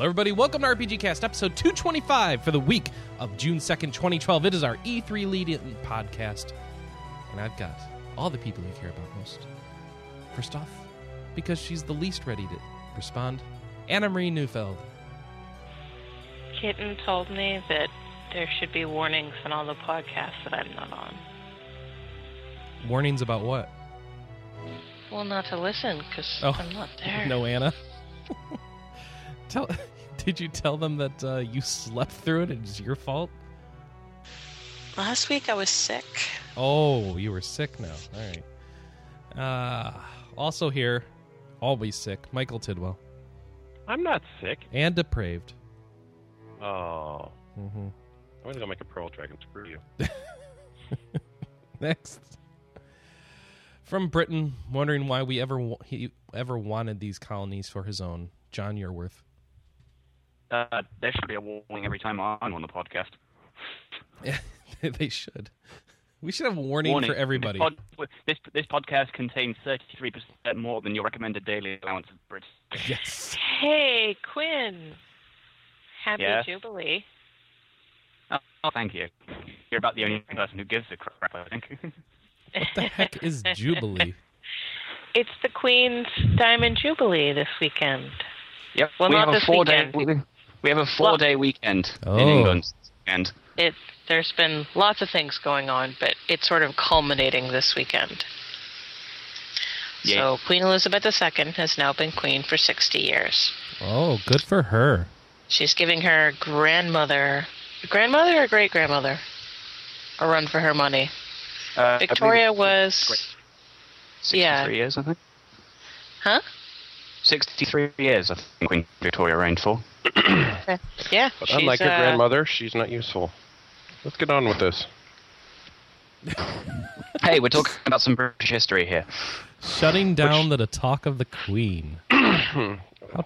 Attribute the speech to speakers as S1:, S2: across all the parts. S1: everybody. Welcome to RPG Cast, episode 225 for the week of June 2nd, 2012. It is our E3 lead in podcast, and I've got all the people you care about most. First off, because she's the least ready to respond, Anna Marie Neufeld.
S2: Kitten told me that there should be warnings on all the podcasts that I'm not on.
S1: Warnings about what?
S2: Well, not to listen because
S1: Oh.
S2: I'm not there.
S1: No, Anna. tell, did you tell them that uh, you slept through it and it's your fault?
S2: Last week I was sick.
S1: Oh, you were sick now. All right. Uh, also here, always sick, Michael Tidwell.
S3: I'm not sick.
S1: And depraved.
S3: Oh,
S1: Mm-hmm.
S3: I'm gonna go make a pearl dragon. Screw you.
S1: Next. From Britain, wondering why we ever wa- he ever wanted these colonies for his own. John Yearworth.
S4: Uh, there should be a warning every time I'm on the podcast.
S1: they should. We should have a warning, for everybody.
S4: This, pod- this, this podcast contains 33% more than your recommended daily allowance of Brits.
S1: yes.
S2: Hey, Quinn. Happy
S4: Yeah?
S2: Jubilee.
S4: Oh, oh, thank you. You're about the only person who gives a crap, I think.
S1: What the heck is Jubilee?
S2: It's the Queen's Diamond Jubilee this weekend.
S4: yep,
S2: Well,
S4: we
S2: not
S4: have a
S2: this
S4: four-day
S2: weekend.
S4: we, we have a four-day weekend in
S1: Oh.
S4: England. this weekend.
S2: It there's been lots of things going on, but it's sort of culminating this weekend.
S4: Yeah.
S2: So Queen Elizabeth II has now been queen for 60 years.
S1: Oh, good for her.
S2: She's giving her grandmother, grandmother or great grandmother, a run for her money.
S4: Uh, I believe
S2: Victoria
S4: it's
S2: was,
S4: sixty-three
S2: yeah.
S4: years, I think.
S2: huh?
S4: 63 years, I think, Queen Victoria reigned for.
S2: Yeah.
S3: But
S2: she's,
S3: unlike your
S2: uh,
S3: grandmother, she's not useful. Let's get on with this.
S4: Hey, we're talking about some British history here.
S1: Shutting down the talk of the Queen. How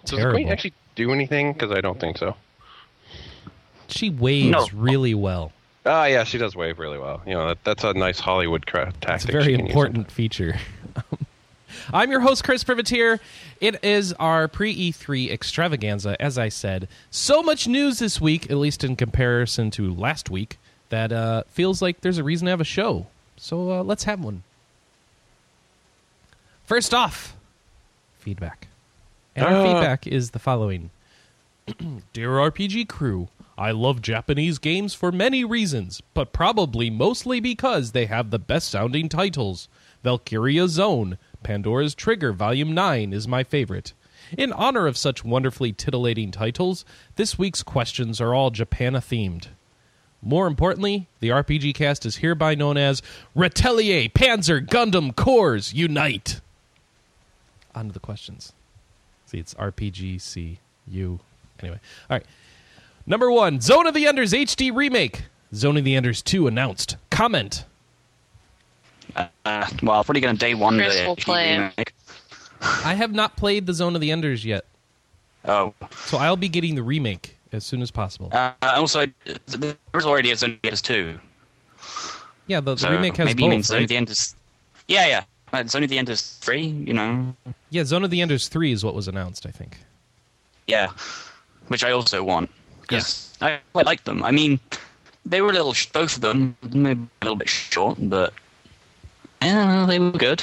S3: Does
S1: terrible.
S3: the queen actually do anything? Because I don't think so.
S1: she waves
S4: No.
S1: really well.
S3: Ah, yeah, she does wave really well. You know, that, that's a nice Hollywood cra- tactic.
S1: It's a
S3: she
S1: very
S3: can use.
S1: important feature. I'm your host, Chris Privateer. It is our pre E3 extravaganza, as I said. So much news this week, at least in comparison to last week, that uh, feels like there's a reason to have a show. So uh, let's have one. First off, feedback. And our
S3: Ah.
S1: feedback is the following Dear RPG crew, I love Japanese games for many reasons, but probably mostly because they have the best sounding titles. Valkyria Zone, Pandora's Trigger Volume 9 is my favorite. In honor of such wonderfully titillating titles, this week's questions are all Japana themed. More importantly, the RPG cast is hereby known as Retelier Panzer Gundam Cores Unite. On to the questions. See, it's RPGCU. Anyway, all right. Number one, Zone of the Enders HD remake. Zone of the Enders 2 announced. Comment.
S4: Uh, well, I'm probably going to day one.
S2: Chris
S4: the
S2: will play it.
S4: remake.
S1: I have not played the Zone of the Enders yet,
S4: Oh,
S1: so I'll be getting the remake as soon as possible.
S4: Uh, also, there was already a Zone of the Enders 2.
S1: yeah, the, the
S4: So
S1: remake has
S4: maybe
S1: both.
S4: you mean Zone
S1: right?
S4: of the Enders. Yeah, yeah. Uh, Zone of the Enders 3, you know.
S1: yeah, Zone of the Enders 3 is what was announced, I think.
S4: Yeah. Which I also want. Because I quite like them. I mean, they were a little, sh- both of them, maybe a little bit short, but. Yeah, they were good.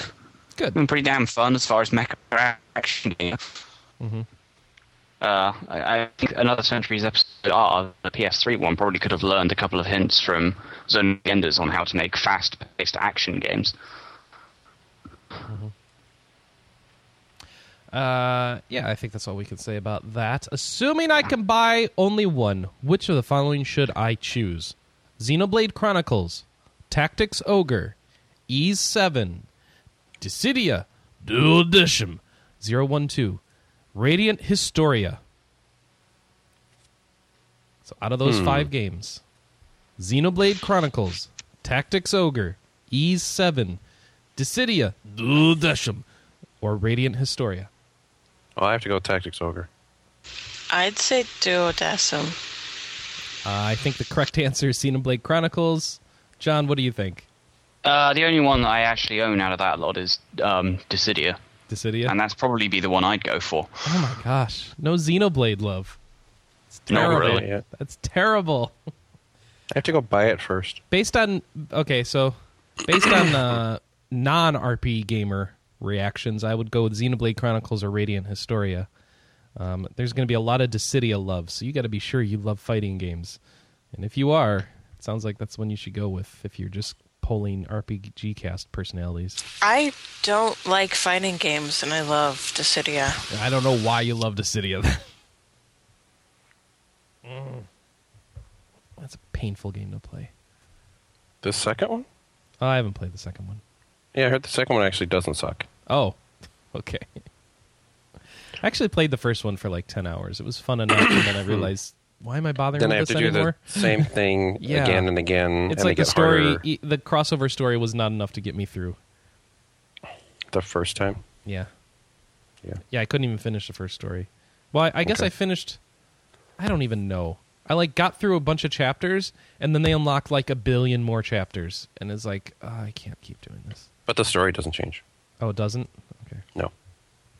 S1: Good.
S4: And pretty damn fun as far as mecha action game.
S1: Mhm.
S4: Uh, I, I think another Century's episode R, the PS3 one, probably could have learned a couple of hints from Zone of the Enders on how to make fast-paced action games.
S1: Uh, yeah, I think that's all we can say about that. Assuming I can buy only one, which of the following should I choose? Xenoblade Chronicles, Tactics Ogre, E7, Dissidia, Dual Edition, 012, Radiant Historia. So out of those five games, Xenoblade Chronicles, Tactics Ogre, E7, Dissidia, Dual Edition, or Radiant Historia.
S3: Well, Oh, I have to go with Tactics Ogre.
S2: I'd say duodecim.
S1: Uh, I think the correct answer is Xenoblade Chronicles. John, what do you think?
S4: Uh, the only one that I actually own out of that lot is um, Dissidia,
S1: Dissidia?
S4: and that's probably be the one I'd go for.
S1: Oh my gosh. No Xenoblade love. That's
S3: Not
S1: terrible.
S3: really, yeah.
S1: That's terrible.
S3: I have to go buy it first.
S1: Based on okay, so based on uh, non RP gamer reactions, I would go with Xenoblade Chronicles or Radiant Historia. Um, there's going to be a lot of Dissidia love, so you got to be sure you love fighting games. And if you are, it sounds like that's one you should go with if you're just polling RPG cast personalities.
S2: I don't like fighting games, and I love Dissidia.
S1: I don't know why you love Dissidia. Mm. That's a painful game to play.
S3: The second one?
S1: Oh, I haven't played the second one.
S3: Yeah, I heard the second one actually doesn't suck.
S1: Oh, okay. I actually played the first one for like ten hours. It was fun enough, and then I realized why am I bothering
S3: then I
S1: with
S3: have
S1: this
S3: to do
S1: anymore?
S3: the same thing
S1: Yeah.
S3: again and again.
S1: it's
S3: and they
S1: like the
S3: get
S1: story,
S3: harder
S1: e- the crossover story was not enough to get me through.
S3: the first time.
S1: Yeah,
S3: Yeah.
S1: yeah. I couldn't even finish the first story. Well, I, I guess
S3: Okay.
S1: I finished. I don't even know. I like got through a bunch of chapters, and then they unlocked like a billion more chapters, and it's like "Ah, I can't keep doing this.
S3: But the story doesn't change.
S1: Oh, it doesn't. Okay,
S3: No.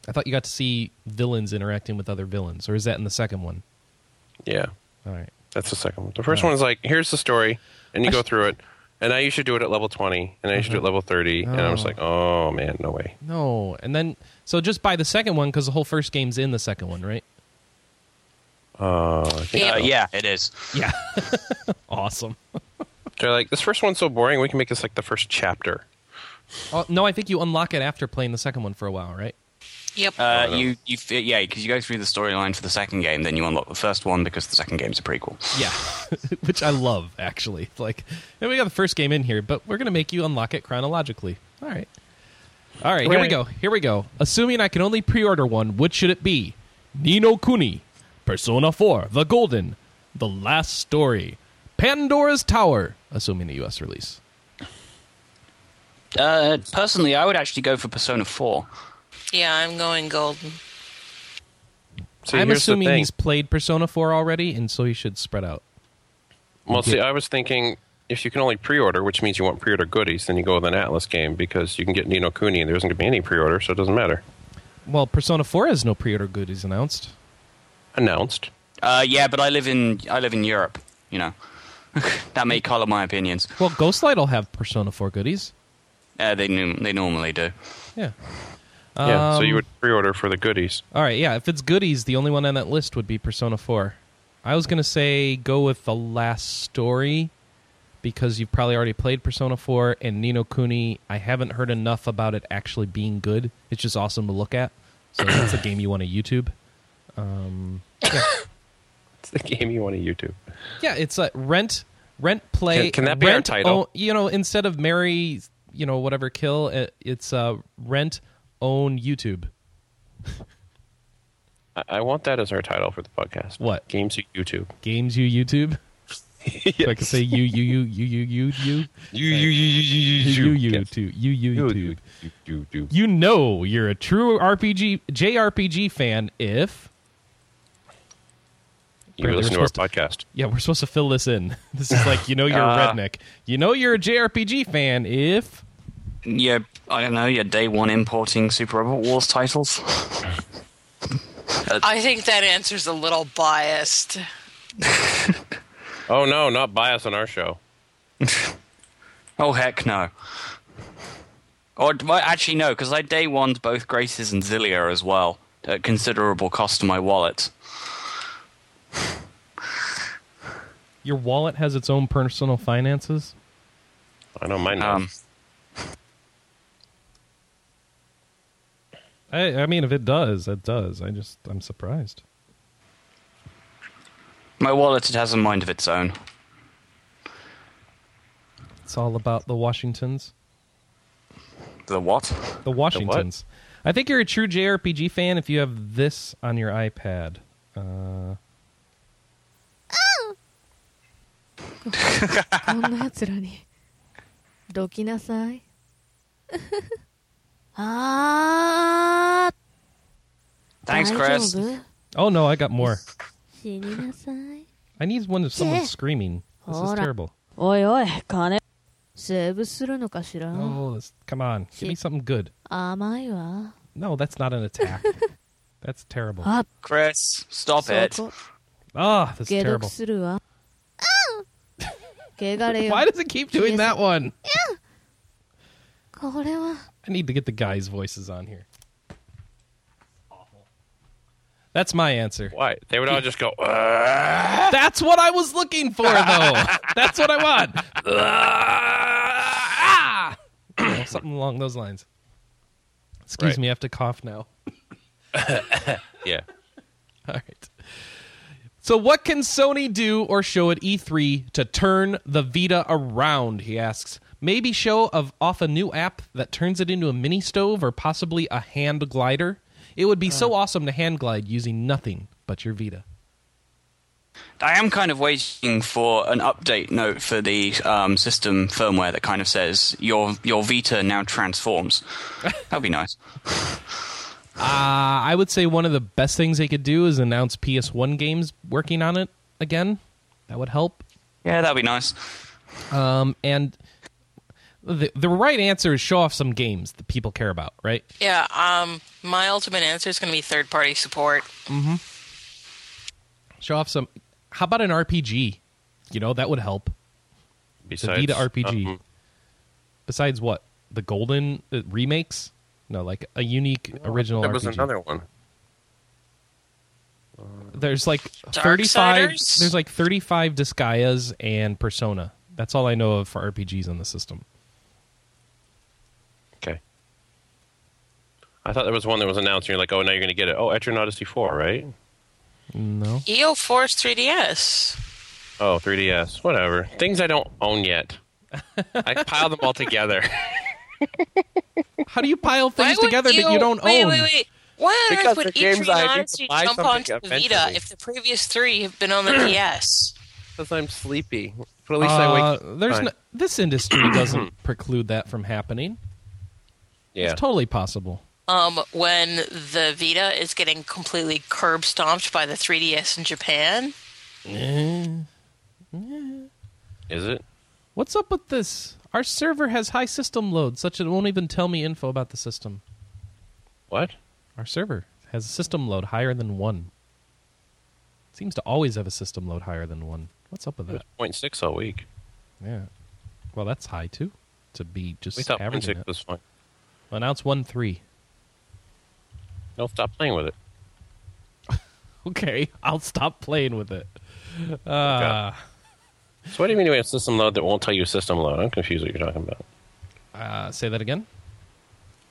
S1: I thought you got to see villains interacting with other villains, or is that in the second one?
S3: Yeah.
S1: All right.
S3: That's the second one. The first
S1: Right.
S3: one is like, here's the story, and you
S1: I
S3: go
S1: sh-
S3: through it, and now you should do it at level 20, and now you should do it at level 30, and I'm just
S1: Oh.
S3: like, oh, man, no way.
S1: No, and then so just buy the second one because the whole first game's in the second one, right?
S3: Uh, I think
S4: Uh,
S3: so.
S4: yeah, it is.
S1: Yeah. awesome.
S3: They're like, this first one's so boring, we can make this like the first chapter.
S1: Oh, no, I think you unlock it after playing the second one for a while, right?
S2: Yep.
S4: Uh, you, you, f- yeah, because you go through the storyline for the second game, then you unlock the first one because the second game's a prequel.
S1: Yeah, which I love actually. It's Like, and we got the first game in here, but we're gonna make you unlock it chronologically. All right. All right, here we
S3: Right.
S1: go. Here we go. Assuming I can only pre-order one, which should it be? Nino Kuni, Persona 4, The Golden, The Last Story, Pandora's Tower, assuming a US release.
S4: Uh, personally, I would actually go for Persona 4.
S2: yeah, I'm going golden.
S3: See,
S1: I'm
S3: here's the
S1: assuming
S3: thing.
S1: he's played Persona 4 already, and so he should spread out.
S3: Well, see, I was thinking if you can only pre-order, which means you want pre-order goodies, then you go with an Atlas game because you can get Nino Cooney and there isn't going to be any pre-order, so it doesn't matter.
S1: Well, Persona 4 has no pre-order goodies announced.
S3: Announced.
S4: Uh, yeah, but I live in I live in Europe. You know, that may colour my opinions.
S1: Well, Ghostlight will have Persona 4 goodies.
S4: Uh, they nu- they normally do.
S1: Yeah.
S3: yeah, so
S1: Um,
S3: you would pre-order for the goodies.
S1: All right, yeah. If it's goodies, the only one on that list would be Persona 4. I was going to say go with The Last Story because you've probably already played Persona 4 and Nino Kuni. I haven't heard enough about it actually being good. It's just awesome to look at. So that's a game you want to YouTube.
S3: It's the game you want to YouTube.
S1: Yeah, it's a rent, rent play.
S3: Can- can that be our
S1: rent,
S3: title?
S1: own- you know, instead of marry, you know, whatever kill, it, it's uh, rent own YouTube.
S3: I, I want that as our title for the podcast.
S1: What?
S3: Games you YouTube.
S1: Games you YouTube. So I can say you you you you you you
S3: You, you, you,
S1: you you you
S3: Yes.
S1: YouTube you you YouTube.
S3: you, you.
S1: You know you're a true RPG JRPG fan if
S3: You
S1: Brandon,
S3: listen to
S1: we're
S3: our
S1: supposed
S3: podcast.
S1: yeah we're supposed to fill this in. This is like you know you're a
S4: Ah.
S1: redneck. You know you're a JRPG fan if
S4: Yeah, I don't know. Your day one importing Super Robot Wars titles.
S2: I think that answer's a little biased.
S3: Oh, no, not bias on our show.
S4: Oh heck no. Or well, actually no, because I day one'd both Graces and Zilia as well at considerable cost to my wallet.
S1: your wallet has its own personal finances.
S3: I know mine.
S4: Um,
S3: does.
S1: I, I mean, if it does, it does. I just, I'm surprised.
S4: my wallet it has a mind of its own.
S1: It's all about the Washingtons.
S4: The what?
S1: The Washingtons. I think you're a true JRPG fan if you have this on your iPad. Uh,
S5: こんな奴らにどきなさい あー
S4: Thanks,
S5: 大
S4: Chris.
S5: 丈夫
S1: oh no, I got more.
S5: 死になさい
S1: I need one of someone
S5: Yeah.
S1: screaming. This is
S5: Hold on.
S1: terrible.
S5: おいおい金セーブするのかしら、
S1: Oh, this, come on, give me something good.
S5: 甘いわ
S1: No, that's not an attack. that's terrible.
S5: Ah,
S4: Chris, stop
S5: そ
S4: it.
S5: こ
S1: Ah, that's
S5: 解
S1: terrible.
S5: 読する わ。けがれよ。
S1: Why does it keep doing that one?
S5: これは
S1: I need to get the guys' voices on here. That's my answer.
S3: Why? They would all just go, "Ah."
S1: That's what I was looking for, though. That's what I want. Ah! You know, something along those lines. Excuse
S3: Right.
S1: me, I have to cough now.
S3: yeah.
S1: All right. So, what can Sony do or show at E3 to turn the Vita around? He asks. Maybe show of off a new app that turns it into a mini stove or possibly a hand glider. It would be so awesome to hand glide using nothing but your Vita.
S4: I am kind of waiting for an update note for the um, system firmware that kind of says your your Vita now transforms. That'd be nice.
S1: Uh, I would say one of the best things they could do is announce PS1 games working on it again. That would help.
S4: Yeah, that'd be nice.
S1: Um, and the the right answer is show off some games that people care about, right?
S2: Yeah, um, my ultimate answer is going to be third party support.
S1: Show off some. How about an RPG? You know that would help. The
S3: Besides,
S1: Vita RPG.
S3: um,
S1: Besides what the golden uh, remakes? No, like a unique original.
S3: there was
S1: RPG.
S3: another one.
S1: There's like thirty five.
S2: Darksiders?
S1: There's like thirty five Disgaeas and Persona. That's all I know of for RPGs on the system.
S3: Okay. I thought there was one that was announced, and you're like, oh, now you're going to get it. Oh, Etrian Odyssey 4, right?
S1: No.
S2: EO Force 3DS.
S3: Oh, 3DS. Whatever. Things I don't own yet. I pile them all together.
S1: How do you pile
S2: Why
S1: things
S2: would
S1: together that you
S2: EO
S1: don't
S2: wait,
S1: own?
S2: Wait, wait, Why on
S3: Because
S2: earth would
S3: the games
S2: E3
S3: I need to
S2: honestly
S3: buy
S2: jump
S3: something
S2: onto the Vita
S3: eventually.
S2: if the previous three have been on the DS?
S3: Because I'm sleepy. But at least I wake
S1: Uh, there's
S3: fine.
S1: no, this industry doesn't preclude that from happening.
S3: Yeah.
S1: It's totally possible.
S2: Um, when the Vita is getting completely curb stomped by the 3DS in Japan,
S3: Is it?
S1: What's up with this? Our server has high system load, such that it won't even tell me info about the system.
S3: What?
S1: Our server has a system load higher than one. Seems to always have a system load higher than one. What's up with
S3: It was
S1: that?
S3: 0.6 all week.
S1: Yeah. Well, that's high too. To be
S3: We
S1: just
S3: thought
S1: averaging
S3: 0.6
S1: it.
S3: was fine.
S1: Well, now it's one three.
S3: No, stop playing with it.
S1: Okay, I'll stop playing with it. Uh,
S3: Okay. So what do you mean you have system load that won't tell you system load? I'm confused what you're talking about.
S1: Uh, say that again.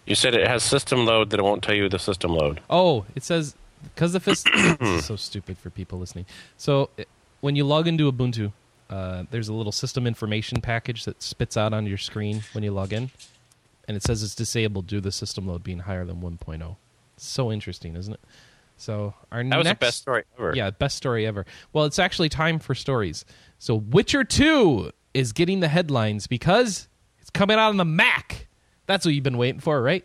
S3: You said it has system load that it won't tell you the system load.
S1: Oh, it says because the fist this is so stupid for people listening. So it, when you log into Ubuntu, uh, there's a little system information package that spits out on your screen when you log in, and it says it's disabled due to the system load being higher than 1.0. So interesting, isn't it? So our
S3: That was
S1: next,
S3: the best story ever.
S1: Yeah, best story ever. Well, it's actually time for stories. So Witcher 2 is getting the headlines because it's coming out on the Mac. That's what you've been waiting for, right?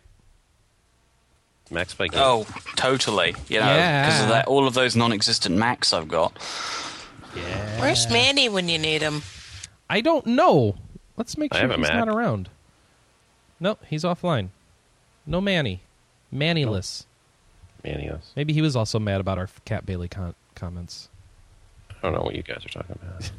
S3: Max by Games.
S4: Oh, totally. You know,
S1: Yeah.
S4: because of that, all of those non-existent Macs I've got.
S2: where's Manny when you need him?
S1: I don't know. Let's make
S3: I
S1: sure
S3: have a
S1: he's
S3: Mac.
S1: not around. No, he's offline. No Manny. Mannyless.
S3: Man, yes.
S1: Maybe he was also mad about our Cat Bailey con- comments.
S3: I don't know what you guys are talking about.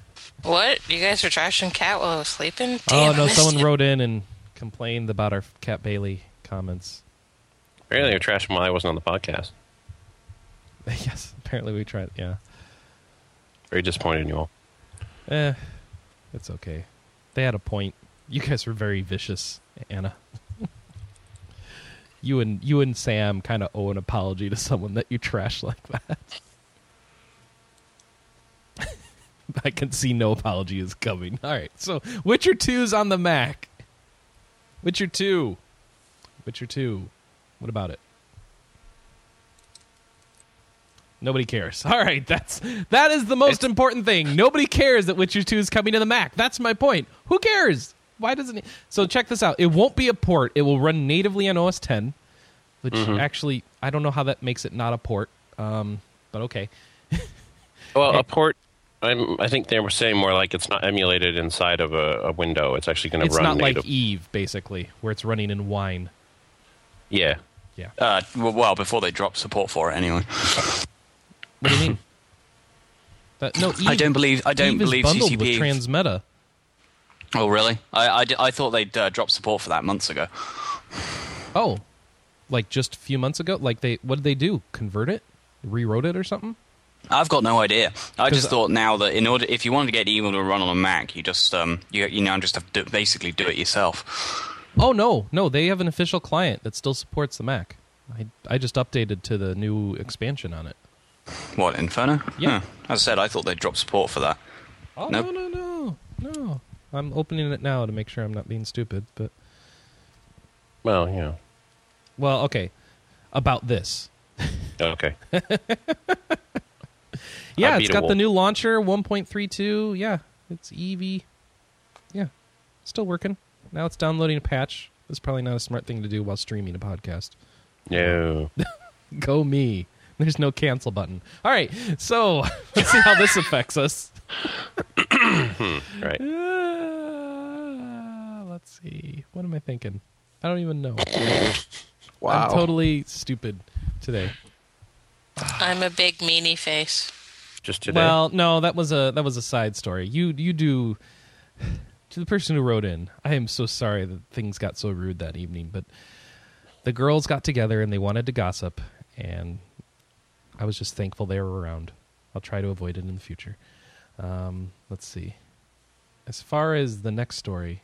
S2: What? You guys were trashing Cat while I was sleeping? Damn,
S1: oh no,
S2: I missed
S1: someone
S2: it.
S1: wrote in and complained about our Cat Bailey comments.
S3: Apparently, you're trashing while I wasn't on the podcast.
S1: yes, apparently we tried. Yeah,
S3: Very disappointed in you all.
S1: eh, it's okay. They had a point. You guys were very vicious, Anna. you and you and Sam kind of owe an apology to someone that you trash like that. I can see no apology is coming. All right, so Witcher 2's on the Mac. Witcher 2. Witcher 2. What about it? Nobody cares. All right, that's that is the most important thing. Nobody cares that Witcher 2 is coming to the Mac. That's my point. Who cares? Why doesn't it? So check this out. It won't be a port. It will run natively on OS 10, which
S4: Mm-hmm.
S1: actually I don't know how that makes it not a port. Um, but okay.
S3: Well, a port. I'm, I think they were saying more like it's not emulated inside of a, a window. It's actually going to
S1: It's
S3: run
S1: not
S3: native.
S1: like e- Eve basically, where it's running in wine.
S3: yeah.
S1: Yeah.
S4: Uh, well, before they dropped support for it, anyway.
S1: What do you mean? That, no, Eve,
S4: I don't believe I don't
S1: Eve
S4: believe
S1: is bundled
S4: CCP.
S1: with Transmeta.
S4: oh really? I, I, di- I thought they'd uh, dropped support for that months ago.
S1: Oh, like just a few months ago. Like they, what did they do? Convert it, rewrote it, or something?
S4: I've got no idea. I
S1: 'Cause-
S4: just thought now that in order, if you wanted to get email to run on a Mac, you just um, you you now just have to do- basically do it yourself.
S1: Oh no, no, they have an official client that still supports the Mac. I I just updated to the new expansion on it.
S4: What Inferno?
S1: Yeah.
S4: Huh. As I said, I thought they'd drop support for that.
S1: Oh
S4: Nope.
S1: no no no no! I'm opening it now to make sure I'm not being stupid. But
S3: Well, you know.
S1: well, okay. About this,
S3: Okay.
S1: yeah, it's got
S3: Unbeatable.
S1: the new launcher 1.32. Yeah, it's EV. Yeah, still working. Now it's downloading a patch. That's probably not a smart thing to do while streaming a podcast.
S3: No.
S1: Go me. There's no cancel button. All right, so let's see how this affects us.
S3: Right.
S1: Uh, let's see. What am I thinking? I don't even know. I'm totally stupid today.
S2: I'm a big meanie face.
S3: Just today.
S1: Well, no, that was a that was a side story. You you do to the person who wrote in. I am so sorry that things got so rude that evening, but the girls got together and they wanted to gossip, and I was just thankful they were around. I'll try to avoid it in the future. Um, let's see. As far as the next story,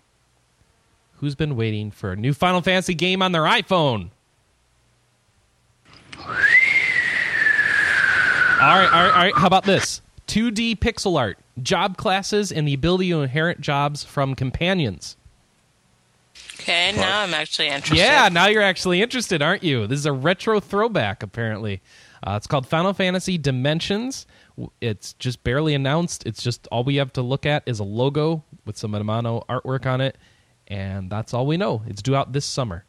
S1: who's been waiting for a new Final Fantasy game on their iPhone? All right, all right, all right. How about this? 2D pixel art, job classes, and the ability to inherit jobs from companions.
S2: Okay, now I'm actually interested.
S1: Yeah, now you're actually interested, aren't you? This is a retro throwback, apparently. Uh, it's called Final Fantasy Dimensions. W- It's just barely announced. It's just all we have to look at is a logo with some Amano artwork on it, and that's all we know. It's due out this summer.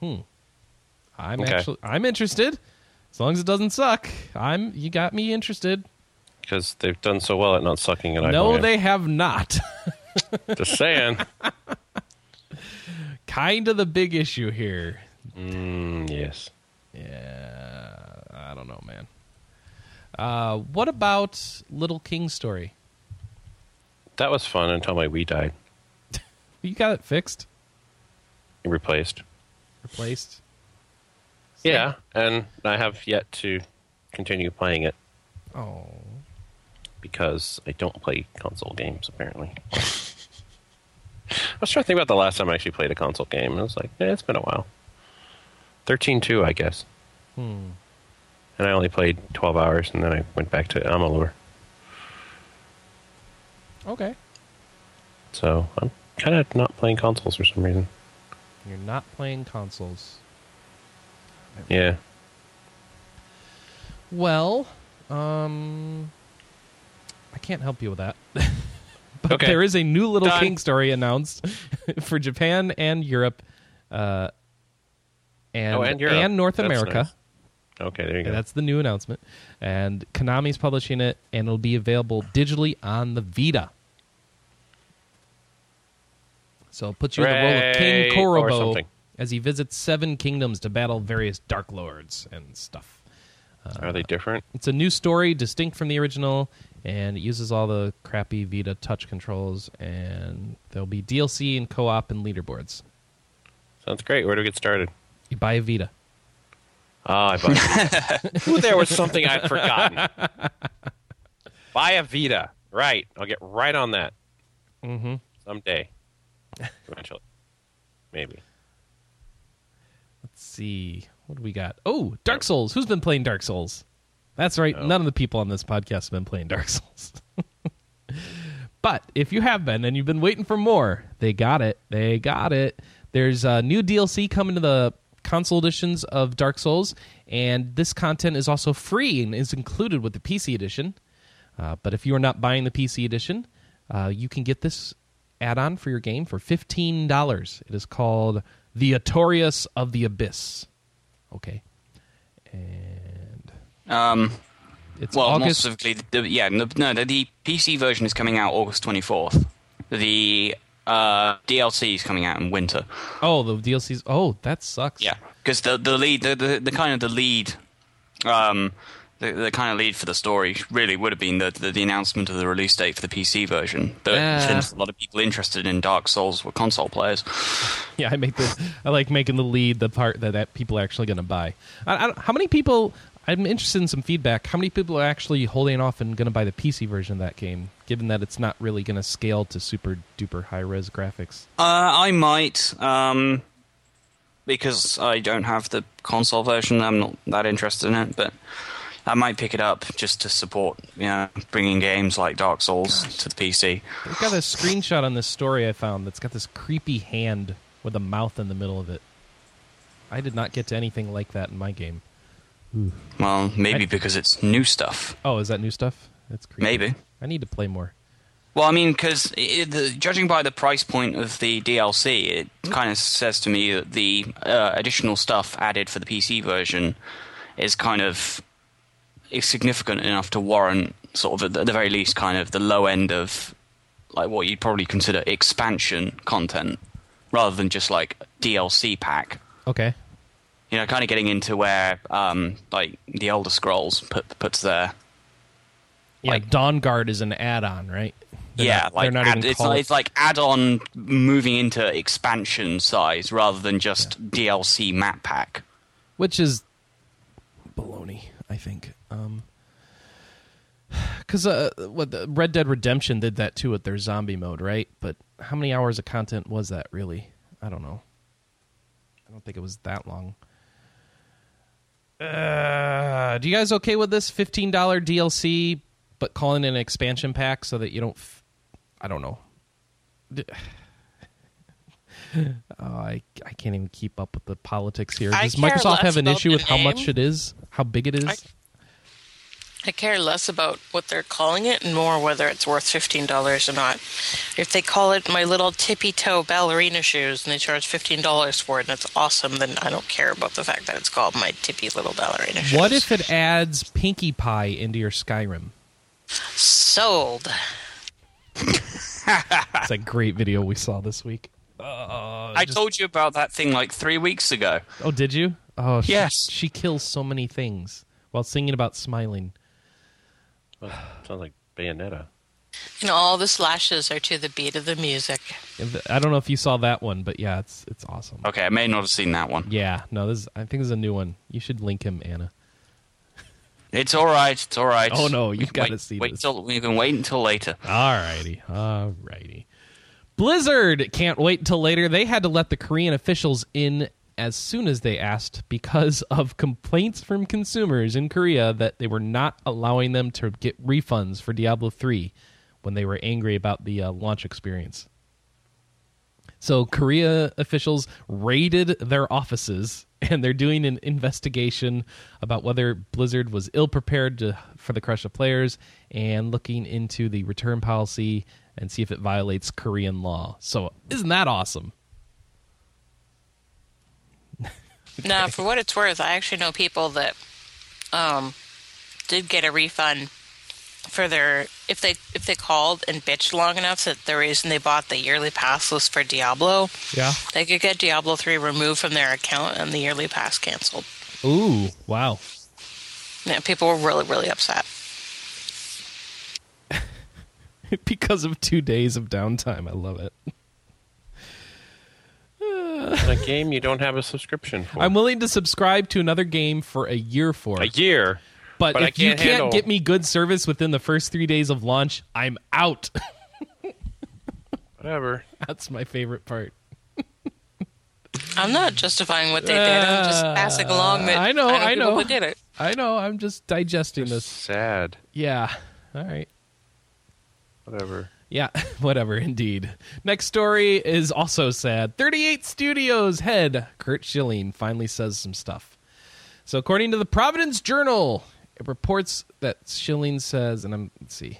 S1: Hmm. I'm
S3: Okay.
S1: actually I'm interested. As long as it doesn't suck, I'm you got me interested.
S3: Because they've done so well at not sucking at
S1: no,
S3: iPhone.
S1: they have not.
S3: Just saying.
S1: kind of the big issue here.
S3: Mm, yes.
S1: Yeah, I don't know, man. Uh, what about Little King story?
S3: That was fun until my Wii died.
S1: You got it fixed,
S3: It replaced.
S1: replaced.
S3: Yeah. And I have yet to continue playing it
S1: Oh,
S3: because I don't play console games, apparently. I was trying to think about the last time I actually played a console game. and I was like, eh, it's been a while. 13.2, I guess. And I only played 12 hours, and then I went back to Amalur.
S1: okay.
S3: So I'm kind of not playing consoles for some reason.
S1: You're not playing consoles.
S3: Yeah.
S1: Well, um, I can't help you with that. but
S3: Okay.
S1: there is a new Little
S3: Done.
S1: King story announced for Japan and Europe, uh, and
S3: Oh, and Europe.
S1: North
S3: That's
S1: America.
S3: nice. Okay, there you
S1: Okay,
S3: go.
S1: that's the new announcement. And Konami's publishing it, and it'll be available digitally on the Vita. So it puts you in the role of King
S3: Hooray, or
S1: Korobo
S3: something.
S1: as he visits seven kingdoms to battle various Dark Lords and stuff.
S3: Are they different?
S1: It's a new story, distinct from the original, and it uses all the crappy Vita touch controls, and there'll be DLC and co op and leaderboards.
S3: Sounds great. Where do we get started?
S1: You buy a Vita.
S3: Ah, I bought it. Ooh, there was something I'd forgotten. Buy a Vita. Right. I'll get right on that. Mm-hmm. Someday. Eventually. Maybe.
S1: Let's see. What do we got? Oh, Dark Souls. Who's been playing Dark Souls? That's right. None of the people on this podcast have been playing Dark Souls. but if you have been and you've been waiting for more, they got it. They got it. There's uh, new DLC coming to the console editions of Dark Souls, and this content is also free and is included with the PC edition. Uh, but if you are not buying the PC edition, uh, you can get this add-on for your game for fifteen dollars. It is called the Atorius of the Abyss. Okay, and
S4: Um,
S1: it's
S4: well, more
S1: August.
S4: specifically, the, the- yeah, no, no, the, the PC version is coming out August twenty fourth. The uh, DLC is coming out in winter.
S1: oh, the DLCs. Oh, that sucks.
S4: Yeah, because the the lead the, the the kind of the lead um, the, the kind of lead for the story really would have been the, the, the announcement of the release date for the PC version. But
S3: Yeah.
S4: since a lot of people interested in Dark Souls were console players,
S1: Yeah, I make the I like making the lead the part that, that people are actually going to buy. I, I, how many people? I'm interested in some feedback. How many people are actually holding off and going to buy the PC version of that game, given that it's not really going to scale to super duper high res graphics?
S4: Uh, I might, um, because I don't have the console version. I'm not that interested in it, but I might pick it up just to support, you know, bringing games like Dark Souls to the PC.
S1: I've got a screenshot on this story I found that's got this creepy hand with a mouth in the middle of it. I did not get to anything like that in my game.
S4: Well, maybe because it's new stuff.
S1: Oh, is that new stuff? That's creepy.
S4: Maybe.
S1: I need to play more.
S4: Well, I mean, because judging by the price point of the DLC, it kind of says to me that the uh, additional stuff added for the PC version is kind of is significant enough to warrant, sort of, at the- at the very least, kind of the low end of like what you'd probably consider expansion content, rather than just like DLC pack.
S1: Okay.
S4: You know, kind of getting into where um, like the Elder Scrolls put, puts their
S1: Yeah,
S4: Like-
S1: Dawn Guard is an add-on, right? They're
S4: yeah,
S1: not-
S4: like
S1: they're not
S4: add,
S1: even
S4: it's,
S1: called-
S4: like, it's like add-on moving into expansion size rather than just DLC map pack.
S1: which is baloney, I think. Um, because uh, what the Red Dead Redemption did that too with their zombie mode, right? But how many hours of content was that really? I don't know. I don't think it was that long. Uh, do you guys okay with this fifteen dollar DLC, but calling it an expansion pack so that you don't? F- I don't know. D- Oh, I I can't even keep up with the politics here.
S2: I
S1: Does
S2: care
S1: Microsoft have
S2: less
S1: an
S2: about
S1: issue
S2: the
S1: with how much
S2: name.
S1: it is, how big it is?
S2: I- I care less about what they're calling it and more whether it's worth $15 or not. If they call it my little tippy toe ballerina shoes and they charge $15 for it and it's awesome, then I don't care about the fact that it's called my tippy little ballerina shoes.
S1: What if it adds Pinkie Pie into your Skyrim?
S2: Sold.
S1: It's a great video we saw this week. Uh,
S4: I told you about that thing like three weeks ago.
S1: Oh, did you? Oh, she,
S4: Yes.
S1: She kills so many things while singing about smiling.
S3: Sounds like Bayonetta.
S2: And all the slashes are to the beat of the music.
S1: And th- I don't know if you saw that one, but yeah, it's it's awesome.
S4: Okay, I may not have seen that one.
S1: Yeah, no, this is, I think this is a new one. You should link him, Anna.
S4: It's all right. It's all right.
S1: Oh, no,
S4: We
S1: you've
S4: can
S1: gotta
S4: wait-
S1: see
S4: Wait
S1: this.
S4: till we can wait until later.
S1: Alrighty, alrighty. Blizzard can't wait till later. They had to let the Korean officials in as soon as they asked because of complaints from consumers in Korea that they were not allowing them to get refunds for Diablo 3 when they were angry about the uh, launch experience. So Korea officials raided their offices and they're doing an investigation about whether Blizzard was ill prepared to, for the crush of players and looking into the return policy and see if it violates Korean law. So isn't that awesome?
S2: Now, for what it's worth, I actually know people that um, did get a refund for their if they if they called and bitched long enough that the reason they bought the yearly pass was for Diablo,
S1: Yeah.
S2: they could get Diablo three removed from their account and the yearly pass canceled.
S1: Ooh, wow.
S2: Yeah, people were really really upset.
S1: because of 2 days of downtime. I love it.
S3: In a game you don't have a subscription for.
S1: I'm willing to subscribe to another game for a year for
S3: a year.
S1: But,
S3: But I
S1: if you
S3: can't
S1: can't
S3: handle-
S1: get me good service within the first three days of launch, I'm out.
S3: Whatever.
S1: That's my favorite part.
S2: I'm not justifying what they did. I'm just passing along that
S1: Uh, I know, I
S2: people
S1: know.
S2: who did it.
S1: I know. I'm just digesting this.
S3: Sad.
S1: Yeah. All right.
S3: Whatever.
S1: Yeah, whatever, indeed. Next story is also sad. 38 Studios head Kurt Schilling finally says some stuff. So, according to the Providence Journal, it reports that Schilling says, and I'm, let's see,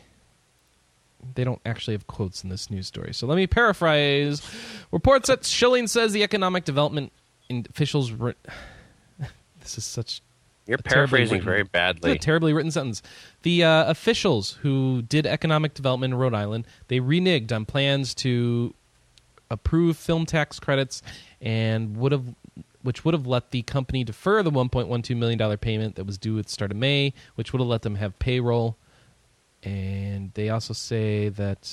S1: they don't actually have quotes in this news story. So let me paraphrase. Reports that Schilling says the economic development in- officials. Re- this is such
S3: You're
S1: terribly
S3: paraphrasing
S1: written-
S3: very
S1: it's a
S3: badly.
S1: terribly written sentence. The uh, officials who did economic development in Rhode Island, they reneged on plans to approve film tax credits and would have which would have let the company defer the 1.12 million dollar payment that was due at the start of May, which would have let them have payroll. And they also say that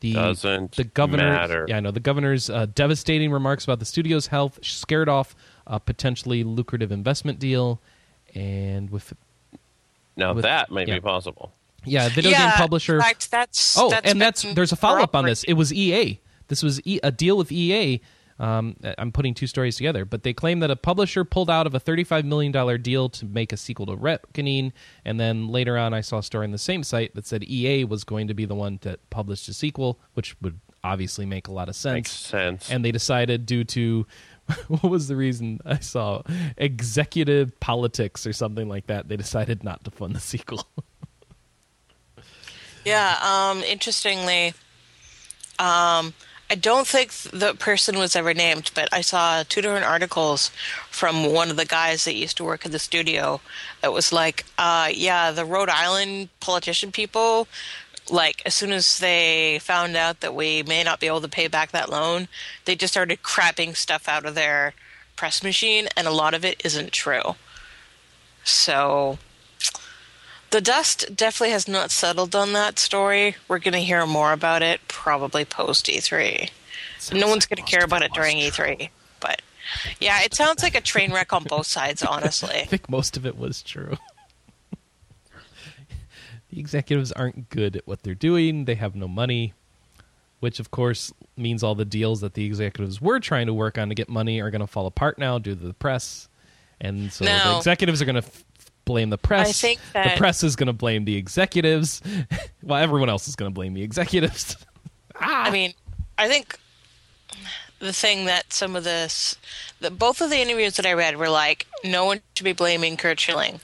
S1: the
S3: Doesn't
S1: the governor
S3: matter.
S1: yeah I know the governor's uh, devastating remarks about the studio's health scared off a potentially lucrative investment deal, and with
S3: Now
S1: With-
S3: that might
S1: yeah.
S3: be possible.
S1: yeah video game publisher
S6: In fact, that's
S1: Oh,
S6: that's
S1: and that's
S6: been
S1: there's a follow up on
S6: corroborated.
S1: this. It was EA. This was e, a deal with EA. Um, I'm putting two stories together, but they claim that a publisher pulled out of a $35 million deal to make a sequel to Reckoning, and then later on, I saw a story on the same site that said EA was going to be the one that published a sequel, which would obviously make a lot of sense.
S3: Makes sense.
S1: And they decided due to what was the reason I saw executive politics or something like that. They decided not to fund the sequel.
S6: Yeah. Um, interestingly, um,
S2: um,
S6: I don't think the person was ever named, but I saw two different articles from one of the guys that used to work at the studio that was like, uh, yeah, the Rhode Island politician people. Like as soon as they found out that we may not be able to pay back that loan, they just started crapping stuff out of their press machine, and a lot of it isn't true. So the dust definitely has not settled on that story. We're going to hear more about it probably post E E3. no one's going to care about it during E E3. But yeah, it sounds like a train wreck on both sides, honestly.
S1: I think most of it was true. the executives aren't good at what they're doing. They have no money, which of course means all the deals that the executives were trying to work on to get money are going to fall apart now due to the press. And so the
S6: No.
S1: executives are going to f- blame the press.
S6: I think
S1: the
S6: that-
S1: press is going to blame the executives. well, everyone else is going to blame the executives.
S6: I mean, I think the thing that some of this, that both of the interviews that I read were like, no one should be blaming Kurt Schilling.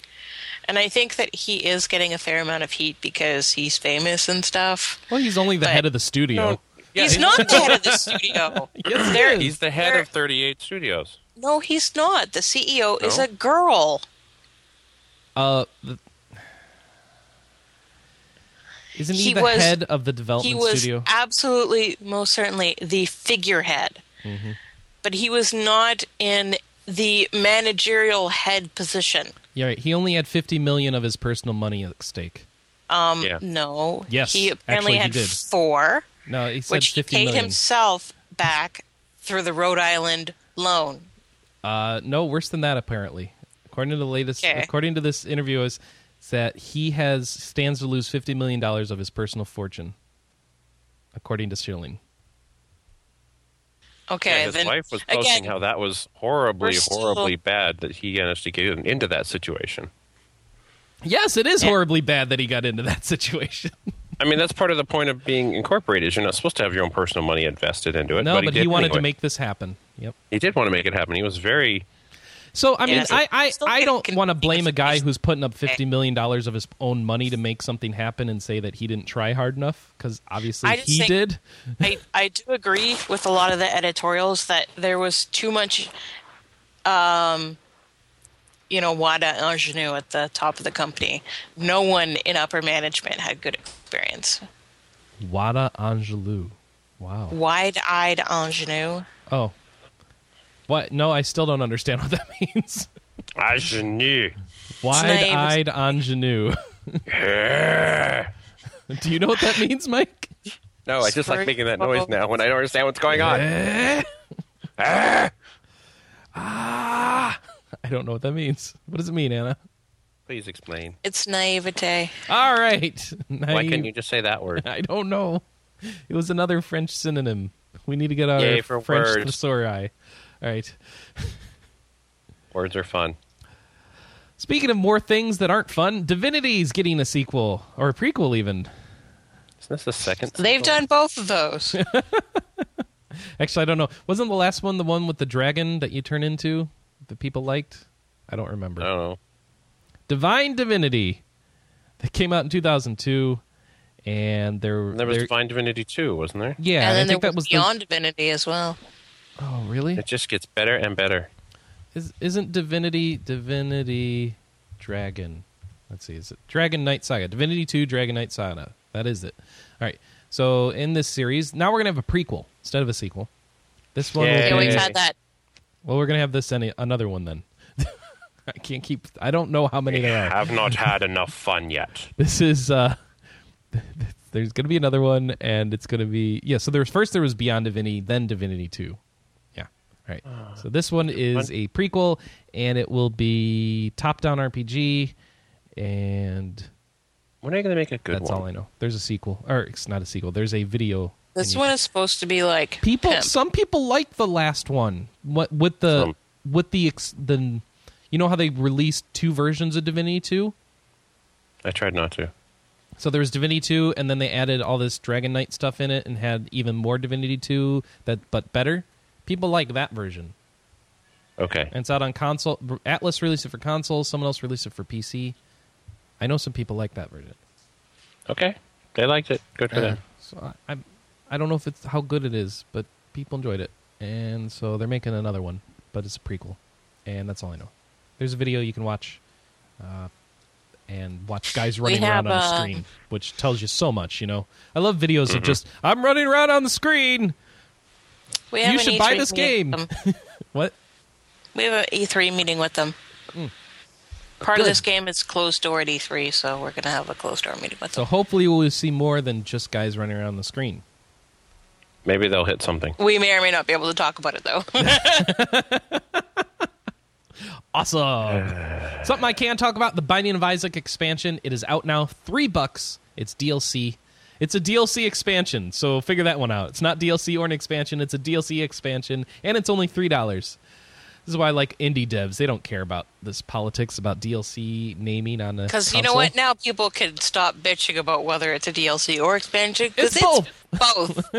S6: And I think that he is getting a fair amount of heat because he's famous and stuff.
S1: well, he's only the
S6: But-
S1: head of the studio.
S6: he's not the head of the studio.
S1: Yes, he
S6: There-
S1: is.
S3: He's the head
S6: There-
S3: of 38 Studios.
S6: No, he's not. The CEO is
S3: No?
S6: a girl.
S1: Uh, the, isn't he,
S6: He
S1: the
S6: was-
S1: head of the development
S6: He was
S1: studio?
S6: absolutely, most certainly, the figurehead.
S1: Mm-hmm.
S6: But he was not in the managerial head position.
S1: Yeah, right. he only had fifty million of his personal money at stake.
S6: Um,
S3: Yeah.
S6: No.
S1: Yes,
S6: He
S1: actually
S6: apparently
S1: he
S6: had
S1: did.
S6: four,
S1: No, he said
S6: which he
S1: fifty
S6: paid
S1: million.
S6: himself back through the Rhode Island loan.
S1: Uh, no, worse than that. Apparently, according to the latest,
S6: Okay.
S1: according to this interview, is that he has stands to lose fifty million dollars of his personal fortune, according to Schilling.
S6: Okay.
S3: Yeah, his
S6: then
S3: wife was posting
S6: again,
S3: how that was horribly,
S6: we're still-
S3: horribly bad that he managed to get into that situation.
S1: Yes, it
S6: Eh.
S1: is horribly bad that he got into that situation.
S3: I mean, that's part of the point of being incorporated. Is you're not supposed to have your own personal money invested into it.
S1: no,
S3: but,
S1: but
S3: he, did
S1: he wanted
S3: anyway.
S1: to make this happen. Yep.
S3: He did want to make it happen. He was very.
S1: So I mean,
S6: Yeah, so
S1: I I,
S6: still
S1: I
S6: getting
S1: don't want to
S6: confused.
S1: blame a guy who's putting
S6: eh.
S1: up fifty million dollars of his own money to make something happen and say that he didn't try hard enough because obviously
S6: I just
S1: he
S6: think-
S1: did.
S6: I, I do agree with a lot of the editorials that there was too much, um, you know, Wada ingenue at the top of the company. No one in upper management had good experience.
S1: Wada Angelou, wow.
S6: Wide-eyed ingenue.
S1: Oh, what? No, I still don't understand what that means.
S3: I should knew.
S1: Wide-eyed ingenue. Do you know what that means, Mike?
S3: No, I just like making that noise now when I don't understand what's going on.
S1: I don't know what that means. What does it mean, Anna?
S3: Please explain.
S6: It's naivete.
S1: All right.
S3: Why
S1: Naive.
S3: couldn't you just say that word?
S1: I don't know. It was another French synonym. We need to get our
S3: Yay for
S1: French
S3: words.
S1: thesauri. All right.
S3: Words are fun.
S1: Speaking of more things that aren't fun, Divinity's getting a sequel or a prequel, even.
S3: Isn't this the second?
S6: They've done both of those.
S1: Actually, I don't know. Wasn't the last one the one with the dragon that you turn into that people liked? I don't remember.
S3: I don't know.
S1: Divine Divinity that came out in 2002, and there,
S3: There was
S1: there-
S3: Divine Divinity 2, wasn't there?
S1: yeah,
S6: and
S1: I
S6: then there
S1: think that
S6: was
S1: was
S6: Beyond Divinity as well.
S1: the. Oh, really?
S3: It just gets better and better.
S1: Is, isn't Divinity Divinity Dragon? Let's see, is it Dragon Knight Saga? Divinity Two Dragon Knight Saga. That is it. All right. So in this series, now we're gonna have a prequel instead of a sequel. This one,
S3: Yay.
S6: We
S1: will
S6: always
S1: be-
S6: had that.
S1: Well, we're gonna have this and another one then. I can't keep. I don't know how many there are.
S3: have not had enough fun yet.
S1: This is. uh There's gonna be another one, and it's gonna be yeah. So there's first there was Beyond Divinity, then Divinity Two. Yeah, right. So this one is a prequel, and it will be top-down RPG, and
S3: When are you going to make a good
S1: that's
S3: one?
S1: all I know. There's a sequel, or it's not a sequel. There's a video.
S2: This
S1: and you
S2: one is supposed to be like
S1: people
S2: pimp.
S1: some people like the last one what with the
S3: Some.
S1: with the ex, the you know how they released two versions of divinity 2
S3: I tried not to.
S1: so there was divinity 2 and then they added all this dragon knight stuff in it and had even more divinity 2 that but better people like that version
S3: Okay.
S1: and it's out on console atlas released it for console someone else released it for pc i know some people like that version
S3: Okay. They liked it. Good for them.
S1: so I, I i don't know if it's how good it is but people enjoyed it and so they're making another one but it's a prequel and that's all i know there's a video you can watch uh, and watch guys running
S2: have,
S1: around on a
S2: uh,
S1: screen which tells you so much you know i love videos of just i'm running around on the screen
S2: we
S1: you
S2: have an
S6: E
S1: should buy
S2: E3
S1: this game.
S2: meeting with them.
S1: what
S2: We have an
S6: E
S2: E3 meeting with them. Part of
S1: Hmm. Good.
S2: this game is closed door at
S6: E
S2: E3, so we're going to have a closed door meeting with
S1: so
S2: them.
S1: hopefully we'll see more than just guys running around on the screen
S3: Maybe they'll hit something.
S2: We may or may not be able to talk about it, though.
S1: Awesome. Something I can talk about: the Binding of Isaac expansion. It is out now, three bucks. It's DLC. It's a DLC expansion, so figure that one out. It's not DLC or an expansion. It's a DLC expansion, and it's only three dollars. This is why I like indie devs. They don't care about this politics about DLC naming on the.
S2: Because you know what? Now people can stop bitching about whether it's a DLC or expansion. 'cause
S1: It's both.
S2: both.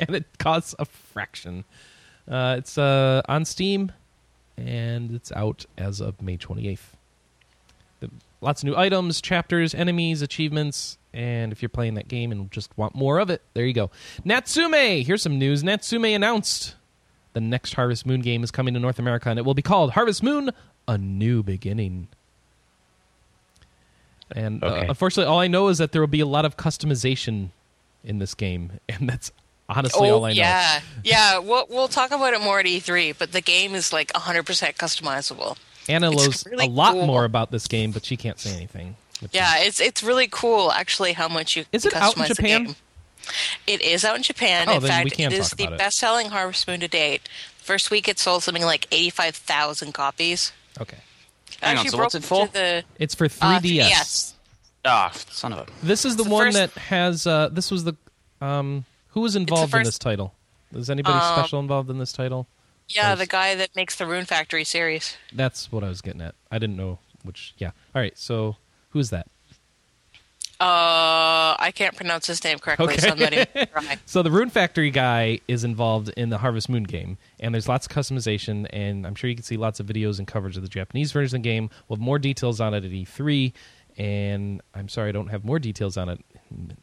S1: and it costs a fraction. Uh, it's uh, on Steam, and it's out as of May 28th. The, lots of new items, chapters, enemies, achievements, and if you're playing that game and just want more of it, there you go. Natsume! Here's some news. Natsume announced the next Harvest Moon game is coming to North America, and it will be called Harvest Moon A New Beginning. And uh,
S3: Okay.
S1: unfortunately, all I know is that there will be a lot of customization in this game, and that's honestly
S6: Oh,
S1: all I know.
S2: Oh, yeah. Yeah, we'll, we'll talk about it more at E3, but the game is like 100% customizable.
S1: Anna
S2: It's
S1: knows
S2: really
S1: a lot
S2: cool.
S1: more about this game, but she can't say anything. which
S2: Yeah,
S1: is-
S2: it's it's really cool actually how much you
S1: Is
S2: can
S1: it out in
S2: customize the
S1: Japan?
S2: game. It is out in Japan.
S1: Oh,
S2: in
S1: then
S2: fact,
S1: we can
S2: it is
S1: talk
S2: the
S1: about it.
S2: best selling Harvest Moon to date. First week it sold something like 85,000 copies.
S1: okay.
S4: Hang on,
S2: Actually
S4: so what's
S2: broke
S4: it for?
S2: into The,
S1: It's for
S2: uh,
S1: 3DS.
S2: 3DS.
S4: Ah, son of a.
S1: This is the,
S2: the
S1: one
S2: first-
S1: that has. Uh, this was the. Um, who was involved in
S2: first- Um,
S1: this title? Is anybody special involved in this title?
S2: Yeah,
S1: Those-
S2: the guy that makes the Rune Factory series.
S1: That's what I was getting at. I didn't know which. Yeah. All right. So who's that?
S2: Uh, I can't pronounce his name correctly,
S1: Okay.
S2: so I'm not even gonna try.
S1: So the Rune Factory guy is involved in the Harvest Moon game, and there's lots of customization, and I'm sure you can see lots of videos and coverage of the Japanese version of the game. We'll have more details on it at E3, and I'm sorry I don't have more details on it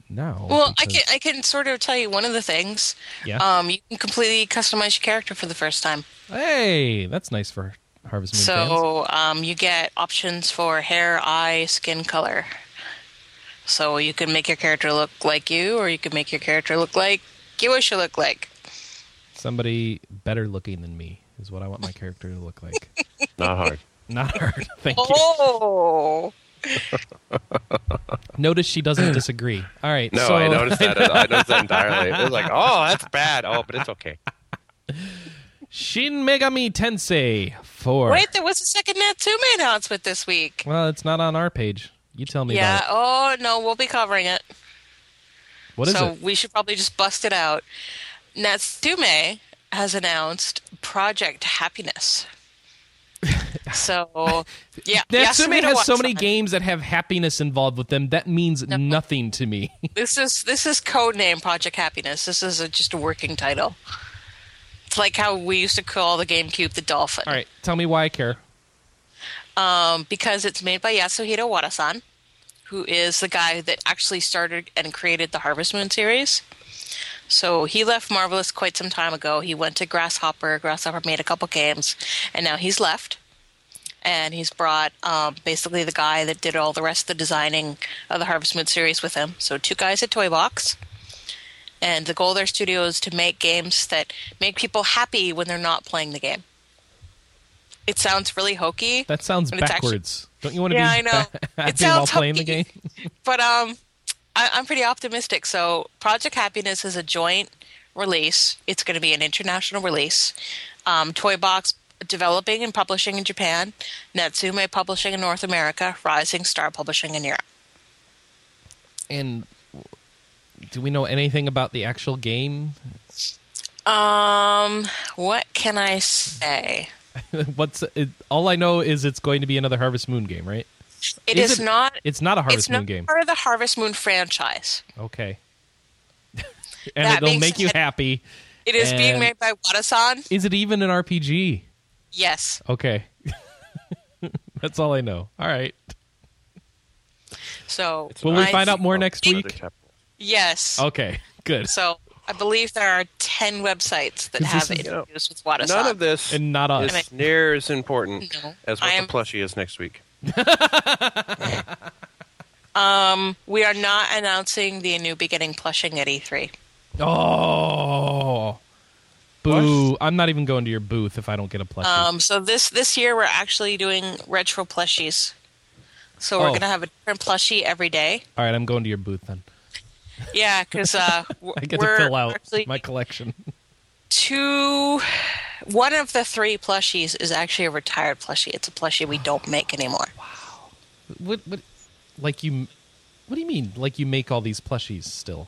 S1: now.
S2: Well, I can
S1: because-
S2: I can sort of tell you one of the things.
S1: Yeah.
S2: Um, you can completely customize your character for the first time.
S1: Hey, that's nice for Harvest Moon fans.
S2: So um, you get options for hair, eye, skin color. So you can make your character look like you, or you can make your character look like you wish you look like.
S1: Somebody better looking than me is what I want my character to look like.
S3: Not hard.
S1: Not hard. Thank you.
S2: Oh,
S1: Notice she doesn't disagree. All right.
S3: No,
S1: so,
S3: I noticed that. I noticed that entirely. It was like, oh, that's bad. Oh, but it's okay.
S1: Shin Megami Tensei 4.
S2: wait, there was a second Natsume announcement this week.
S1: Well, it's not on our page. You tell me
S2: Yeah.
S1: about it.
S2: Oh no, we'll be covering it.
S1: What is
S2: so
S1: it?
S2: we should probably just bust it out. Natsume has announced Project Happiness. so, yeah,
S1: Natsume
S2: Yasumino
S1: has so many
S2: Watson.
S1: games that have happiness involved with them. That means nothing to me.
S2: This is this is code name Project Happiness. This is a, just a working title. It's like how we used to call the GameCube the Dolphin,
S1: All right, tell me why I care.
S2: um, because it's made by Yasuhiro Wada-san, who is the guy that actually started and created the Harvest Moon series. So he left Marvelous quite some time ago. He went to Grasshopper. Grasshopper made a couple games, and now he's left. And he's brought um, basically the guy that did all the rest of the designing of the Harvest Moon series with him. So two guys at Toy Box. And the goal of their studio is to make games that make people happy when they're not playing the game. it sounds really hokey.
S1: That sounds
S2: But it's actually-
S1: backwards. Don't you want to be
S2: Yeah, I know.
S1: ba-
S2: It
S1: happy while
S2: sounds
S1: playing the game?
S2: hokey. But um, I, I'm pretty optimistic. So Project Happiness is a joint release. It's going to be an international release. Um, Toy Box developing and publishing in Japan, Natsume Publishing in North America, Rising Star Publishing in Europe.
S1: And do we know anything about the actual game?
S2: Um, what can I say?
S1: What's it, all I know is it's going to be another Harvest Moon game, right?
S2: It
S1: Is
S2: is,
S1: it-
S2: not.
S1: It's not a Harvest
S2: It's
S1: Moon
S2: not
S1: game.
S2: part of the Harvest Moon franchise.
S1: Okay. and
S2: That
S1: it'll
S2: being
S1: make you
S2: said-
S1: happy.
S2: It is
S1: And-
S2: being made by Wadasan.
S1: Is it even an RPG?
S2: Yes.
S1: Okay. That's all I know. All right.
S2: So
S1: Will we
S2: I
S1: find
S2: think-
S1: out more next
S3: Another
S1: week?
S3: chapter.
S2: Yes.
S1: Okay. Good.
S2: So I believe there are ten websites that
S1: 'Cause this
S2: have
S1: is-
S2: interviews with Wadasan.
S3: None of this
S1: And not us.
S3: is near as important
S2: No.
S3: as what
S2: I
S3: the
S2: am-
S3: plushie is next week.
S2: We are not announcing the New Beginning plushing at E E3.
S1: Oh. Boo. I'm not even going to your booth if I don't get a plushie.
S2: Um, so this this year we're actually doing retro plushies. So we're
S1: Oh.
S2: gonna have a different plushie every day.
S1: all right, I'm going to your booth then.
S2: Yeah, because uh, w-
S1: I get
S2: we're
S1: to fill out
S2: actually
S1: my collection.
S2: two. One of the three plushies is actually a retired plushie. It's a plushie we don't make anymore.
S1: what, what like you What do you mean like you make all these plushies still?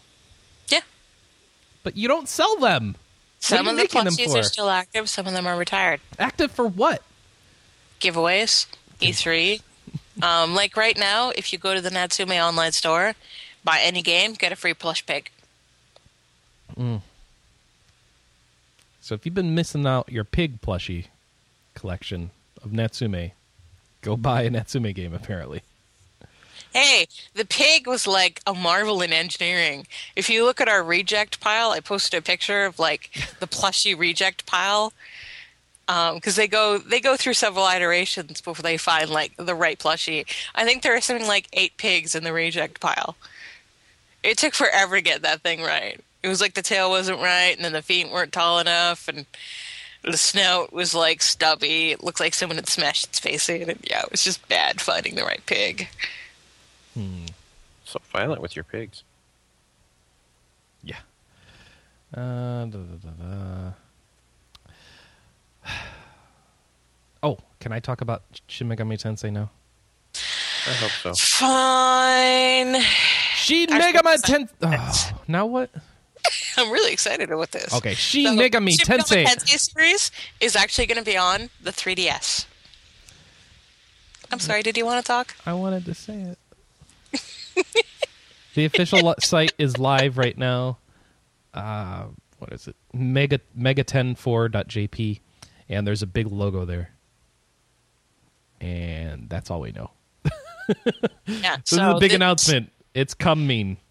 S2: Yeah.
S1: But you don't sell them.
S2: Some
S1: you
S2: of the
S1: making them
S2: plushies
S1: for?
S2: are still active. Some of them are retired.
S1: Active for what?
S2: giveaways, E3. Um, like right now, if you go to the Natsume online store, buy any game, get a free plush pig.
S1: So if you've been missing out your pig plushie collection of Natsume, go buy a Natsume game apparently.
S2: Hey, the pig was like a marvel in engineering. If you look at our reject pile, I posted a picture of like the plushy reject pile because they go they go through several iterations before they find like the right plushie. I think there are something like eight pigs in the reject pile. It took forever to get that thing right. It was like the tail wasn't right, and then the feet weren't tall enough, and the snout was like stubby. It looked like someone had smashed its face in, and yeah, it was just bad finding the right pig.
S3: So violent with your pigs.
S1: Yeah. Uh, da, da, da, da. Oh, can I talk about Shin Megami Tensei now?
S3: I hope so.
S2: Fine.
S1: Shin
S2: Actually,
S1: Megami Tensei. Oh, now what?
S2: I'm really excited about this.
S1: Okay, Shin
S2: So,
S1: Megami
S2: Shin
S1: Tensei.
S2: series is actually going to be on the 3DS. I'm sorry, did you want to talk?
S1: I wanted to say it. the official li- site is live right now. Uh, what is it? Mega mega104.jp, and there's a big logo there. And that's all we know.
S2: Yeah.
S1: This is a big
S2: thi-
S1: announcement. It's coming.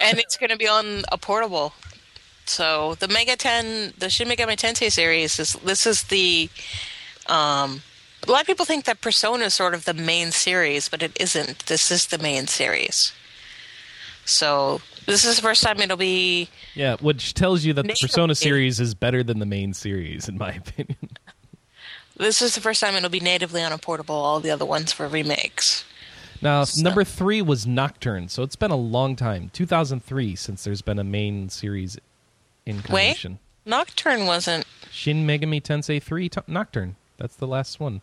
S2: And it's going to be on a portable. So the Mega 10, the Shin Megami Tensei series is this is the. Um, a lot of people think that Persona is sort of the main series, but it isn't. This is the main series. So this is the first time it'll be
S1: Yeah, which tells you that the
S2: Native
S1: Persona
S2: is-
S1: series is better than the main series, in my opinion.
S2: This is the first time it'll be natively on a portable. All the other ones were remakes.
S1: Now, number three was Nocturne, so it's been a long time 2003 since there's been a main series
S2: Wait,
S1: incarnation.
S2: Nocturne wasn't.
S1: Shin Megami Tensei 3 to- Nocturne. That's the last one.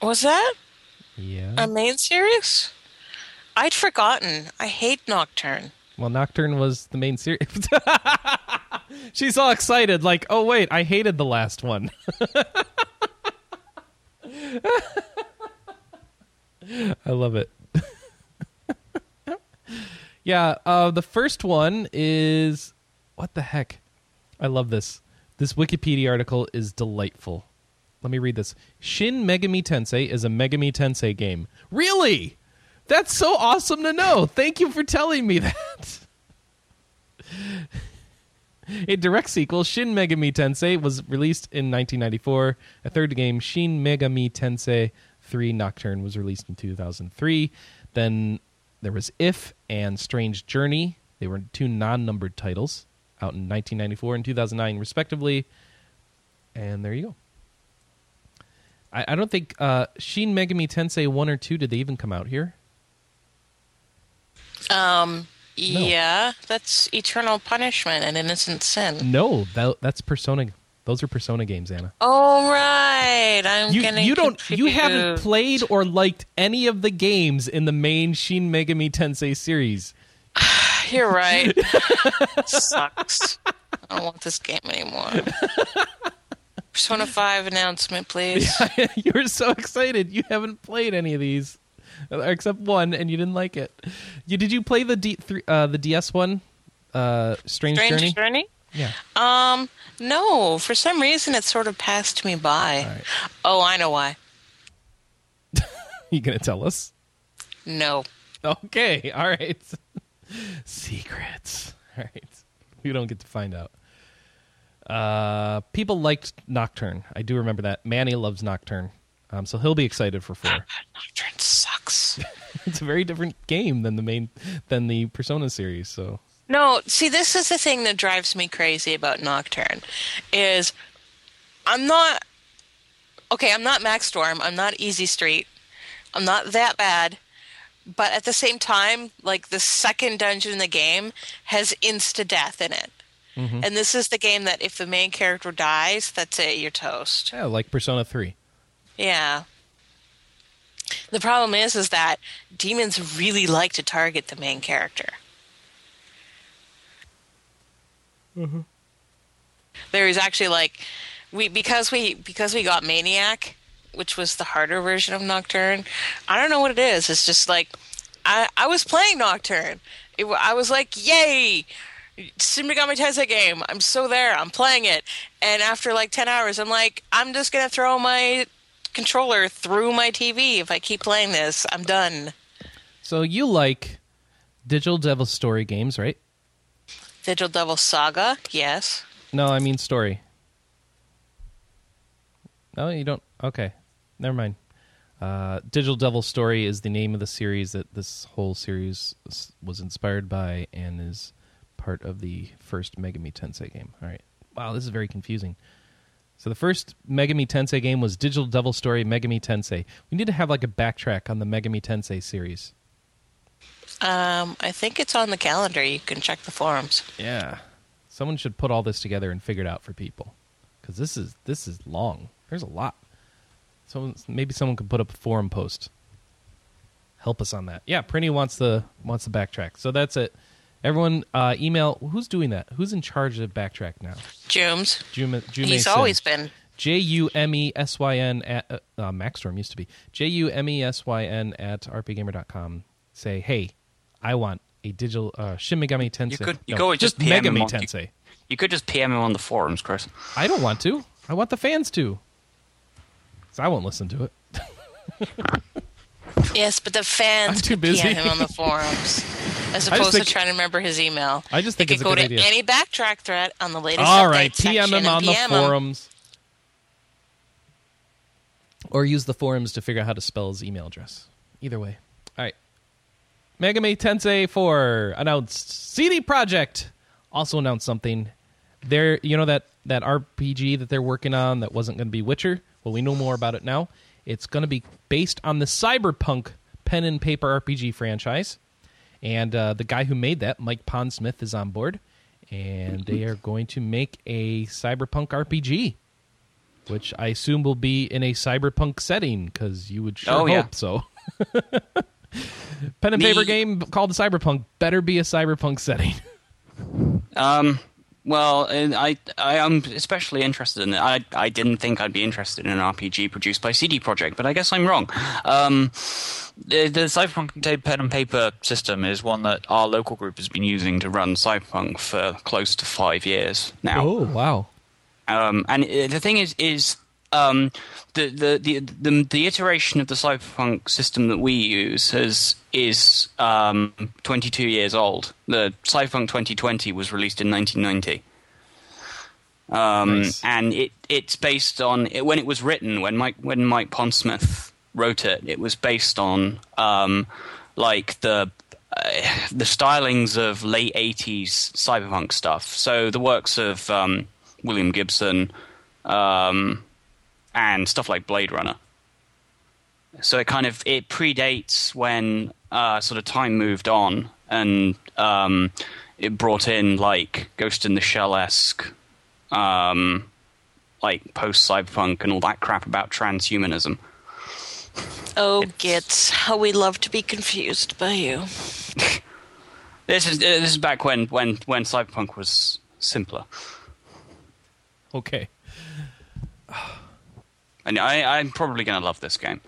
S2: Was that
S1: Yeah.
S2: a main series? I'd forgotten. I hate Nocturne.
S1: well, Nocturne was the main series. She's all excited, like, oh, wait, I hated the last one. I love it. yeah, uh, the first one is. What the heck? I love this. This Wikipedia article is delightful. Let me read this. Shin Megami Tensei is a Megami Tensei game. Really? That's so awesome to know. Thank you for telling me that. a direct sequel, Shin Megami Tensei, was released in 1994. A third game, Shin Megami Tensei 3 Nocturne, was released in 2003. Then there was If and Strange Journey. They were two non numbered titles out in 1994 and 2009, respectively. And there you go. I, I don't think uh, Shin Megami Tensei one or two did they even come out here?
S2: Um, yeah, that's eternal punishment and innocent sin.
S1: No, tha- that's Persona. Those are Persona games, Anna.
S2: All right, I'm
S1: You
S2: getting
S1: you don't you haven't
S2: confused.
S1: played or liked any of the games in the main Shin Megami Tensei series.
S2: You're right. Sucks. I don't want this game anymore. Persona 5 announcement, please.
S1: you were so excited. You haven't played any of these uh, except one, and you didn't like it. You did you play the D three uh, the DS one, uh, Strange,
S2: Strange
S1: Journey?
S2: Journey?
S1: Yeah.
S2: Um, no. For some reason, it sort of passed me by.
S1: right.
S2: Oh, I know why.
S1: You gonna tell us?
S2: No.
S1: Okay. All right. Secrets. All right. We don't get to find out. Uh, people liked Nocturne. I do remember that. Manny loves Nocturne, um, so he'll be excited for four.
S2: Nocturne sucks.
S1: it's a very different game than the main than the Persona series. So
S2: No, see, this is the thing that drives me crazy about Nocturne, is I'm not okay. I'm not Max Storm. I'm not Easy Street. I'm not that bad. But at the same time, like the second dungeon in the game has insta death in it, and this is the game that if the main character dies, that's it. You're toast.
S1: yeah, like Persona three.
S2: Yeah. The problem is is that demons really like to target the main character. There is actually like we because we because we got Maniac, which was the harder version of Nocturne. I don't know what it is. It's just like I I was playing Nocturne. It, wa- I was like, "Yay! Shin Megami Tensei game. I'm so there. I'm playing it." And after like 10 hours, I'm like, "I'm just going to throw my controller through my TV if I keep playing this. I'm done."
S1: So you like digital devil story games, right?
S2: Digital Devil Saga? Yes.
S1: No, I mean story. No, you don't. Okay, never mind. Uh, Digital Devil Story is the name of the series that this whole series s- was inspired by and is part of the first Megami Tensei game. All right. Wow, this is very confusing. So the first Megami Tensei game was Digital Devil Story Megami Tensei. We need to have like a backtrack on the Megami Tensei series.
S2: Um, I think it's on the calendar. You can check the forums.
S1: Yeah. Someone should put all this together and figure it out for people. Cuz this is this is long. There's a lot. Someone maybe someone could put up a forum post. Help us on that. Yeah, Prinny wants the wants the backtrack. So that's it. Everyone uh, email who's doing that? Who's in charge of backtrack now?
S2: Jooms.
S1: Juma, Jume
S2: He's
S1: Sin.
S2: always been.
S1: J U M E S Y N at uh, uh, Maxstorm used to be J U M E S Y N at rpgamer.com. Say, hey, I want a digital uh, Shin Megami Tensei.
S4: could- you
S1: no,
S4: could always
S1: just
S4: just PM him
S1: Megami
S4: on-
S1: Tensei.
S4: You could just PM him on the forums, Chris.
S1: I don't want to. I want the fans to. 'Cause I won't listen to it.
S2: Yes, but the fans
S1: I'm too
S2: could PM
S1: busy.
S2: him on the forums as opposed
S1: think-
S2: to trying to remember his email.
S1: I just think
S2: they
S1: it's
S2: could
S1: a
S2: go
S1: good
S2: to
S1: idea.
S2: any backtrack thread on the latest.
S1: All
S2: update
S1: right,
S2: section
S1: PM him
S2: and
S1: on
S2: PM
S1: the
S2: him.
S1: forums. Or use the forums to figure out how to spell his email address. Either way. All right. Megami Tensei 4 announced CD Project also announced something. There, you know that that RPG that they're working on that wasn't going to be Witcher. Well, we know more about it now. It's going to be based on the Cyberpunk pen and paper RPG franchise, and uh, the guy who made that, Mike Pondsmith, is on board, and they are going to make a Cyberpunk RPG, which I assume will be in a Cyberpunk setting because you would sure
S4: Oh,
S1: hope
S4: yeah.
S1: so. Pen and
S4: Me-
S1: paper game called Cyberpunk better be a Cyberpunk setting.
S4: Um, well, and I I am especially interested in it. I I didn't think I'd be interested in an RPG produced by CD Projekt, but I guess I'm wrong. Um,
S7: The, the Cyberpunk ta- pen and paper system is one that our local group has been using to run Cyberpunk for close to five years now.
S1: Oh. wow!
S4: Um, and uh, the thing is, is um, the, the, the the the iteration of the cyberpunk system that we use has is um, 22 years old. The cyberpunk 2020 was released in 1990. Um,
S1: Nice.
S4: And it, it's based on it, when it was written when Mike when Mike Pondsmith wrote it. It was based on um, like the uh, the stylings of late 80s cyberpunk stuff. So the works of um, William Gibson, um, and stuff like Blade Runner. So it kind of it predates when uh, sort of time moved on and um, it brought in like Ghost in the Shell esque, um, like post cyberpunk and all that crap about transhumanism.
S2: Oh, gits, how we love to be confused by you.
S4: This is uh, this is back when when when cyberpunk was simpler.
S1: Okay.
S4: And I, I'm probably going to love this game.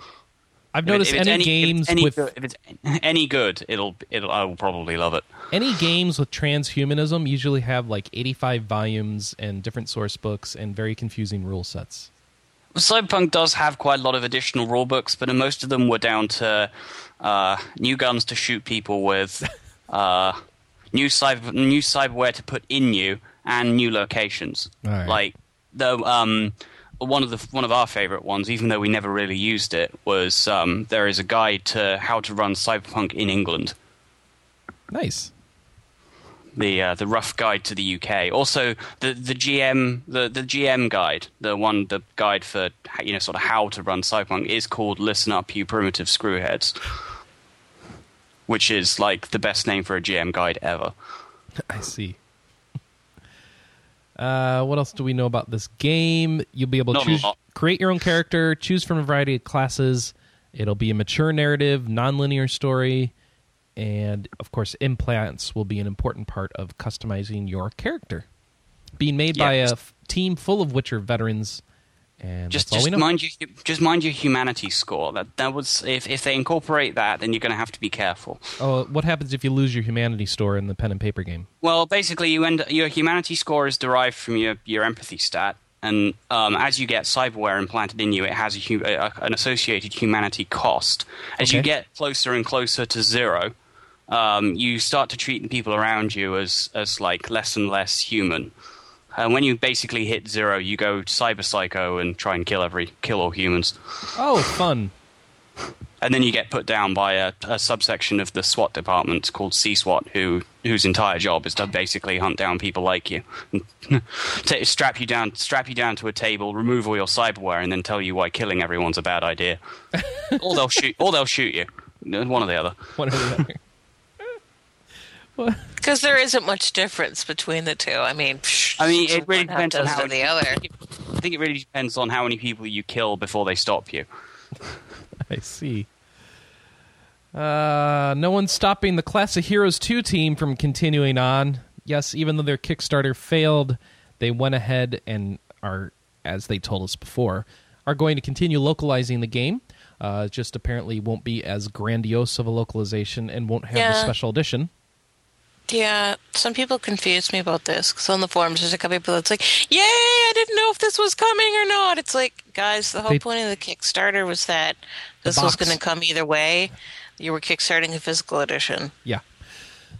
S1: I've
S4: If it-
S1: noticed
S4: if it's
S1: any,
S4: if
S1: games
S4: it's any
S1: with
S4: good, if it's any good, it'll it'll I will probably love it.
S1: any games with transhumanism usually have like 85 volumes and different source books and very confusing rule sets.
S4: Cyberpunk does have quite a lot of additional rule books, but most of them were down to uh, new guns to shoot people with, uh, new cyber new cyberware to put in you, and new locations.
S1: Right.
S4: Like the um, one of the one of our favorite ones, even though we never really used it, was um, there is a guide to how to run Cyberpunk in England
S1: Nice.
S4: the uh, the rough guide to the UK. Also, the the GM the, the GM guide, the one the guide for you know sort of how to run Cyberpunk is called "Listen Up, You Primitive Screwheads," which is like the best name for a GM guide ever.
S1: I see. Uh, what else do we know about this game? You'll be able to
S4: Not a
S1: choose,
S4: lot.
S1: create your own character, choose from a variety of classes. It'll be a mature narrative, nonlinear story, and of course, implants will be an important part of customizing your character. Being made by a
S4: Yes.
S1: f- team full of Witcher veterans, and
S4: Just
S1: that's all
S4: just
S1: we know.
S4: mind your just mind your humanity score. That that was if if they incorporate that, then you're going to have to be careful.
S1: Oh, what happens if you lose your humanity store in the pen and paper game?
S4: Well, basically, you end your humanity score is derived from your, your empathy stat, and um, as you get cyberware implanted in you, it has a, hu- a, a- an associated humanity cost. As you
S1: Okay.
S4: get closer and closer to zero, um, you start to treat the people around you as as like less and less human. And when you basically hit zero, you go cyber psycho and try and kill every kill all humans,
S1: Oh, fun!
S4: and then you get put down by a, a subsection of the SWAT department called C SWAT, who whose entire job is to basically hunt down people like you, Ta strap you down, strap you down to a table, remove all your cyberware, and then tell you why killing everyone's a bad idea. or they'll shoot, or they'll shoot you. One or the other.
S1: One or the other.
S2: Because there isn't much difference between the two. I mean, psh,
S4: I mean, it really
S2: one half
S4: depends on
S2: dozen
S4: how
S2: of the other.
S4: I think it really depends on how many people you kill before they stop you.
S1: I see. Uh, no one's stopping the Class of Heroes 2 team from continuing on. Yes, even though their Kickstarter failed, they went ahead and are, as they told us before, are going to continue localizing the game. Uh, just apparently won't be as grandiose of a localization and won't have the
S2: Yeah.
S1: special edition.
S2: Yeah, some people confuse me about this because on the forums there's a couple people that's like, "Yay, I didn't know if this was coming or not." It's like, guys, the whole
S1: They-
S2: point of the Kickstarter was that
S1: The
S2: this
S1: box.
S2: was going to come either way. You were kickstarting a physical edition,
S1: Yeah.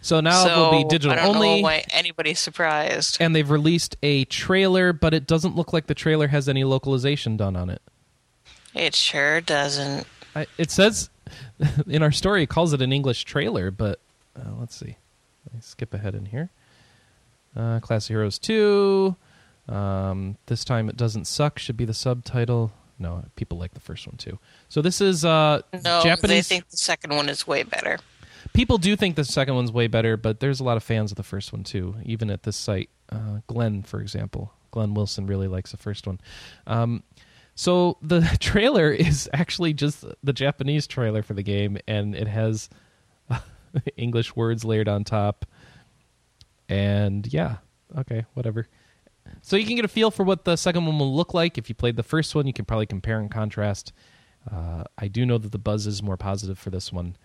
S1: So now
S2: so
S1: it will be digital
S2: I don't
S1: only.
S2: know why anybody's surprised.
S1: And they've released a trailer, but it doesn't look like the trailer has any localization done on it.
S2: It sure doesn't.
S1: I, it says in our story, it calls it an English trailer, but uh, let's see. Let me skip ahead in here. Uh, Class of Heroes 2. Um, this time it doesn't suck, should be the subtitle. No, people like the first one too. So this is uh,
S2: No, they
S1: Japanese.
S2: think the second one is way better.
S1: People do think the second one's way better, but there's a lot of fans of the first one too, even at this site. Uh, Glenn, for example, Glenn Wilson really likes the first one. Um, so the trailer is actually just the Japanese trailer for the game, and it has uh, English words layered on top. And yeah, okay, whatever. So you can get a feel for what the second one will look like. If you played the first one, you can probably compare and contrast. Uh, I do know that the buzz is more positive for this one,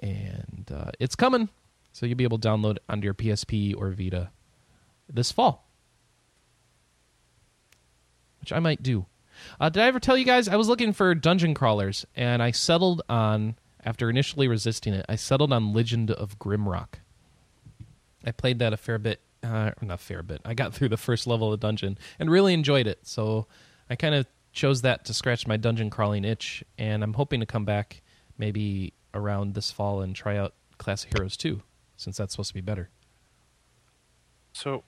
S1: and uh, it's coming. So you'll be able to download it onto your PSP or Vita this fall, which I might do. Uh, did I ever tell you guys I was looking for dungeon crawlers, and I settled on after initially resisting it, I settled on Legend of Grimrock. I played that a fair bit, uh, or not fair bit. I got through the first level of the dungeon and really enjoyed it. So I kind of chose that to scratch my dungeon crawling itch, and I'm hoping to come back maybe around this fall and try out Class of Heroes 2, since that's supposed to be better.
S3: So,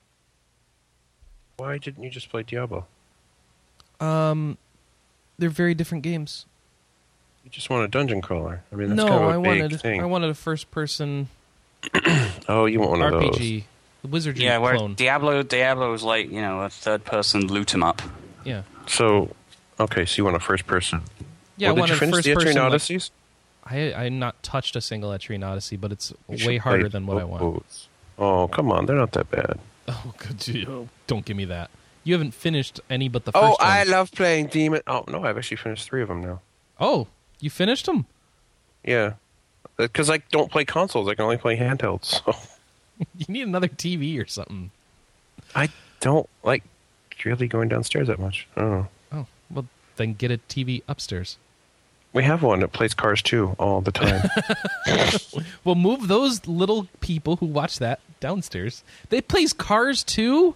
S3: why didn't you just play Diablo?
S1: They're very different games.
S3: You just want a dungeon crawler. I mean, that's
S1: no,
S3: kind of a
S1: I
S3: big
S1: wanted
S3: thing.
S1: I wanted a first person
S3: oh, you want one of those?
S1: RPG, the Wizardry
S7: Yeah, where
S1: clone.
S7: Diablo Diablo is like you know a third person loot 'em up.
S1: yeah,
S3: So, okay, so you want a first person?
S1: yeah.
S3: Well,
S1: I
S3: did you
S1: wanted
S3: finish
S1: first
S3: the Etrian
S1: person. like-
S3: Odysseys?
S1: I I not touched a single Etrian Odyssey, but it's
S3: You
S1: way
S3: should
S1: harder
S3: play
S1: than what I want.
S3: those. Oh, come on, they're not that bad.
S1: Oh, good. to you. Don't give me that. You haven't finished any but the first
S3: Oh,
S1: one.
S3: I love playing Demon. Oh no, I've actually finished three of them now.
S1: oh, you finished them?
S3: Yeah, because I don't play consoles. I can only play handhelds. So
S1: You need another TV or something.
S3: I don't like really going downstairs that much. I don't know.
S1: Oh, well, then get a TV upstairs.
S3: We have one that plays Cars 2 all the time.
S1: Well, move those little people who watch that downstairs. They plays Cars 2?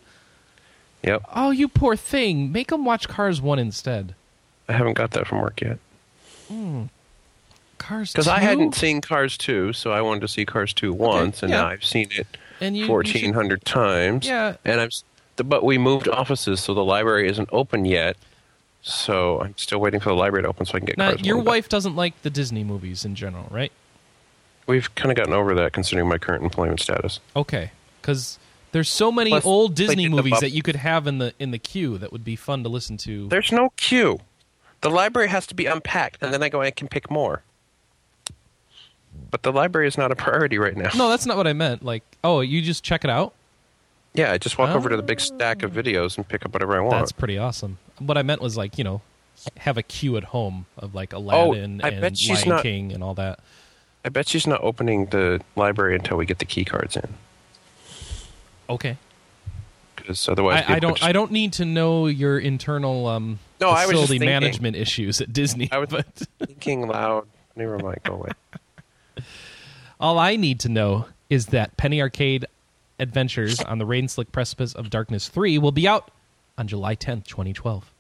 S3: yep.
S1: Oh, you poor thing. Make them watch Cars 1 instead.
S3: I haven't got that from work yet.
S1: Cars 2?
S3: Because I hadn't seen Cars 2, so I wanted to see Cars 2 once, and
S1: yeah.
S3: now I've seen it
S1: And you- you should-
S3: 1,400 times.
S1: Yeah.
S3: And I'm, s- the, but we moved offices, so the library isn't open yet. So I'm still waiting for the library to open so I can get
S1: Now,
S3: Cars
S1: your
S3: 1, but
S1: wife doesn't like the Disney movies in general, right?
S3: We've kind of gotten over that considering my current employment status.
S1: Okay, because there's so many
S3: Plus,
S1: old
S3: they
S1: Disney
S3: did the
S1: movies
S3: bub-
S1: that you could have in the in the queue that would be fun to listen to.
S3: There's no queue. The library has to be unpacked, and then I go and I can pick more. But the library is not a priority right now.
S1: no, that's not what I meant. Like, oh, you just check it out.
S3: Yeah, I just walk over to the big stack of videos and pick up whatever I want.
S1: Oh. That's pretty awesome. What I meant was like you know, have a queue at home of like
S3: Oh,
S1: Aladdin
S3: I
S1: and
S3: bet she's
S1: Lion
S3: not-
S1: King and all that.
S3: I bet she's not opening the library until we get the key cards in,
S1: Okay,
S3: because otherwise,
S1: I, I
S3: people
S1: don't.
S3: could just-
S1: I don't need to know your internal um
S3: No, I was just
S1: facility
S3: thinking.
S1: management issues at Disney.
S3: I was
S1: but
S3: thinking loud. Never mind. Go away.
S1: all I need to know is that Penny Arcade Adventures on the Rain Slick Precipice of Darkness Three will be out on July tenth, twenty twelve.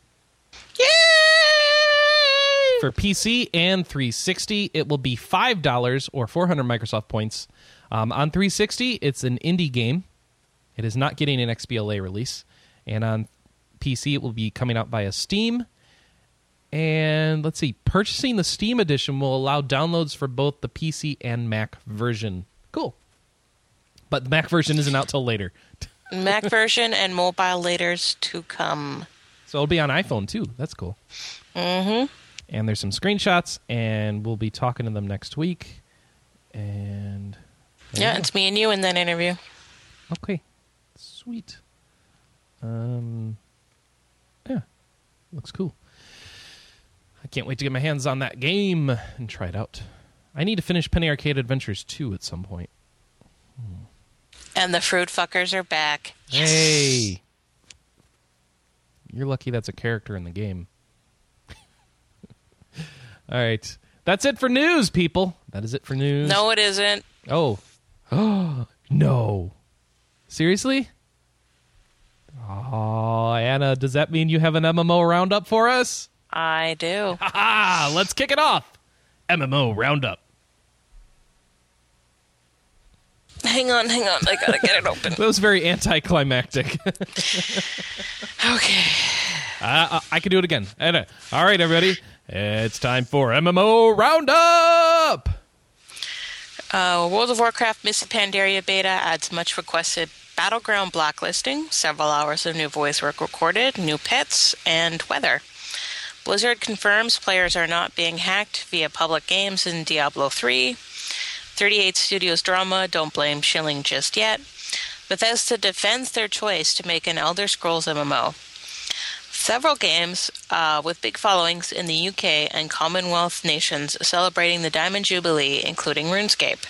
S1: for PC and 360. It will be five dollars or 400 Microsoft points. Um, on 360, it's an indie game. It is not getting an XBLA release, and on PC, it will be coming out via Steam. And let's see, purchasing the Steam edition will allow downloads for both the PC and Mac version. Cool. But the Mac version isn't out till later.
S2: Mac version and mobile laters to come.
S1: So it'll be on iPhone too. That's cool. Mm-hmm. And there's some screenshots, and we'll be talking to them next week. And
S2: Yeah, it's me and you in that interview.
S1: okay, sweet. Um, yeah, looks cool. I can't wait to get my hands on that game and try it out. I need to finish Penny Arcade Adventures 2 at some point.
S2: And the fruit fuckers are back.
S1: Hey, you're lucky that's a character in the game. All right, that's it for news, people. That is it for news.
S2: No, it isn't.
S1: Oh. no. Seriously? Oh, Anna, does that mean you have an MMO roundup for us?
S2: I do.
S1: Ah, let's kick it off. MMO roundup.
S2: Hang on, hang on. I gotta get it open.
S1: That was very anticlimactic.
S2: Okay.
S1: Uh, I can do it again. And, uh, All right, everybody. It's time for MMO Roundup.
S2: Uh, World of Warcraft Missy Pandaria beta adds much requested battleground blacklisting, several hours of new voice work recorded, new pets, and weather. Blizzard confirms players are not being hacked via public games in Diablo 3. 38 Studios drama, don't blame Shilling just yet. Bethesda defends their choice to make an Elder Scrolls MMO. Several games uh, with big followings in the UK and Commonwealth nations celebrating the Diamond Jubilee, including RuneScape.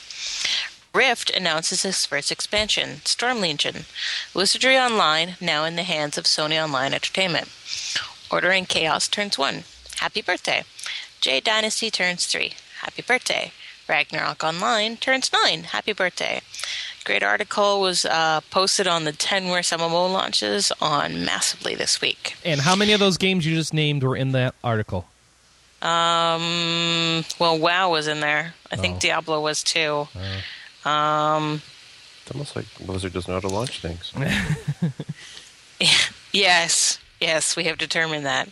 S2: Rift announces its first expansion, Storm Legion. Wizardry Online, now in the hands of Sony Online Entertainment. Order in Chaos turns 1. Happy birthday. J Dynasty turns 3. Happy birthday. Ragnarok Online turns 9. Happy birthday. Great article was uh, posted on the 10 worst MMO launches on Massively this week.
S1: And how many of those games you just named were in that article?
S2: Um. Well, WoW was in there. I
S1: Oh.
S2: think Diablo was too.
S3: It's almost like Blizzard does not know how to launch things.
S2: Yes. Yes, we have determined that.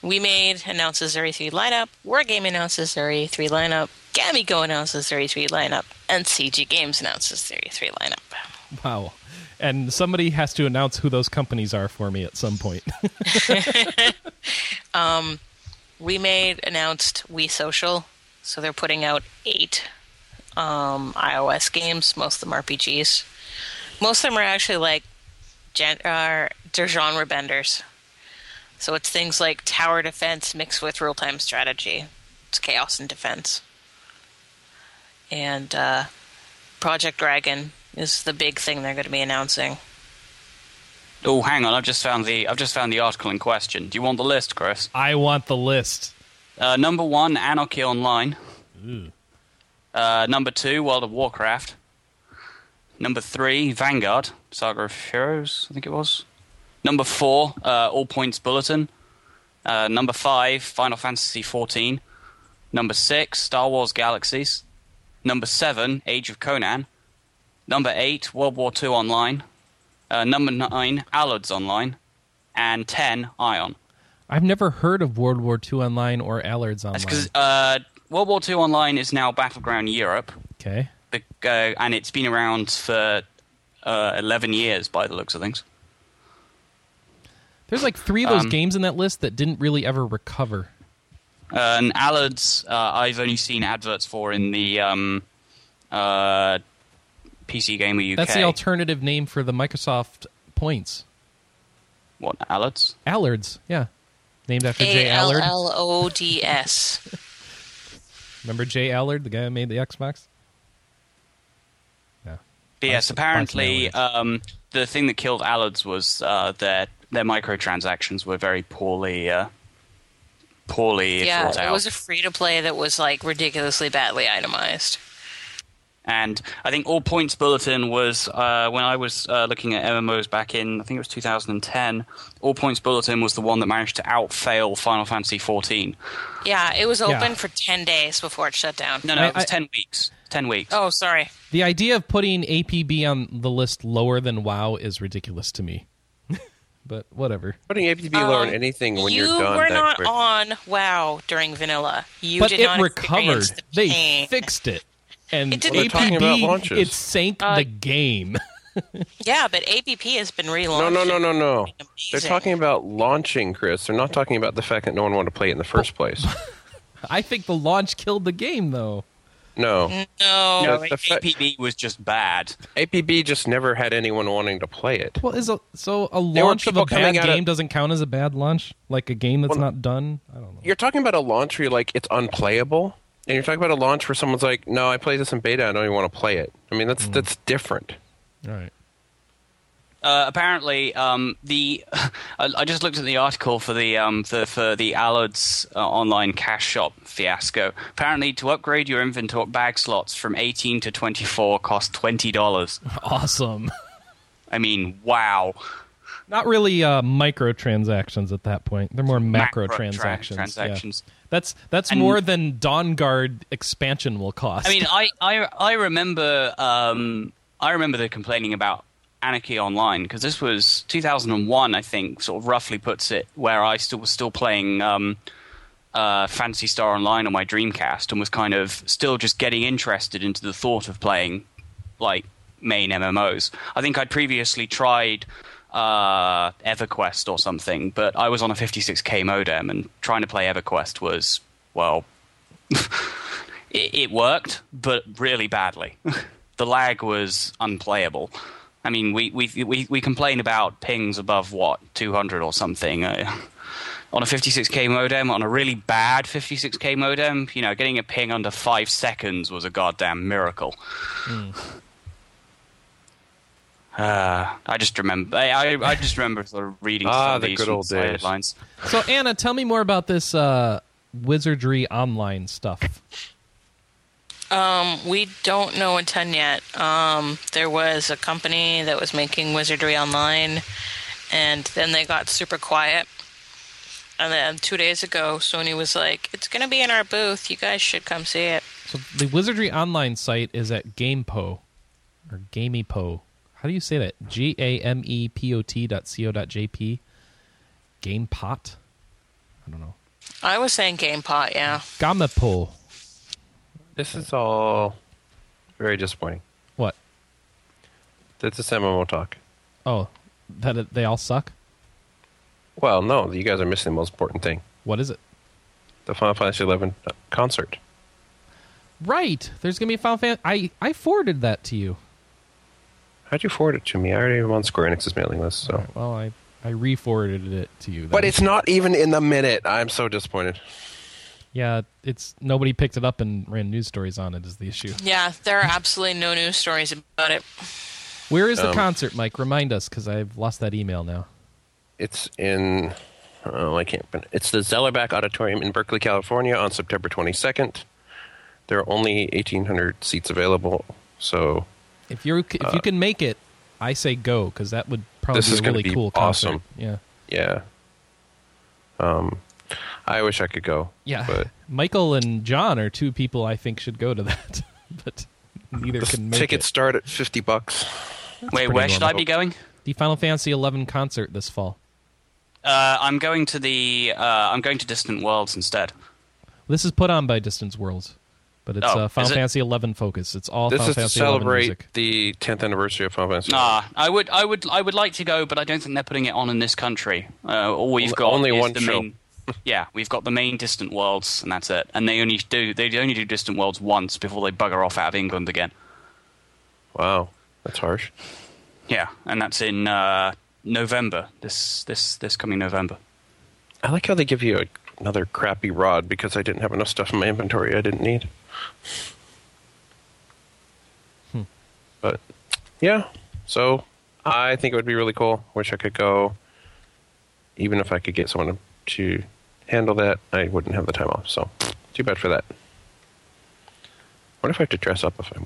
S2: We Made announces their E3 lineup. Wargame announces their E3 lineup. Gamigo announces their E3 lineup. And CG Games announces their E3 lineup.
S1: Wow. And somebody has to announce who those companies are for me at some point.
S2: We Made announced We Social, so they're putting out eight um, iOS games. Most of them RPGs. Most of them are actually like gen- uh, they're genre benders. So it's things like tower defense mixed with real time strategy. It's chaos and defense. And uh, Project Dragon is the big thing they're going to be announcing.
S4: Oh, hang on. I've just found the I've just found the article in question. Do you want the list, Chris?
S1: I want the list.
S4: Uh, number one, Anarchy Online. Uh, number two, World of Warcraft. Number three, Vanguard, Saga of Heroes, I think it was. Number four, uh, All Points Bulletin. Uh, number five, Final Fantasy XIV. Number six, Star Wars Galaxies. Number seven, Age of Conan. Number eight, World War II Online. Uh, number nine, Allods Online. And ten, Ion.
S1: I've never heard of World War II Online or Allard's Online.
S4: That's because uh, World War II Online is now Battleground Europe,
S1: okay.
S4: bec- uh, and it's been around for uh, 11 years by the looks of things.
S1: There's like three of those
S4: Um,
S1: games in that list that didn't really ever recover.
S4: Uh, and Allard's, uh, I've only seen adverts for in the um, uh, PC Gamer UK.
S1: That's the alternative name for the Microsoft points.
S4: what, Allard's?
S1: Allard's, yeah. Named after Jay
S2: A L
S1: Allard.
S2: L O D S.
S1: Remember Jay Allard, the guy who made the Xbox? Yeah.
S4: But yes,
S1: Buy some- buy some
S4: apparently um, the thing that killed Allard's was uh, their, their microtransactions were very poorly. Uh, Poorly
S2: Yeah,
S4: thought out.
S2: it was a free to play that was like ridiculously badly itemized.
S4: And I think All Points Bulletin was uh, when I was uh, looking at MMOs back in, I think it was 2010. All Points Bulletin was the one that managed to outfail Final Fantasy 14.
S2: Yeah, it was open
S1: Yeah.
S2: for 10 days before it shut down.
S4: No, no,
S1: I-
S4: it was
S1: I-
S4: 10 weeks. 10 weeks.
S2: Oh, sorry.
S1: The idea of putting APB on the list lower than WoW is ridiculous to me. but whatever.
S3: Putting APB lower on anything when
S2: Um, you
S3: are done
S2: were
S3: that
S2: not
S3: quick.
S2: on WoW during vanilla. You
S1: but
S2: did
S1: it
S2: not
S1: recovered.
S2: experience The
S1: they
S2: pain.
S1: fixed it. And
S2: It didn't- Well,
S1: APB,
S2: they're talking
S3: about launches. Uh,
S1: it sank the game.
S2: Yeah, but APP has been relaunched.
S3: No, no, no, no, no. They're
S2: Amazing.
S3: talking about launching, Chris. They're not talking about the fact that no one wanted to play it in the first place.
S1: I think the launch killed the game, though.
S3: No.
S2: No,
S3: No,
S2: it-
S3: the fa-
S4: APB was just bad.
S3: APB just never had anyone wanting to play it.
S1: Well, is a, so a
S3: were
S1: launch of a
S3: people
S1: bad
S3: coming out of-
S1: game doesn't count as a bad launch? Like a game that's
S3: Well,
S1: not done? I don't know.
S3: You're talking about a launch where you're like, it's unplayable. And you're talking about a launch where someone's like, no, I played this in beta. I don't even want to play it. I mean, that's that's different.
S1: All right.
S4: Uh, apparently, um, the I, I just looked at the article for the um, for, for the Allard's uh, online cash shop fiasco. Apparently, to upgrade your inventory bag slots from 18 to 24 cost twenty dollars.
S1: Awesome.
S4: I mean, wow.
S1: Not really uh, microtransactions at that point. They're more macro,
S4: Macro tran-
S1: transactions. yeah.
S4: transactions.
S1: That's that's
S4: And-
S1: more than Dawn Guard expansion will cost.
S4: I mean, I I, I remember um, I remember the complaining about Anarchy Online because this was 2001, I think. Sort of roughly puts it where I still was still playing um, uh, Fantasy Star Online on my Dreamcast and was kind of still just getting interested into the thought of playing like main MMOs. I think I'd previously tried uh, EverQuest or something, but I was on a 56k modem and trying to play EverQuest was well, it, it worked, but really badly. the lag was unplayable. I mean, we we we we complain about pings above what 200 or something. Uh, on a 56k modem, on a really bad 56k modem, you know, getting a ping under five seconds was a goddamn miracle.
S3: Mm.
S4: Uh, I just remember. I, I, I just remember sort of reading
S3: Ah,
S4: some of
S3: the
S4: these
S3: good
S4: from
S3: old
S4: the
S3: days.
S4: sidelines.
S1: so Anna, tell me more about this uh, wizardry online stuff.
S2: we don't know a ton yet. Um, there was a company that was making wizardry online, and then they got super quiet. And then two days ago, Sony was like, "It's going to be in our booth. You guys should come see it."
S1: So the wizardry online site is at GamePo or GameyPo. How do you say that? G A M E P O T dot co dot J P. Game pot? I don't know.
S2: I was saying GamePot, yeah.
S1: Gamapo.
S3: This is all very disappointing.
S1: What?
S3: That's a MMO talk.
S1: Oh, that it- they all suck?
S3: Well, no, you guys are missing the most important thing:
S1: What is it?
S3: the Final Fantasy XI concert.
S1: Right. There's going to be a Final Fan. I, I forwarded that to you.
S3: How'd you forward it to me? I already am on Square Enix's mailing list, so.
S1: Well, I, I re forwarded it to you.
S3: But
S1: That
S3: it's not even in the minute. I'm so disappointed.
S1: Yeah, it's nobody picked it up and ran news stories on it is the issue.
S2: Yeah, there are absolutely no news stories about it.
S1: Where is the
S3: Um,
S1: concert, Mike? Remind us because I've lost that email now.
S3: It's in. Oh, I can't. pron- It's the Zellerbach Auditorium in Berkeley, California, on September 22nd. There are only 1,800 seats available, so
S1: If you if you can make it, I say go because that would probably
S3: Uh, This
S1: be
S3: is
S1: a
S3: gonna
S1: really
S3: be
S1: cool concert.
S3: awesome.
S1: Yeah,
S3: yeah. Um, I wish I could go.
S1: yeah.
S3: But
S1: Michael and John are two people I think should go to that, but neither
S3: the
S1: can make
S3: tickets
S1: it.
S3: start at 50 bucks.
S4: Wait,
S1: pretty
S4: where should I
S1: normal.
S4: be going?
S1: The Final Fantasy eleven concert this fall.
S4: Uh, I'm going to the. Uh, I'm going to Distant Worlds instead.
S1: This is put on by Distance Worlds, but it's
S4: Oh,
S1: uh, Final
S4: is it-
S1: Fantasy eleven focus. It's all
S3: This
S1: Final
S3: is to
S1: Fantasy 11 music.
S3: celebrate the 10th anniversary of Final Fantasy.
S4: Ah, I would, I would, I would like to go, but I don't think they're putting it on in this country. Uh, all we've
S3: Only-
S4: got
S3: only
S4: is
S3: one
S4: the
S3: show.
S4: main. Yeah, we've got the main Distant Worlds, and that's it. And they only do they only do Distant Worlds once before they bugger off out of England again.
S3: Wow, that's harsh.
S4: Yeah, and that's in uh, November. This this this coming November.
S3: I like how they give you a, another crappy rod because I didn't have enough stuff in my inventory I didn't need.
S1: Hmm.
S3: But yeah, so I think it would be really cool. Wish I could go. Even if I could get someone to handle that, I wouldn't have the time off. So too bad for that. What if I have to dress up if I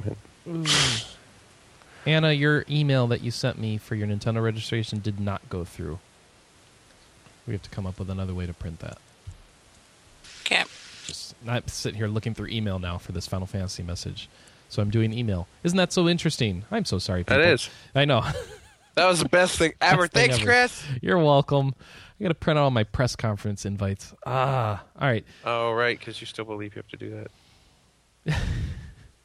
S3: went?
S1: Anna, your email that you sent me for your Nintendo registration did not go through. We have to come up with another way to print that.
S2: Okay.
S1: Just I'm sitting here looking through email now for this Final Fantasy message. So I'm doing email. Isn't that so interesting? I'm so sorry. People.
S3: That is.
S1: I know.
S3: That was the best thing ever.
S1: Best thing ever. You're welcome. I got to print out all my press conference invites. Ah, all right.
S3: Oh right, because you still believe you have to do that.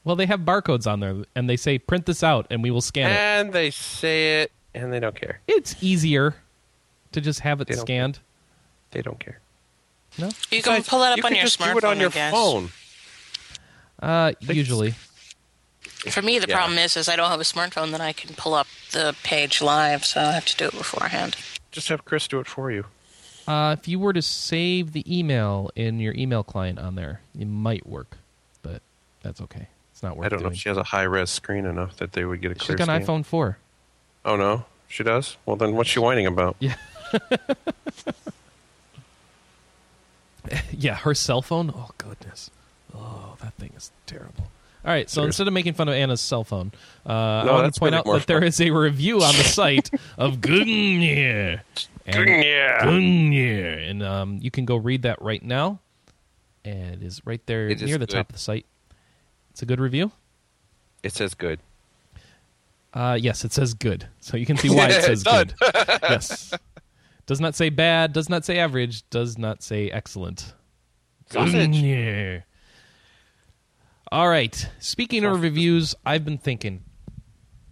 S1: Well, they have barcodes on there, and they say print this out, and we will scan it.
S3: And they say it, and they don't care.
S1: It's easier to just have it
S3: They don't-
S1: scanned.
S3: They don't care.
S1: No,
S2: You can pull it up
S3: you
S2: on
S3: can
S2: your
S3: just
S2: smartphone,
S3: do it on your
S2: I guess.
S3: phone.
S1: uh,
S3: They-
S1: usually.
S2: For me, the
S3: Yeah.
S2: problem is, is I don't have a smartphone that I can pull up the page live, so I have to do it beforehand.
S3: Just have Chris do it for you.
S1: Uh, if you were to save the email in your email client on there, it might work, but that's okay. It's not worth
S3: I don't know
S1: doing.
S3: if she has a high res screen enough that they would get a
S1: She's
S3: clear
S1: got an
S3: scan.
S1: iPhone 4.
S3: Oh no, she does. Well then, what's she whining about?
S1: Yeah. yeah, her cell phone. Oh goodness. Oh, that thing is terrible. All right, so
S3: Seriously.
S1: instead of making fun of Anna's cell phone, uh, I
S3: No,
S1: want
S3: that's
S1: to point
S3: really
S1: out
S3: more
S1: that there
S3: fun.
S1: is a review on the site of Gungnir. And-
S3: Yeah.
S1: Gungnir. And um, you can go read that right now. And it is right there
S3: It is
S1: near the
S3: good.
S1: top of the site. It's a good review.
S3: It says good.
S1: Uh, yes, it says good. So you can see why it says good. yes. Does not say bad, does not say average, does not say excellent. Mm.
S3: Sausage.
S1: Gungnir. All right. Speaking of reviews, I've been thinking.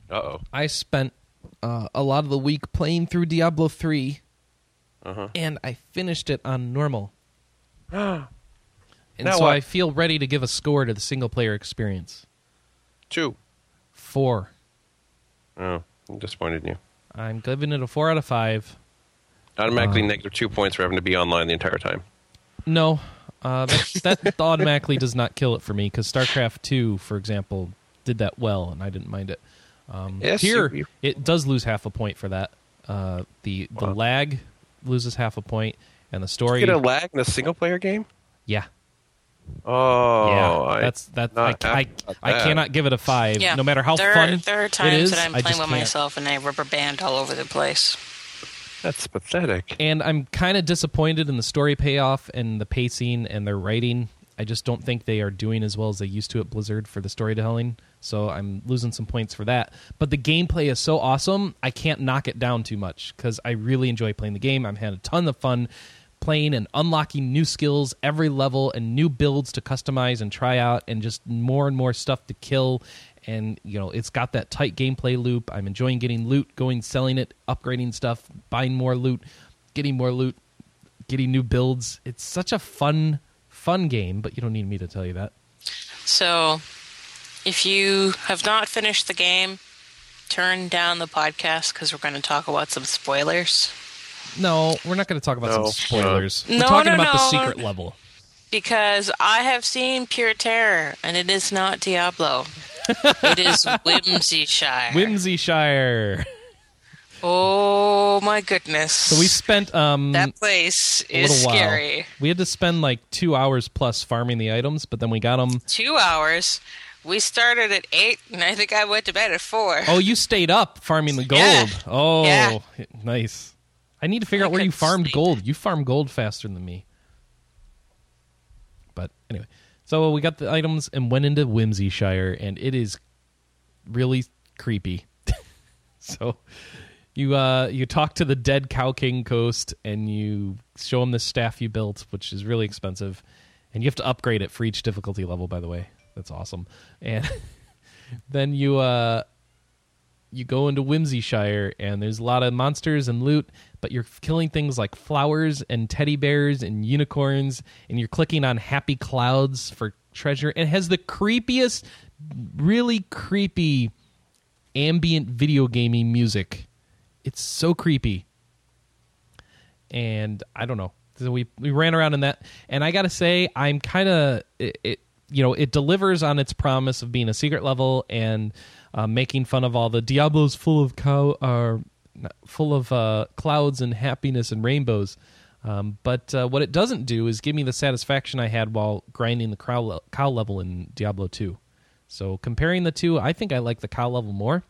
S3: Uh oh.
S1: I spent uh, a lot of the week playing through Diablo 3
S3: Uh-huh.
S1: and I finished it on normal. and
S3: Now
S1: so
S3: what?
S1: I feel ready to give a score to the single player experience.
S3: Two.
S1: Four.
S3: Oh, I'm disappointed in you.
S1: I'm giving it a four out of five. Uh.
S3: Automatically negative two points for having to be online the entire time.
S1: No, uh, that, that automatically does not kill it for me because StarCraft Two, for example, did that well, and I didn't mind it. Um,
S3: Yes,
S1: here,
S3: you- you-
S1: it does lose half a point for that. Uh, the the
S3: Wow.
S1: lag loses half a point, and the story.
S3: You get a lag in a single player game?
S1: yeah,
S3: Oh,
S1: yeah.
S3: I-
S1: That's that. I,
S3: not
S1: I,
S3: happy about
S1: I
S3: that.
S1: cannot give it a five,
S2: Yeah.
S1: no matter how
S2: there
S1: fun
S2: Are, there are
S1: it
S2: times
S1: is,
S2: that I'm
S1: I
S2: playing
S1: just
S2: with
S1: can't.
S2: myself and I rubber band all over the place.
S3: That's pathetic.
S1: and I'm kind of disappointed in the story payoff and the pacing and their writing. I just don't think they are doing as well as they used to at Blizzard for the storytelling. So I'm losing some points for that. But the gameplay is so awesome, I can't knock it down too much because I really enjoy playing the game. I've had a ton of fun playing and unlocking new skills every level and new builds to customize and try out and just more and more stuff to kill and you know it's got that tight gameplay loop i'm enjoying getting loot going selling it upgrading stuff buying more loot getting more loot getting new builds it's such a fun fun game but you don't need me to tell you that
S2: So, if you have not finished the game, turn down the podcast because we're going to talk about some spoilers.
S1: no we're not going to talk about
S3: No.
S1: some spoilers
S2: No,
S1: we're talking
S2: no,
S1: about the
S2: no.
S1: secret level
S2: Because I have seen Pure Terror, and it is not Diablo. it is Whimsy Shire.
S1: whimsy shire
S2: oh my goodness!
S1: so we spent um
S2: that place
S1: a little
S2: is
S1: while
S2: scary.
S1: we had to spend like two hours plus farming the items but then we got them
S2: Two hours. We started at eight, and I think I went to bed at four.
S1: Oh, you stayed up farming the gold.
S2: Yeah.
S1: Oh,
S2: Yeah.
S1: nice. I need to figure
S2: I
S1: out where you
S2: couldn't
S1: farmed
S2: sleep.
S1: gold. You farm gold faster than me. But anyway, so we got the items and went into Whimsy Shire, and it is really creepy. so you uh, you talk to the dead Cow King Coast, and you show him the staff you built, which is really expensive, and you have to upgrade it for each difficulty level. By the way, that's awesome. And then you uh, you go into Whimsy Shire and there's a lot of monsters and loot, but you're killing things like flowers and teddy bears and unicorns, and you're clicking on happy clouds for treasure. And it has the creepiest, really creepy ambient video gaming music. It's so creepy. And I don't know. So we we ran around in that, and I gotta say, I'm kind of it, it. You know, it delivers on its promise of being a secret level and uh, making fun of all the Diablos full of cow are full of uh, clouds and happiness and rainbows. Um, but uh, what it doesn't do is give me the satisfaction I had while grinding the cow, le- cow level in Diablo two. So comparing the two, I think I like the cow level more.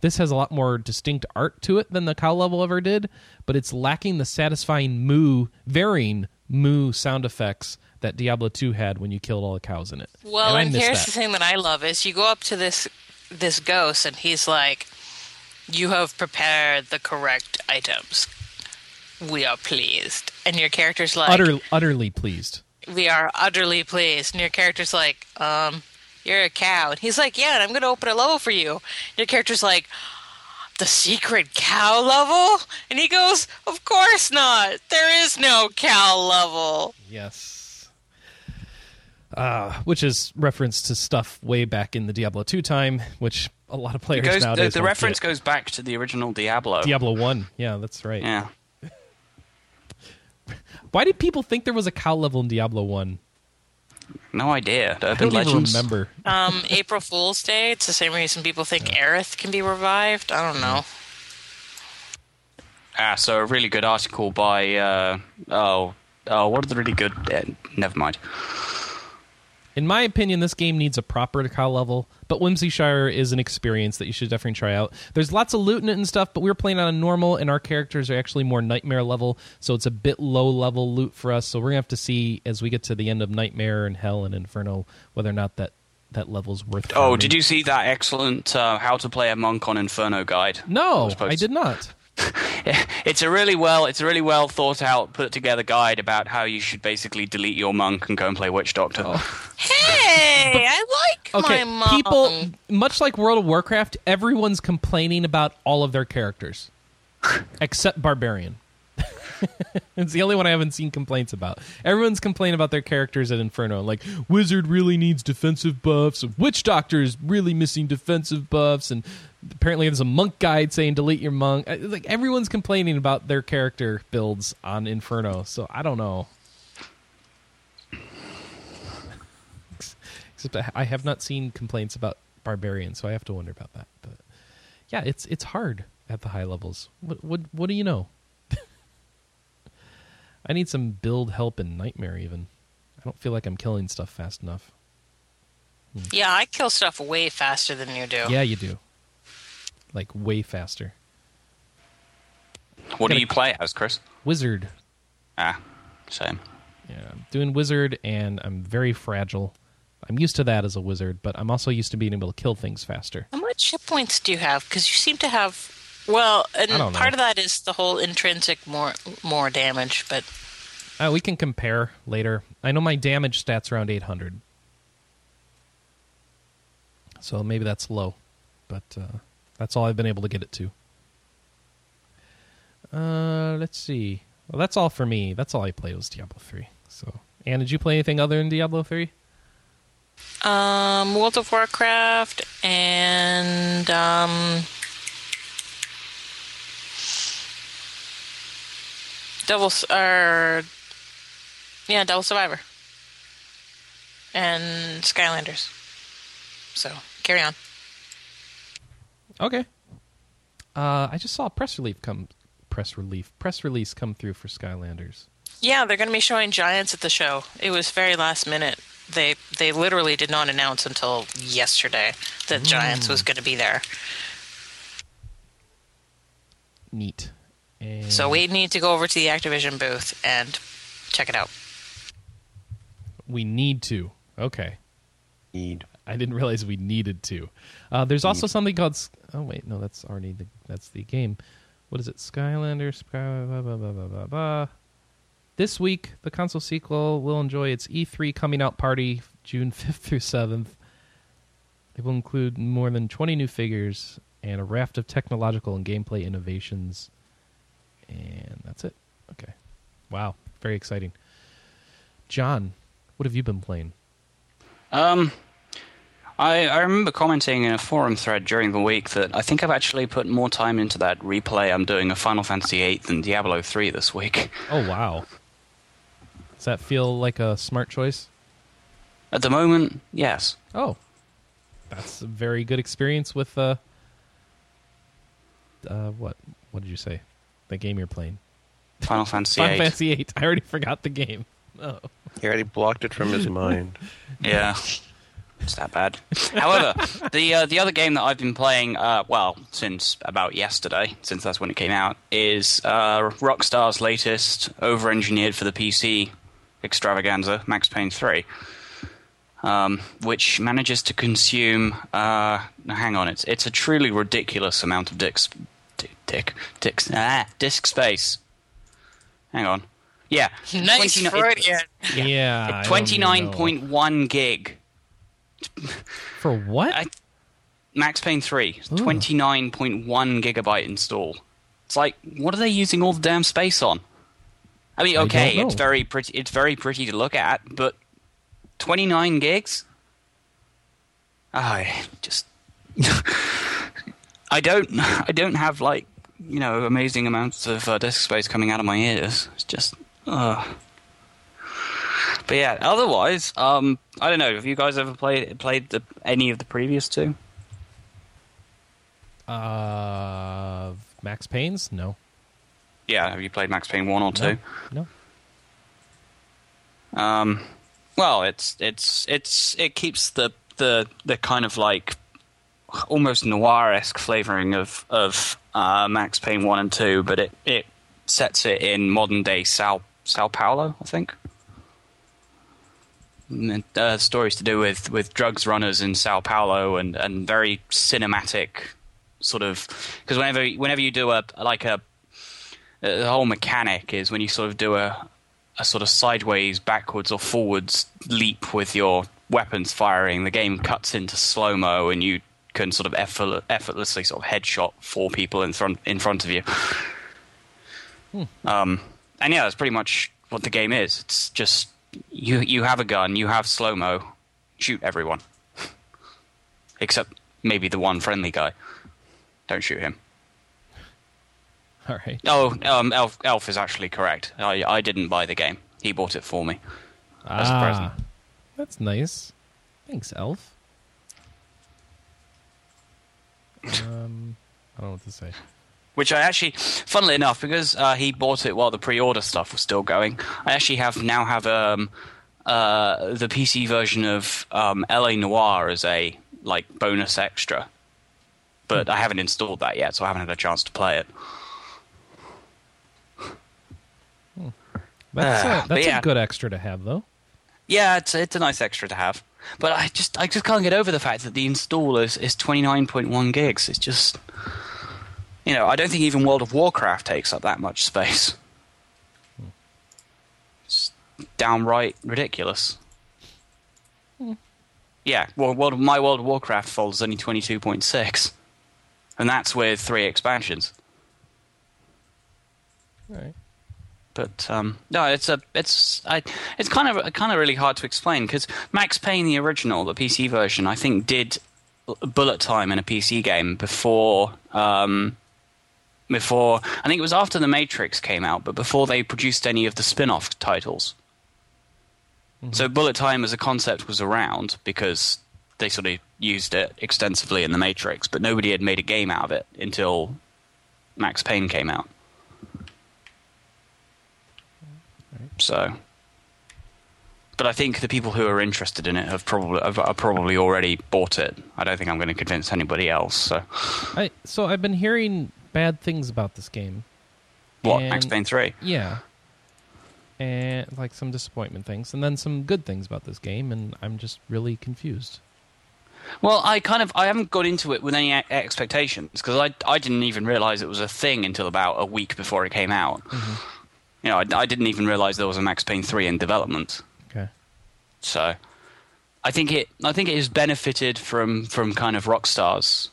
S1: This has a lot more distinct art to it than the cow level ever did, but it's lacking the satisfying moo, varying moo sound effects that Diablo 2 had when you killed all the cows in it.
S2: Well,
S1: I
S2: and,
S1: miss
S2: here's
S1: that.
S2: the thing that I love is you go up to this this ghost and he's like, "You have prepared the correct items. We are pleased." And your character's like,
S1: Utter, utterly pleased.
S2: "We are utterly pleased." And your character's like, "Um, you're a cow." And he's like, "Yeah, and I'm going to open a level for you." And your character's like, "The secret cow level?" And he goes, "Of course not. There is no cow level."
S1: Yes. Uh, which is reference to stuff way back in the Diablo 2 time, which a lot of
S4: It
S1: players
S4: goes, the,
S1: nowadays
S4: the
S1: won't
S4: reference
S1: get.
S4: goes back to the original Diablo.
S1: Diablo 1. Yeah, that's right.
S4: Yeah.
S1: Why did people think there was a cow level in Diablo 1?
S4: No idea.
S1: I don't
S4: Urban
S1: even
S4: Legends.
S1: remember.
S2: Um, April Fool's Day. It's the same reason people think Aerith can be revived. I don't know.
S4: Ah, so a really good article by uh, oh oh what are the really good? Uh, never mind. Oh,
S1: In my opinion, this game needs a proper cow level, but Whimsy Shire is an experience that you should definitely try out. There's lots of loot in it and stuff, but we were playing on a normal, and our characters are actually more nightmare level, so it's a bit low level loot for us. So we're gonna have to see as we get to the end of Nightmare and Hell and Inferno whether or not that that level's worth.
S4: Oh,
S1: farming.
S4: did you see that excellent uh, how to play a monk on Inferno guide?
S1: No,
S4: was posted?
S1: I did not.
S4: It's a really well it's a really well thought out put together guide about how you should basically delete your monk and go and play Witch Doctor.
S1: Oh.
S2: Hey, I like
S1: Okay,
S2: my mom.
S1: people, much like World of Warcraft, everyone's complaining about all of their characters except Barbarian. it's the only one I haven't seen complaints about. Everyone's complaining about their characters at Inferno. Like, Wizard really needs defensive buffs. Witch Doctor is really missing defensive buffs. And apparently, there's a monk guide saying delete your monk. Uh, Like, everyone's complaining about their character builds on Inferno. So, I don't know. Except I, I have not seen complaints about Barbarian, so I have to wonder about that. But yeah, it's it's hard at the high levels. What what what do you know? I need some build help in Nightmare. Even I don't feel like I'm killing stuff fast enough.
S2: Yeah, I kill stuff way faster than you do.
S1: Yeah, you do. Like way faster.
S4: What do you play as, Chris?
S1: Wizard.
S4: Ah, same.
S1: Yeah, I'm doing wizard, and I'm very fragile. I'm used to that as a wizard, but I'm also used to being able to kill things faster.
S2: How much hit points do you have? Because you seem to have. Well, and
S1: I don't know.
S2: part of that is the whole intrinsic more more damage, but
S1: Uh, we can compare later. I know my damage stats around 800. So maybe that's low, but uh, that's all I've been able to get it to. Uh, let's see. Well, that's all for me. That's all I played was Diablo 3. So, Anne, did you play anything other than Diablo 3?
S2: um, World of Warcraft and um, Devil or yeah, Devil Survivor and Skylanders. So carry on.
S1: Okay. Uh, I just saw a press relief come press relief press release come through for Skylanders.
S2: Yeah, they're going to be showing Giants at the show. It was very last minute. They they literally did not announce until yesterday that Giants was going to be there.
S1: Neat. And
S2: So we need to go over to the Activision booth and check it out.
S1: we need to. Okay.
S3: Need.
S1: I didn't realize we needed to. Uh, there's also something called. S- Oh wait, no, that's already the that's the game. What is it? Skylanders. Sky, blah, blah, blah, blah, blah, blah. This week, the console sequel will enjoy its E3 coming out party, June 5th through 7th. It will include more than 20 new figures and a raft of technological and gameplay innovations. And that's it. Okay. Wow, very exciting. John, what have you been playing?
S4: Um, I, I remember commenting in a forum thread during the week that I think I've actually put more time into that replay I'm doing of Final Fantasy VIII than Diablo 3 this week.
S1: Oh wow. Does that feel like a smart choice?
S4: At the moment, yes.
S1: Oh. That's a very good experience with uh uh what what did you say? The game you're playing.
S4: Final Fantasy
S1: Final
S4: VIII.
S1: Fantasy 8. I already forgot the game. Oh.
S3: He already blocked it from his mind.
S4: Yeah. It's that bad. However, the uh, the other game that I've been playing, uh, well, since about yesterday, since that's when it came out, is uh, Rockstar's latest over-engineered for the PC extravaganza, Max Payne 3, um, which manages to consume. Uh, hang on, it's it's a truly ridiculous amount of dicks, di- dick, dicks, ah, disk space. Hang on, yeah,
S2: Nice
S4: 29
S2: Freudian.
S1: Yeah. I don't even
S4: Twenty-nine
S1: know.
S4: point one gig.
S1: For what?
S4: I, Max Payne three.
S1: Ooh.
S4: Twenty-nine point one gigabyte install. It's like, what are they using all the damn space on? I mean,
S1: I
S4: okay,
S1: don't
S4: it's
S1: know.
S4: very pretty. It's very pretty to look at, but twenty-nine gigs. I just, I don't, I don't have like, you know, amazing amounts of uh, disk space coming out of my ears. It's just, uh. But yeah, otherwise, um, I don't know. Have you guys ever played played the, any of the previous two?
S1: Uh Max Payne's? No.
S4: Yeah, have you played Max Payne one or two?
S1: No.
S4: Um, well, it's it's it's it keeps the the the kind of like almost noir esque flavoring of of uh, Max Payne one and two, but it it sets it in modern day Sao Sao Paulo, I think. And, uh, stories to do with, with drugs runners in Sao Paulo and, and very cinematic sort of because whenever whenever you do a like a the whole mechanic is when you sort of do a a sort of sideways, backwards or forwards leap with your weapons firing, the game cuts into slow mo and you can sort of effort, effortlessly sort of headshot four people in front in front of you. Um, and yeah, that's pretty much what the game is. It's just you you have a gun, you have slow mo, shoot everyone, except maybe the one friendly guy. Don't shoot him.
S1: All right.
S4: Oh, um, Elf, Elf is actually correct. I, I didn't buy the game. He bought it for me. As a present.
S1: Ah, That's nice. Thanks, Elf. Um, I don't know what to say.
S4: Which I actually, funnily enough, because uh, he bought it while the pre-order stuff was still going, I actually have now have um, uh, the PC version of um, LA Noir as a like bonus extra. But I haven't installed that yet, so I haven't had a chance to play it.
S1: That's,
S4: Ah,
S1: a,
S4: but
S1: that's
S4: yeah. Ah,
S1: a good extra to have, though.
S4: Yeah, it's it's a nice extra to have. But I just I just can't get over the fact that the install is, is 29.1 gigs. It's just you know, I don't think even World of Warcraft takes up that much space. It's downright ridiculous. Yeah, well, World of, my World of Warcraft folder's only 22.6. And that's with three expansions.
S1: Right.
S4: But um, no, it's a it's I, it's kind of kind of really hard to explain because Max Payne the original, the PC version, I think did l- bullet time in a PC game before um, before I think it was after the Matrix came out, but before they produced any of the spin-off titles. So bullet time as a concept was around because they sort of used it extensively in the Matrix, but nobody had made a game out of it until Max Payne came out. So, but I think the people who are interested in it have probably have, are probably already bought it. I don't think I'm going to convince anybody else. So,
S1: I so I've been hearing bad things about this game.
S4: what
S1: And-
S4: Max Payne three?
S1: Yeah. And like some disappointment things, and then some good things about this game, and I'm just really confused.
S4: Well, I kind of I haven't got into it with any e- expectations because I I didn't even realize it was a thing until about a week before it came out. You know, I, I didn't even realize there was a Max Payne three in development.
S1: Okay.
S4: So I think it I think it is benefited from from kind of Rockstar's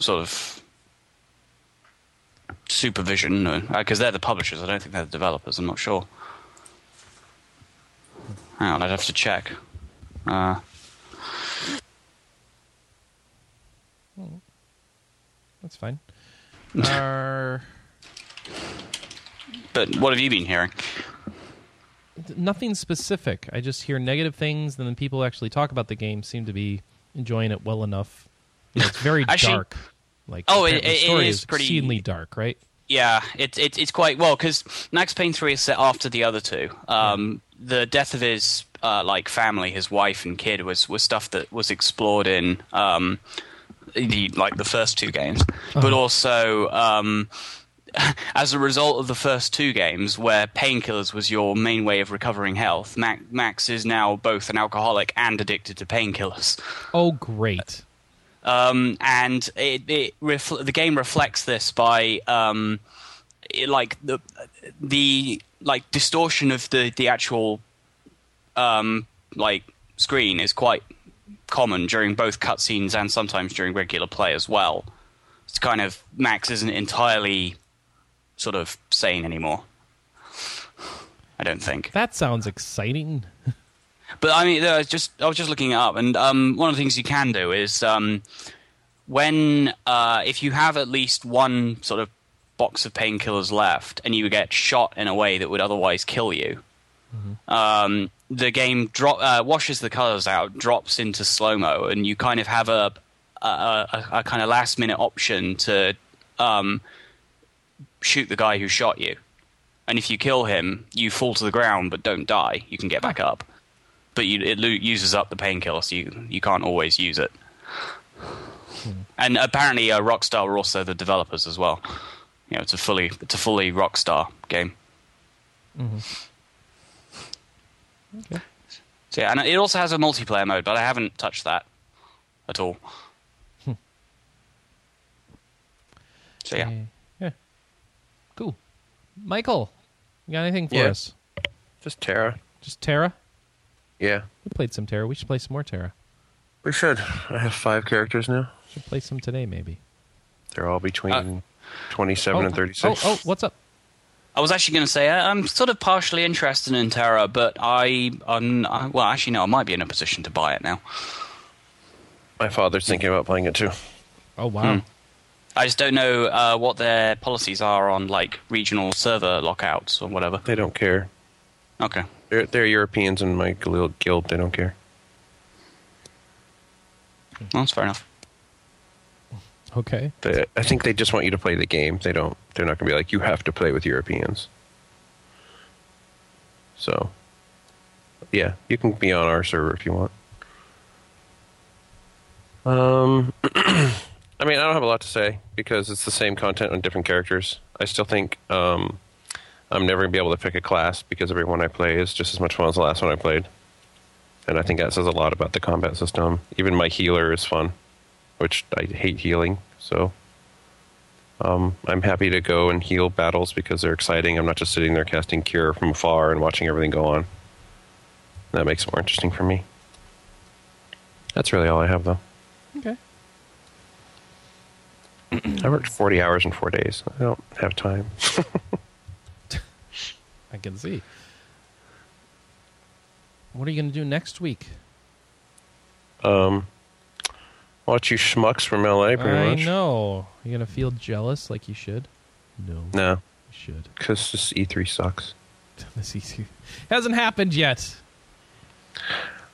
S4: sort of supervision because they're the publishers. I don't think they're the developers. I'm not sure. Hang on, I'd have to check. Uh,
S1: That's fine. Are
S4: but what have you been hearing?
S1: nothing specific. I just hear negative things, and then people who actually talk about the game seem to be enjoying it well enough. You know, it's very
S4: Actually-
S1: dark. Like
S4: Oh, it-
S1: apparently
S4: it-
S1: the
S4: it
S1: story
S4: is pretty-
S1: exceedingly dark, right?
S4: Yeah, it's it, it's quite well because Max Payne three is set after the other two. Um, The death of his uh, like family, his wife and kid, was was stuff that was explored in um, the like the first two games, but also. Um, as a result of the first two games, where painkillers was your main way of recovering health, Max, Max is now both an alcoholic and addicted to painkillers
S1: Oh, great.
S4: um, and it, it refl- the game reflects this by um, it, like the the like distortion of the the actual um, like screen is quite common during both cutscenes and sometimes during regular play as well. It's kind of Max isn't entirely sort of sane anymore. I don't think.
S1: That sounds exciting.
S4: But I mean, there was just I was just looking it up, and um, one of the things you can do is um, when uh, if you have at least one sort of box of painkillers left, and you get shot in a way that would otherwise kill you, um, the game drop uh, washes the colors out, drops into slow mo, and you kind of have a a, a, a kind of last minute option to um, shoot the guy who shot you. And if you kill him, you fall to the ground but don't die. You can get back up but you, it lo- uses up the painkiller, so you, you can't always use it. And apparently, uh, Rockstar were also the developers as well. You know, it's a fully it's a fully Rockstar game. So yeah, and it also has a multiplayer mode, but I haven't touched that at all. So yeah,
S1: Yeah. Cool. Michael, you got anything for
S3: Yeah.
S1: us?
S3: Just Terra.
S1: Just Terra?
S3: Yeah.
S1: We played some Terra. We should play some more Terra.
S3: We should. I have five characters now.
S1: Should play some today, maybe.
S3: They're all between
S4: Uh,
S3: 27
S1: oh,
S3: and 36.
S1: Oh, oh, what's up?
S4: I was actually going to say I, I'm sort of partially interested in Terra, but I, I'm, I well, actually no, I might be in a position to buy it now.
S3: My father's thinking about playing it too.
S1: Oh, wow.
S3: Hmm.
S4: I just don't know uh, what their policies are on like regional server lockouts or whatever.
S3: They don't care.
S4: Okay.
S3: They're, they're Europeans in my little guild. They don't care.
S4: Well, that's fair enough.
S1: Okay.
S3: They, I think they just want you to play the game. They don't. They're not going to be like you have to play with Europeans. So, yeah, you can be on our server if you want. Um, I mean, I don't have a lot to say because it's the same content on different characters. I still think um, I'm never going to be able to pick a class because every one I play is just as much fun as the last one I played. and I think that says a lot about the combat system. Even my healer is fun, which I hate healing, so um, I'm happy to go and heal battles because they're exciting. I'm not just sitting there casting cure from afar and watching everything go on. That makes it more interesting for me. That's really all I have, though.
S1: Okay.
S3: I worked 40 hours in four days. I don't have time.
S1: I can see. What are you going to do next week?
S3: Um, watch you schmucks from LA, pretty
S1: I
S3: much.
S1: know. You're going to feel jealous like you should? No.
S3: No,
S1: You should.
S3: because this E3 sucks.
S1: This easy. Hasn't happened yet.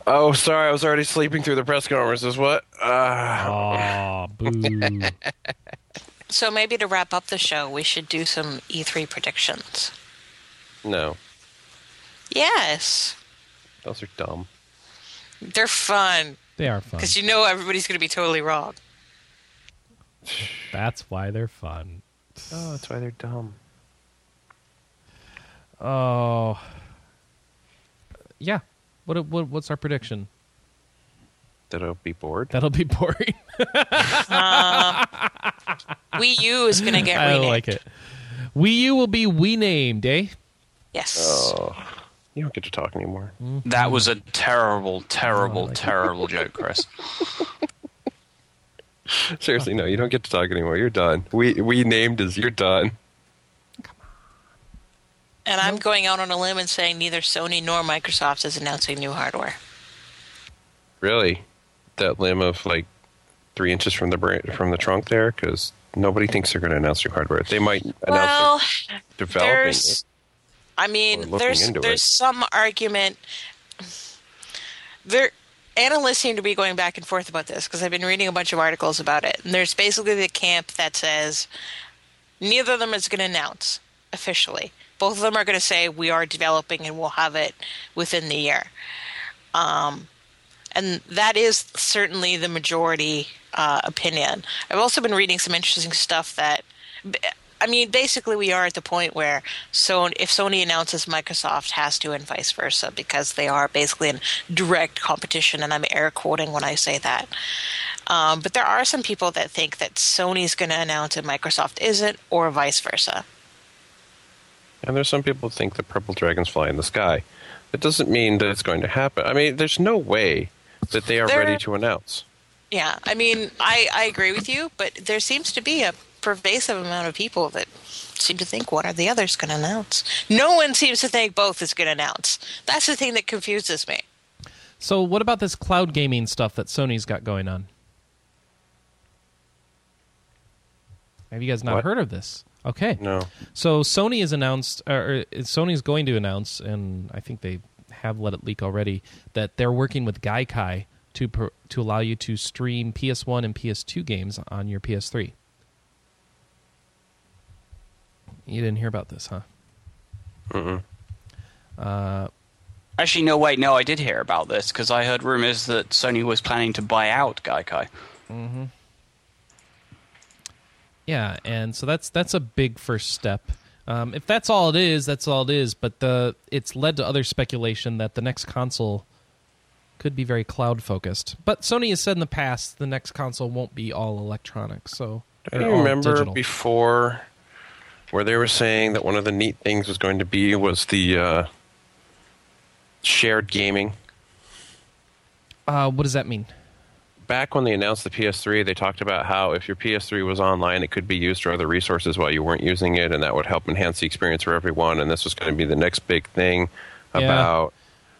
S3: Oh, sorry, I was already sleeping through the press conferences. What? Uh,
S1: Aw, boo.
S2: So maybe to wrap up the show, we should do some E3 predictions.
S3: no,
S2: Yes,
S3: those are dumb.
S2: they're fun
S1: They are fun.
S2: because you know everybody's going to be totally wrong.
S1: That's why they're fun.
S3: Oh, that's why they're dumb.
S1: Oh. Yeah. What, what what's our prediction?
S3: That I'll be bored.
S1: That'll be boring.
S2: Wii U is going to get
S1: Ah. I
S2: renamed.
S1: like it. Wii U will be renamed, eh?
S2: Yes.
S3: Oh, you don't get to talk anymore.
S4: That was a terrible, terrible,
S1: like-
S4: terrible joke, Chris.
S3: Seriously, no, you don't get to talk anymore. You're done. We we named as you're done.
S2: And I'm going out on a limb and saying neither Sony nor Microsoft is announcing new hardware.
S3: Really, that limb of like three inches from the bra- from the trunk there, because nobody thinks they're going to announce new hardware. They might announce they're
S2: Well,
S3: developing. it.
S2: there's, I
S3: Or
S2: mean,
S3: looking
S2: there's
S3: into
S2: there's
S3: it.
S2: some argument. There, analysts seem to be going back and forth about this because I've been reading a bunch of articles about it, and there's basically the camp that says neither of them is going to announce officially. Both of them are going to say we are developing and we'll have it within the year. Um, and that is certainly the majority uh, opinion. I've also been reading some interesting stuff that, b- I mean, basically we are at the point where so if Sony announces, Microsoft has to, and vice versa, because they are basically in direct competition. And I'm air quoting when I say that. Um, but there are some people that think that Sony's going to announce and Microsoft isn't, or vice versa.
S3: And there's some people who think that purple dragons fly in the sky. That doesn't mean that it's going to happen. I mean, there's no way that they are
S2: There-
S3: ready to announce.
S2: Yeah, I mean, I, I agree with you, but there seems to be a pervasive amount of people that seem to think one or the other is going to announce. No one seems to think both is going to announce. That's the thing that confuses me.
S1: So what about this cloud gaming stuff that Sony's got going on? Have you guys not
S3: What?
S1: heard of this? Okay.
S3: No.
S1: So Sony has announced, or uh, Sony's going to announce, and I think they have let it leak already that they're working with Gaikai to per, to allow you to stream PS1 and PS2 games on your PS3. You didn't hear about this, huh?
S4: Actually, no, wait, no, I did hear about this because I heard rumors that Sony was planning to buy out Gaikai.
S1: Yeah, and so that's that's a big first step. Um, if that's all it is, that's all it is. But the it's led to other speculation that the next console could be very cloud focused. But Sony has said in the past the next console won't be all electronic. So
S3: I
S1: or all
S3: remember
S1: digital.
S3: before where they were saying that one of the neat things was going to be was the uh, shared gaming.
S1: Uh, what does that mean?
S3: Back when they announced the PS3, they talked about how if your PS3 was online, it could be used for other resources while you weren't using it, and that would help enhance the experience for everyone. And this was going to be the next big thing
S1: Yeah.
S3: about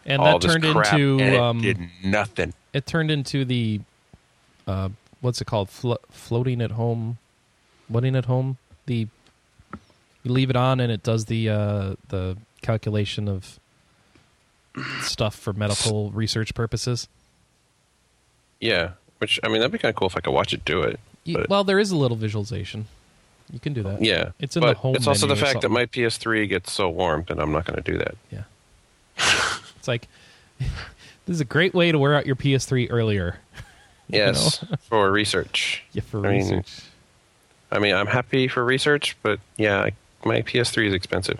S1: And
S3: all
S1: that turned
S3: this crap,
S1: into
S3: and it
S1: um,
S3: did nothing.
S1: it turned into the uh, what's it called? Flo- floating at home, floating at home. The you leave it on and it does the uh, the calculation of stuff for medical research purposes.
S3: Yeah, which I mean that'd be kind of cool if I could watch it do it.
S1: You,
S3: But-
S1: well, there is a little visualization. You can do that.
S3: Yeah,
S1: it's in
S3: but
S1: the home.
S3: It's also the
S1: menu or
S3: fact that
S1: something.
S3: my PS3 gets so warm that I'm not going to do that.
S1: yeah. it's like this is a great way to wear out your PS3 earlier.
S3: Yes, for research.
S1: Yeah, for
S3: I mean-
S1: research.
S3: I mean, I'm happy for research, but yeah, I, my PS3 is expensive.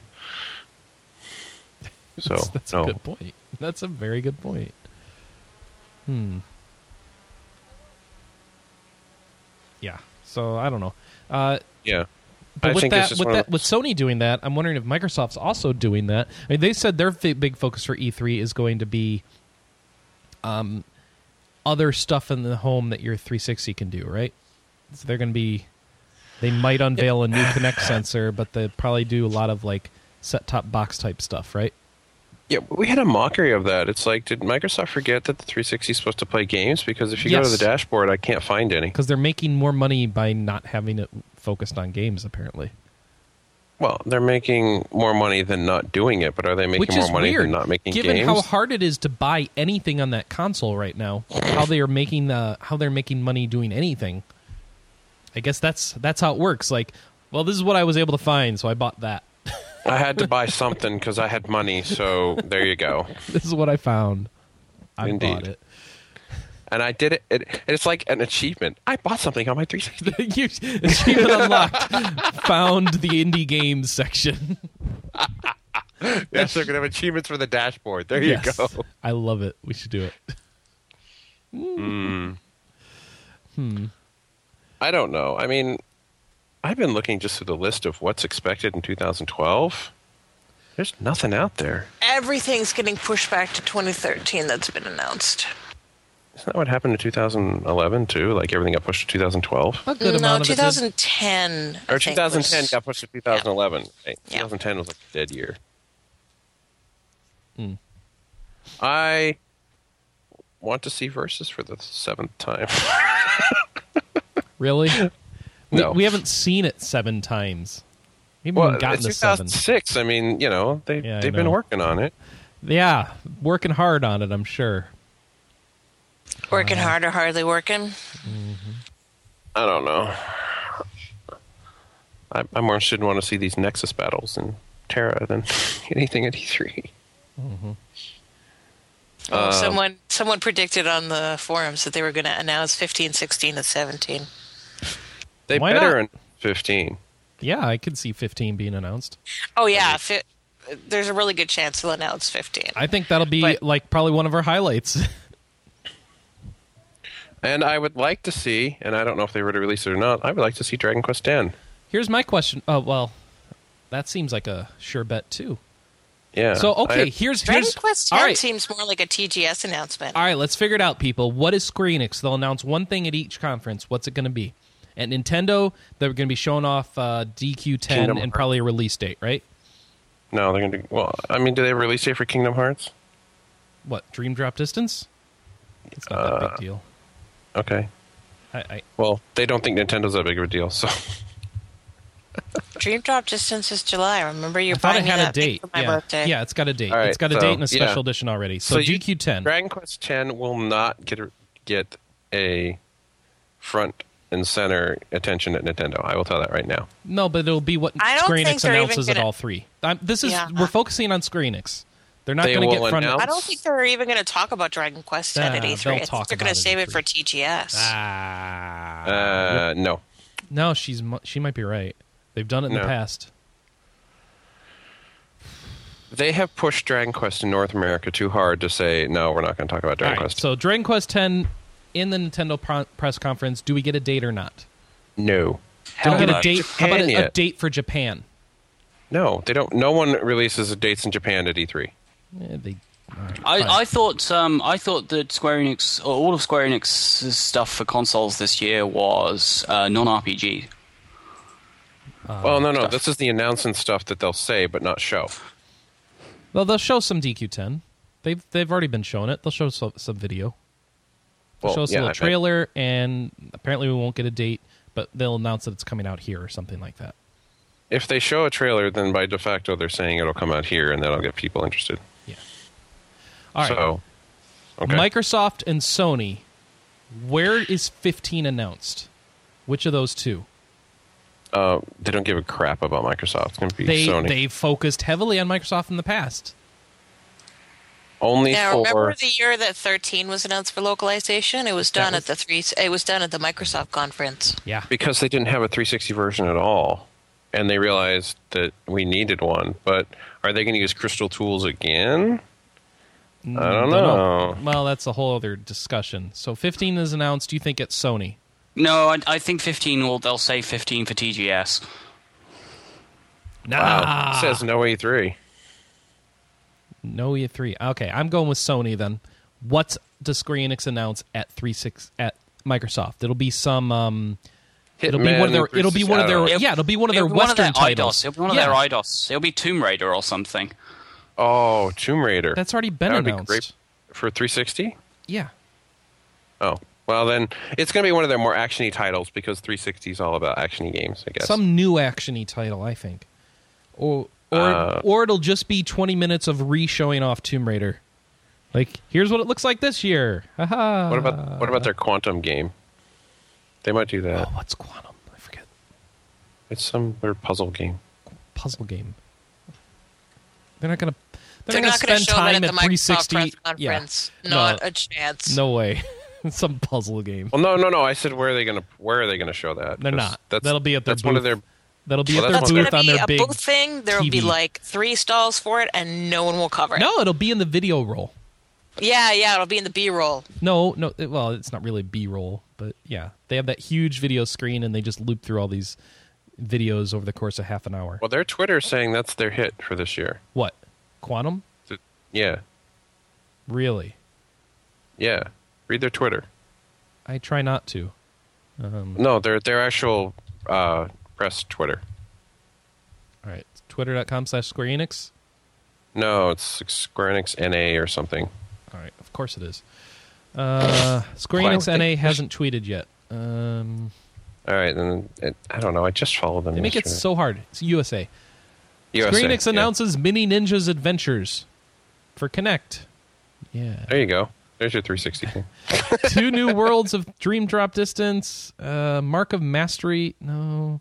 S3: So
S1: that's, that's
S3: no,
S1: a good point. Hmm. That's a very good point. Yeah. So I don't know. Uh,
S3: Yeah.
S1: but
S3: I
S1: with
S3: think
S1: that,
S3: it's just
S1: with
S3: one
S1: that,
S3: of
S1: with
S3: those-
S1: Sony doing that, I'm wondering if Microsoft's also doing that. I mean, they said their fi- big focus for E3 is going to be, um, other stuff in the home that your 360 can do, right? So they're going to be, they might unveil a new Kinect sensor, but they probably do a lot of like set-top box type stuff, right?
S3: Yeah, we had a mockery of that. It's like, did Microsoft forget that the 360 is supposed to play games? Because if you go to
S1: Yes.
S3: the dashboard, I can't find any.
S1: Because they're making more money by not having it focused on games, apparently.
S3: Well, they're making more money than not doing it, but are they making
S1: Which
S3: more
S1: is
S3: money
S1: weird,
S3: than not making
S1: given
S3: games?
S1: how hard it is to buy anything on that console right now. How they are making uh, how they're making money doing anything. I guess that's that's how it works. Like, well, this is what I was able to find, so I bought that.
S3: I had to buy something because I had money, so there you go.
S1: This is what I found. I bought
S3: Indeed.
S1: it.
S3: And I did it, it. and It's like an achievement. I bought something on my 360.
S1: You- Achievement unlocked. found the indie games section.
S3: yes, they're going to have achievements for the dashboard. There
S1: Yes.
S3: you go.
S1: I love it. We should do it.
S3: I don't know. I mean, I've been looking just through the list of what's expected in 2012. There's nothing out there.
S2: Everything's getting pushed back to 2013 that's been announced.
S3: Isn't that what happened in 2011 too? Like everything got pushed to 2012.
S1: A good
S2: Oh, no,
S1: amount of it did.
S2: 2010. I
S3: Or
S2: think,
S3: 2010
S2: was-
S3: got pushed to 2011. right?
S2: Yeah.
S3: 2010 was like a dead year.
S1: Hmm.
S3: I want to see verses for the seventh time.
S1: Really?
S3: No.
S1: we, we haven't seen it seven times. We haven't
S3: well,
S1: even gotten
S3: it's
S1: to seven.
S3: 2006. I mean, you know, they
S1: Yeah, I
S3: they've been
S1: know.
S3: working on it.
S1: Yeah, working hard on it, I'm sure.
S2: Working hard or hardly working?
S3: I don't know. I, I'm more interested in want to see these Nexus battles in Terra than anything at E E3.
S2: Oh, someone someone predicted on the forums that they were going to announce 15, 16, and 17.
S3: They
S1: Why
S3: better
S1: not?
S3: in 15.
S1: Yeah, I could see 15 being announced.
S2: Oh, yeah. If it, there's a really good chance they'll announce 15.
S1: I think that'll be
S2: But-
S1: like probably one of our highlights.
S3: And I would like to see, and I don't know if they were to release it or not, I would like to see Dragon Quest X.
S1: Here's my question. Oh, well, that seems like a sure bet too.
S3: Yeah.
S1: So, okay,
S3: I-
S1: here's
S2: Dragon
S1: here's
S2: Quest
S1: All
S2: 10
S1: right.
S2: seems more like a TGS announcement.
S1: All right, let's figure it out, people. What is Square Enix? They'll announce one thing at each conference. What's it going to be? At Nintendo, they're going to be showing off uh, DQ10
S3: Kingdom
S1: and
S3: Hearts.
S1: probably a release date, right?
S3: no, they're going to. Well, I mean, do they release it for Kingdom Hearts?
S1: What Dream Drop Distance? It's not
S3: Uh,
S1: that big deal.
S3: Okay.
S1: I, I
S3: Well, they don't think Nintendo's that big of a deal, so.
S2: Dream Drop Distance is July. Remember, you're
S1: I thought
S2: buying
S1: it
S2: me
S1: had a
S2: that thing
S1: date.
S2: for my
S1: Yeah.
S2: birthday.
S1: yeah, it's got a date.
S3: All right,
S1: it's got a
S3: so,
S1: date and a
S3: yeah.
S1: special edition already. So,
S3: you-
S1: DQ10.
S3: Dragon Quest X will not get a, get a front and center attention at Nintendo. I will tell that right now.
S1: No, but it'll be what
S2: I don't
S1: Square
S2: think
S1: Enix
S2: they're even
S1: announces at
S2: gonna-
S1: all three. I'm, this is
S2: Yeah.
S1: we're focusing on Square Enix. They're not
S3: They
S1: going to
S3: will
S1: get front.
S3: announce-
S2: I don't think they're even going to talk about Dragon Quest X at
S1: Nah,
S2: E3.
S1: they'll
S2: I think
S1: talk
S2: they're going
S1: about
S2: to
S1: it
S2: save
S1: at E
S2: it for TGS.
S1: Ah.
S3: Uh, no.
S1: no, she's mu- she might be right. They've done it in the
S3: No.
S1: past.
S3: They have pushed Dragon Quest in North America too hard to say, no, we're not going to talk about
S1: All
S3: Dragon
S1: right,
S3: Quest.
S1: so Dragon Quest X in the Nintendo pro- press conference. Do we get a date or not?
S3: no.
S1: Don't
S4: Hell
S1: get a
S4: no.
S1: date. how about
S3: Japan
S1: a, a
S3: yet.
S1: date for Japan?
S3: No, they don't. No one releases dates in Japan at E E3.
S1: Eh, they,
S4: I, I thought um, I thought that Square Enix, or all of Square Enix's stuff for consoles this year was uh, non RPG.
S1: Oh,
S3: well, no, no. This is the announcement stuff that they'll say but not show.
S1: well, they'll show some DQ10. They've they've already been showing it. They'll show some, some video.
S3: Well,
S1: show us a
S3: yeah, I
S1: little
S3: meant-
S1: trailer, and apparently we won't get a date, but they'll announce that it's coming out here or something like that.
S3: If they show a trailer, then by de facto they're saying it'll come out here, and that'll get people interested.
S1: Yeah. All right.
S3: So, okay.
S1: Microsoft and Sony, where is 15 announced? Which of those two?
S3: uh, they don't give a crap about Microsoft. It's going to be
S1: They
S3: Sony
S1: they focused heavily on Microsoft in the past.
S3: only
S2: Now, remember
S3: for.
S2: the year that 13 was announced for localization? It was done
S1: was-
S2: at the three. It was done at the Microsoft conference.
S1: Yeah.
S3: because they didn't have a 360 version at all and they realized that we needed one but are they going to use crystal tools again I don't
S1: Mm, Don't
S3: know.
S1: Well, that's a whole other discussion. So 15 is announced. You think it's Sony?
S7: No, I, I think 15 will. They'll say 15 for TGS.
S3: Wow.
S1: Nah.
S3: Oh, It says no E3.
S1: No E3. Okay, I'm going with Sony then. What's does Square Enix announce at three six at Microsoft? It'll be some. Um, it'll be
S3: Hitman
S1: one of their. It'll be one of their.
S3: 360, I don't
S1: Yeah, it'll be one of their
S7: It'll be one of
S1: Western
S7: their
S1: titles.
S7: IDOS. It'll be one of
S1: Yeah,
S7: their IDOS. It'll be Tomb Raider or something.
S3: know. Oh, Tomb Raider.
S1: That's already been
S3: That would be
S1: announced.
S3: great. for 360.
S1: Yeah.
S3: Oh, well then it's going to be one of their more actiony titles because 360 is all about actiony games, I guess.
S1: some new actiony title, I think, or or
S3: Uh,
S1: or it'll just be twenty minutes of re showing off Tomb Raider. Like, here's what it looks like this year. Haha.
S3: what about what
S1: Uh.
S3: about their Quantum game? They might do that.
S1: Oh, what's Quantum? I forget.
S3: It's some weird puzzle game.
S1: Puzzle game. They're not gonna. They're,
S2: They're not going to
S1: spend
S2: show
S1: time
S2: that at the Microsoft
S1: 360.
S2: press
S1: yeah.
S2: conference.
S1: No,
S2: Not a chance.
S1: No way. Some puzzle game.
S3: Well, no, no, no. I said where are they going to where are they going to show that?
S1: They're
S3: 'Cause
S1: not. That'll be at their
S3: That's one of
S1: booth.
S3: their
S1: That'll be
S3: Well,
S1: at their
S3: that's
S2: That's
S3: gonna
S2: going
S1: booth
S2: to
S1: on
S2: be
S1: their
S2: a
S1: big
S2: booth thing. There will be
S1: TV.
S2: like three stalls for it, and no one will cover it.
S1: No, it'll be in the video roll.
S2: Yeah, yeah, it'll be in the B-roll.
S1: No, no. it- Well, it's not really B roll, but yeah, they have that huge video screen and they just loop through all these videos over the course of half an hour.
S3: Well, their Twitter is saying that's their hit for this year.
S1: What? Quantum?
S3: Th- Yeah.
S1: Really?
S3: Yeah. Read their Twitter.
S1: I try not to.
S3: No, their their actual uh, press Twitter.
S1: All right. Twitter.com slash Square Enix.
S3: No, it's Square Enix NA or something.
S1: All right. Of course it is. Uh, Square
S3: Why
S1: Enix
S3: would they-
S1: NA hasn't tweeted yet. Um,
S3: All right, then it, I don't know. I just follow them.
S1: they make it
S3: yesterday.
S1: so hard. It's USA.
S3: USA,
S1: Square Enix
S3: yeah.
S1: announces Mini Ninja's Adventures for Connect. Yeah.
S3: There you go. There's your 360. thing.
S1: Two new worlds of Dream Drop Distance, uh, Mark of Mastery. No,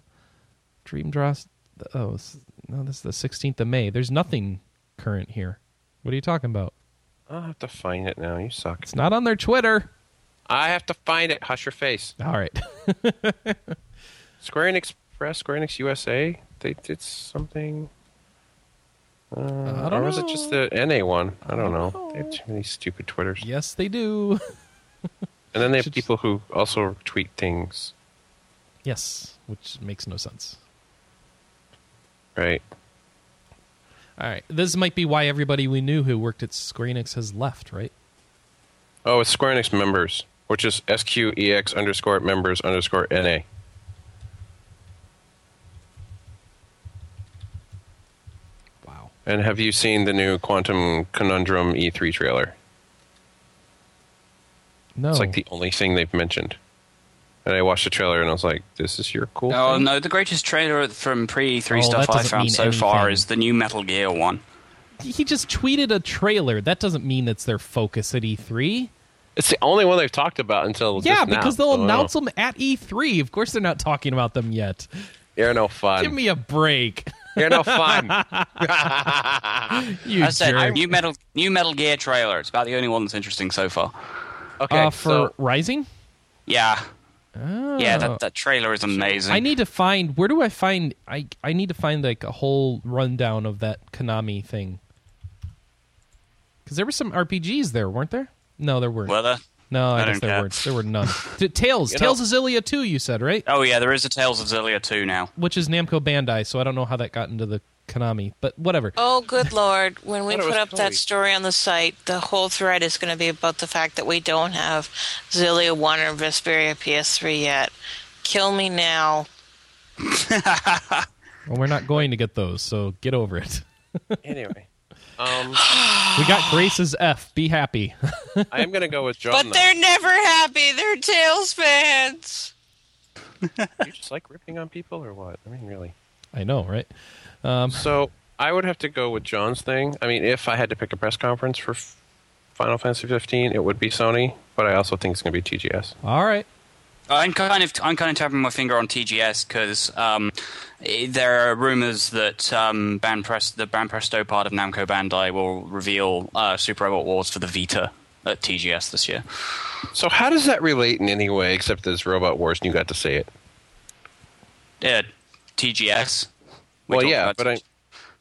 S1: Dream Drops. Oh s- no, this is the sixteenth of May. There's nothing current here. What are you talking about?
S3: I'll have to find it now. You suck.
S1: It's not on their Twitter.
S3: I have to find it. Hush your face.
S1: All right.
S3: Square Enix Press, Square Enix USA. They did something. Uh,
S1: don't
S3: or was
S1: know.
S3: it just the NA one? I don't know. They have too many stupid Twitters.
S1: yes, they do.
S3: And then they have
S1: Should-
S3: people who also tweet things,
S1: Yes, which makes no sense.
S3: right?
S1: All right. This might be why everybody we knew who worked at Square Enix has left, right?
S3: Oh, it's Square Enix members, which is SQEX underscore members underscore NA.
S1: Wow.
S3: And have you seen the new Quantum Conundrum E3 trailer?
S1: No.
S3: It's like the only thing they've mentioned. And I watched the trailer and I was like, this is your cool.
S7: Oh
S3: thing?
S7: no, the greatest trailer from pre
S1: Oh,
S7: E3
S1: that
S7: stuff I
S1: doesn't mean
S7: found so far
S1: anything.
S7: is the new Metal Gear one.
S1: he just tweeted a trailer. That doesn't mean it's their focus at E E3.
S3: It's the only one they've talked about until
S1: Yeah,
S3: just now.
S1: because they'll
S3: Oh,
S1: announce them at E3. Of course, they're not talking about them yet.
S3: You're no fun.
S1: Give me a break,
S3: You're no fun.
S1: you
S7: I said
S1: jerk.
S7: new Metal new Metal Gear trailer. It's about the only one that's interesting so far.
S3: Okay,
S1: uh, for
S3: so
S1: Rising.
S7: Yeah, yeah,
S1: Oh.
S7: that, that trailer is amazing.
S1: I need to find. Where do I find? I I need to find like a whole rundown of that Konami thing. Because there were some RPGs there, weren't there? No, there weren't.
S7: Whether.
S1: no, I,
S7: I
S1: guess
S7: don't
S1: there
S7: care.
S1: weren't. There were none. T- Tales, Tales of Zillia two. You said right,
S7: Oh yeah, there is a Tales of Zillia 2 now.
S1: which is Namco Bandai. So I don't know how that got into the Konami, but whatever.
S2: Oh, good lord. When we
S3: Thought it was
S2: put up
S3: Chloe.
S2: that story on the site, the whole thread is going to be about the fact that we don't have Zillia 1 or Vesperia PS3 yet. Kill me now.
S1: Well, we're not going to get those, so get over it.
S3: anyway, um,
S1: We got Grace's F. Be happy.
S3: I am going to go with John.
S2: But
S3: though.
S2: they're never happy. They're Tails fans.
S3: you just like ripping on people or what? I mean, really.
S1: I know, right?
S3: So I would have to go with John's thing. I mean, if I had to pick a press conference for F- Final Fantasy 15, it would be Sony, but I also think it's going to be TGS.
S1: All right.
S4: Uh,
S7: I'm kind of I'm kind of tapping my finger on TGS because um, eh, there are rumors that um, Banpres- the Banpresto part of Namco Bandai will reveal uh, Super Robot Wars for the Vita at TGS this year.
S3: So how does that relate in any way except as Robot Wars and you got to say it?
S4: Uh,
S7: Yeah, TGS. We
S3: well,
S7: talked
S3: yeah,
S7: about
S3: but I.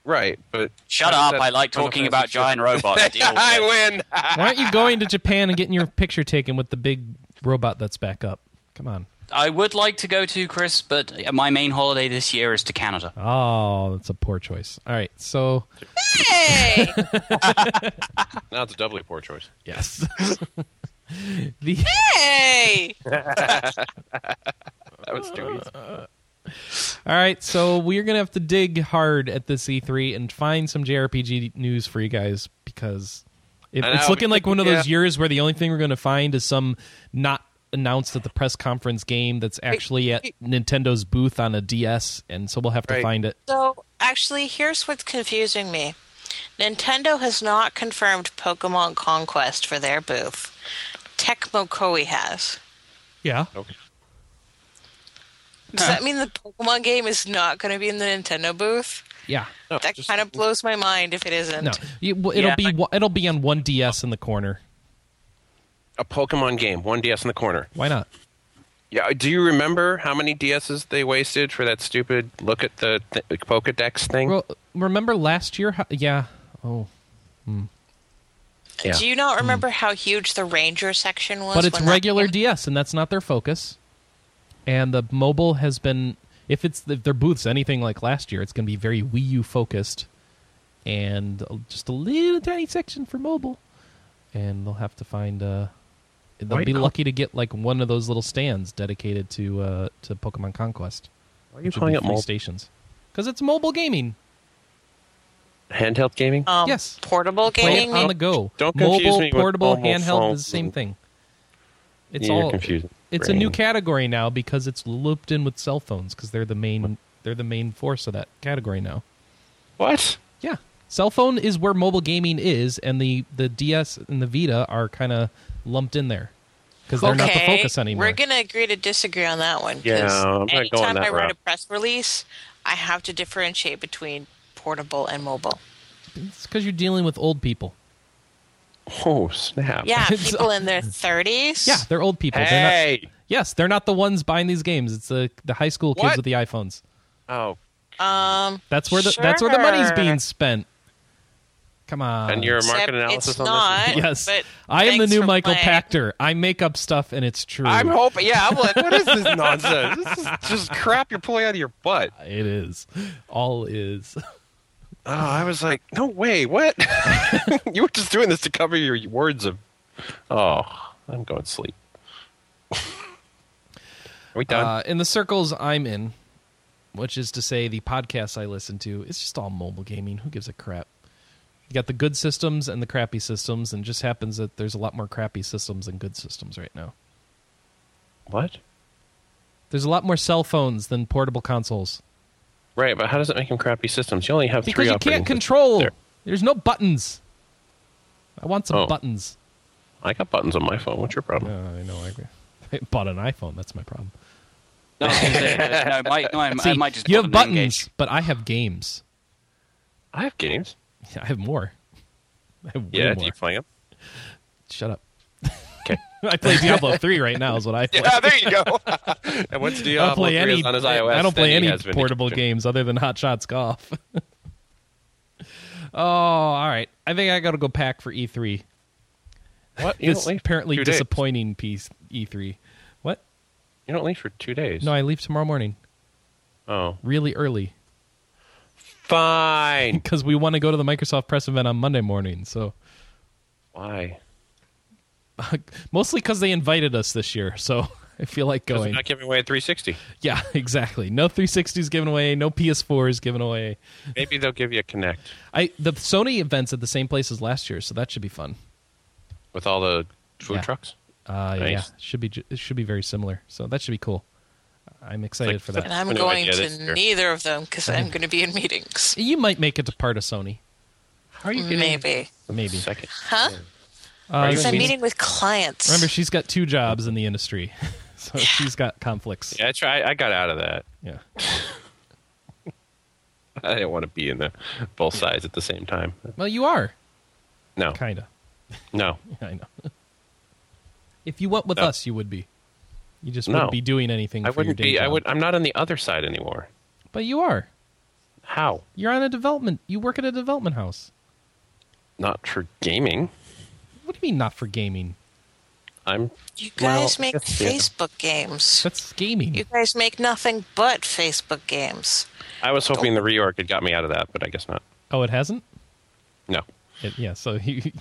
S3: Right, but
S4: Shut
S3: How does
S4: up!
S3: that
S4: I like
S3: turn offensive?
S4: talking about giant robots. Deal with
S3: I
S4: it.
S3: win.
S1: Why aren't you going to Japan and getting your picture taken with the big robot that's back up? Come on.
S4: I would like to go to Chris, but my main holiday this year is to Canada.
S1: Oh, that's a poor choice. All right, so
S2: Hey!
S3: now it's a doubly poor choice.
S1: yes, the
S2: hey!
S3: That was stupid.
S4: Uh,
S1: all right, so we're gonna have to dig hard at this E3 and find some JRPG news for you guys because it,
S3: I
S1: it's
S3: know,
S1: looking like one of
S3: yeah.
S1: those years where the only thing we're gonna find is some not announced at the press conference game that's actually at Nintendo's booth on a DS, and so we'll have to
S3: Right.
S1: find it.
S2: So, actually, here's what's confusing me Nintendo has not confirmed Pokemon Conquest for their booth, Tecmo Koei has.
S1: Yeah,
S3: Okay.
S2: Does that mean the Pokemon game is not going to be in the Nintendo booth?
S1: yeah.
S3: No,
S2: That
S3: just-
S2: kind of blows my mind if it isn't.
S1: No, You- well, it'll
S4: Yeah,
S1: be one- it'll be on one DS in the corner.
S3: a Pokemon game, one DS in the corner.
S1: Why not?
S3: Yeah, uh, do you remember how many DSs they wasted for that stupid look at the th- Pokedex thing?
S1: Well, remember last year? How, yeah. Oh,
S3: Yeah.
S2: Do you not remember how huge the Ranger section was?
S1: but it's
S2: when that
S1: regular
S2: came-
S1: DS, and that's not their focus. And the mobile has been, if it's if their booths anything like last year, it's going to be very Wii U focused, and just a little tiny section for mobile. And they'll have to find. Uh, they'll
S3: Why
S1: be
S3: not?
S1: lucky to get like one of those little stands dedicated to uh, to Pokemon Conquest.
S3: Why are
S1: which would be three stations? Because it's mobile gaming.
S3: handheld gaming?
S2: um,
S1: Yes.
S2: portable
S1: Play
S2: gaming.
S1: it on the go.
S3: Don't confuse
S1: mobile,
S3: me with
S1: portable,
S3: mobile
S1: handheld
S3: phone.
S1: is the same thing. It's
S3: You're
S1: all
S3: confusing
S1: It's a
S3: brain.
S1: new category now because it's looped in with cell phones because they're the main they're the main force of that category now.
S3: What?
S1: Yeah, cell phone is where mobile gaming is, and the the DS and the Vita are kind of lumped in there because they're not the
S2: Okay,
S1: focus anymore.
S2: We're going to agree to disagree on that one. 'cause
S3: Yeah, I'm not
S2: anytime
S3: going that
S2: I write a
S3: route.
S2: press release, I have to differentiate between portable and mobile.
S1: it's because you're dealing with old people.
S3: Oh snap!
S2: Yeah,
S1: It's-
S2: people in their 30s.
S1: Yeah, they're old people. They're not,
S3: Hey.
S1: yes, they're not the ones buying these games. It's the the high school kids
S3: What?
S1: with the iPhones.
S3: Oh,
S2: Um,
S1: That's where the that's where the money's
S2: Sure.
S1: being spent. Come on.
S3: and your
S2: except
S3: market analysis
S2: it's
S3: on
S2: not.
S3: this? is-
S1: yes.
S2: but
S1: I am the
S2: thanks
S1: new
S2: for
S1: Michael
S2: playing.
S1: Pachter. I make up stuff and it's true.
S3: I'm hoping. Yeah, I'm like, what is this nonsense? This is just crap you're pulling out of your butt.
S1: it is. All is.
S3: Oh, I was like, no way, what? you were just doing this to cover your words of. Oh, I'm going to sleep. Are we done?
S1: Uh, in the circles I'm in, which is to say the podcasts I listen to, it's just all mobile gaming. Who gives a crap? You got the good systems and the crappy systems, and it just happens that there's a lot more crappy systems than good systems right now.
S3: what?
S1: There's a lot more cell phones than portable consoles.
S3: Right, but how does it make them crappy systems? You only have
S1: Because
S3: three.
S1: you can't
S3: operating systems
S1: control.
S3: there.
S1: There's no buttons. I want some
S3: Oh.
S1: buttons.
S3: I got buttons on my phone. What's your problem?
S1: Uh, I know. I agree. I bought an iPhone. That's my problem.
S4: No, no, my, no, I, I might just
S1: you
S4: bother
S1: have
S4: to
S1: buttons,
S4: engage.
S1: but I have games.
S3: I have games.
S1: I have more. I have way
S3: Yeah, do
S1: more.
S3: you play them?
S1: Shut up.
S3: Okay.
S1: I play Diablo three right now. Is what I play.
S3: yeah, there you go. and what's
S1: I don't
S3: Diablo
S1: play
S3: 3
S1: any.
S3: is on his
S1: I-
S3: iOS?
S1: I don't play
S3: then he
S1: any
S3: has vindication.
S1: portable games other than Hot Shots Golf. oh, all right. I think I got to go pack for E three.
S3: What? You
S1: This
S3: don't leave
S1: apparently
S3: for two days.
S1: disappointing piece E three. What?
S3: You don't leave for two days.
S1: No, I leave tomorrow morning,
S3: Oh,
S1: really early,
S3: fine.
S1: because we want to go to the Microsoft press event on Monday morning. So.
S3: Why?
S1: mostly because they invited us this year, so I feel like
S3: Because they're
S1: going.
S3: not giving away a 360.
S1: Yeah, exactly. No 360s given away, no PS4s given away.
S3: Maybe they'll give you a Connect
S1: I the Sony events at the same place as last year, so that should be fun.
S3: with all the food
S1: Yeah.
S3: trucks.
S1: Uh,
S3: Nice.
S1: Yeah, should be ju- it should be very similar. So that should be cool. I'm excited
S3: like-
S1: for
S2: And
S1: that.
S2: I'm
S3: No
S2: going
S3: idea this year.
S2: to neither of them because I'm going to be in meetings.
S1: You might make it to part of Sony,
S3: How are you getting
S2: Maybe.
S1: maybe.
S3: second?
S2: Huh?
S1: Uh,
S2: Because
S1: she's-
S2: I'm meeting with clients.
S1: remember, she's got two jobs in the industry, so she's got conflicts.
S3: Yeah, I tried. I got out of that.
S1: yeah.
S3: I didn't want to be in the both sides at the same time.
S1: Well, you are
S3: No,
S1: kinda.
S3: no.
S1: I know. If you went with
S3: No.
S1: us, you would be. You just
S3: No.
S1: wouldn't be doing anything.
S3: I
S1: for your
S3: wouldn't
S1: day
S3: be. I
S1: job.
S3: would. I'm not on the other side anymore.
S1: But you are.
S3: How?
S1: You're on a development. You work at a development house.
S3: Not for gaming.
S1: What do you mean not for gaming?
S3: I'm.
S2: You
S3: Well,
S2: guys make
S3: yes, yeah.
S2: Facebook games.
S1: That's gaming.
S2: You guys make nothing but Facebook games.
S3: I was hoping the reorg had got me out of that, but I guess not.
S1: oh, it hasn't.
S3: No.
S1: It, yeah. So you,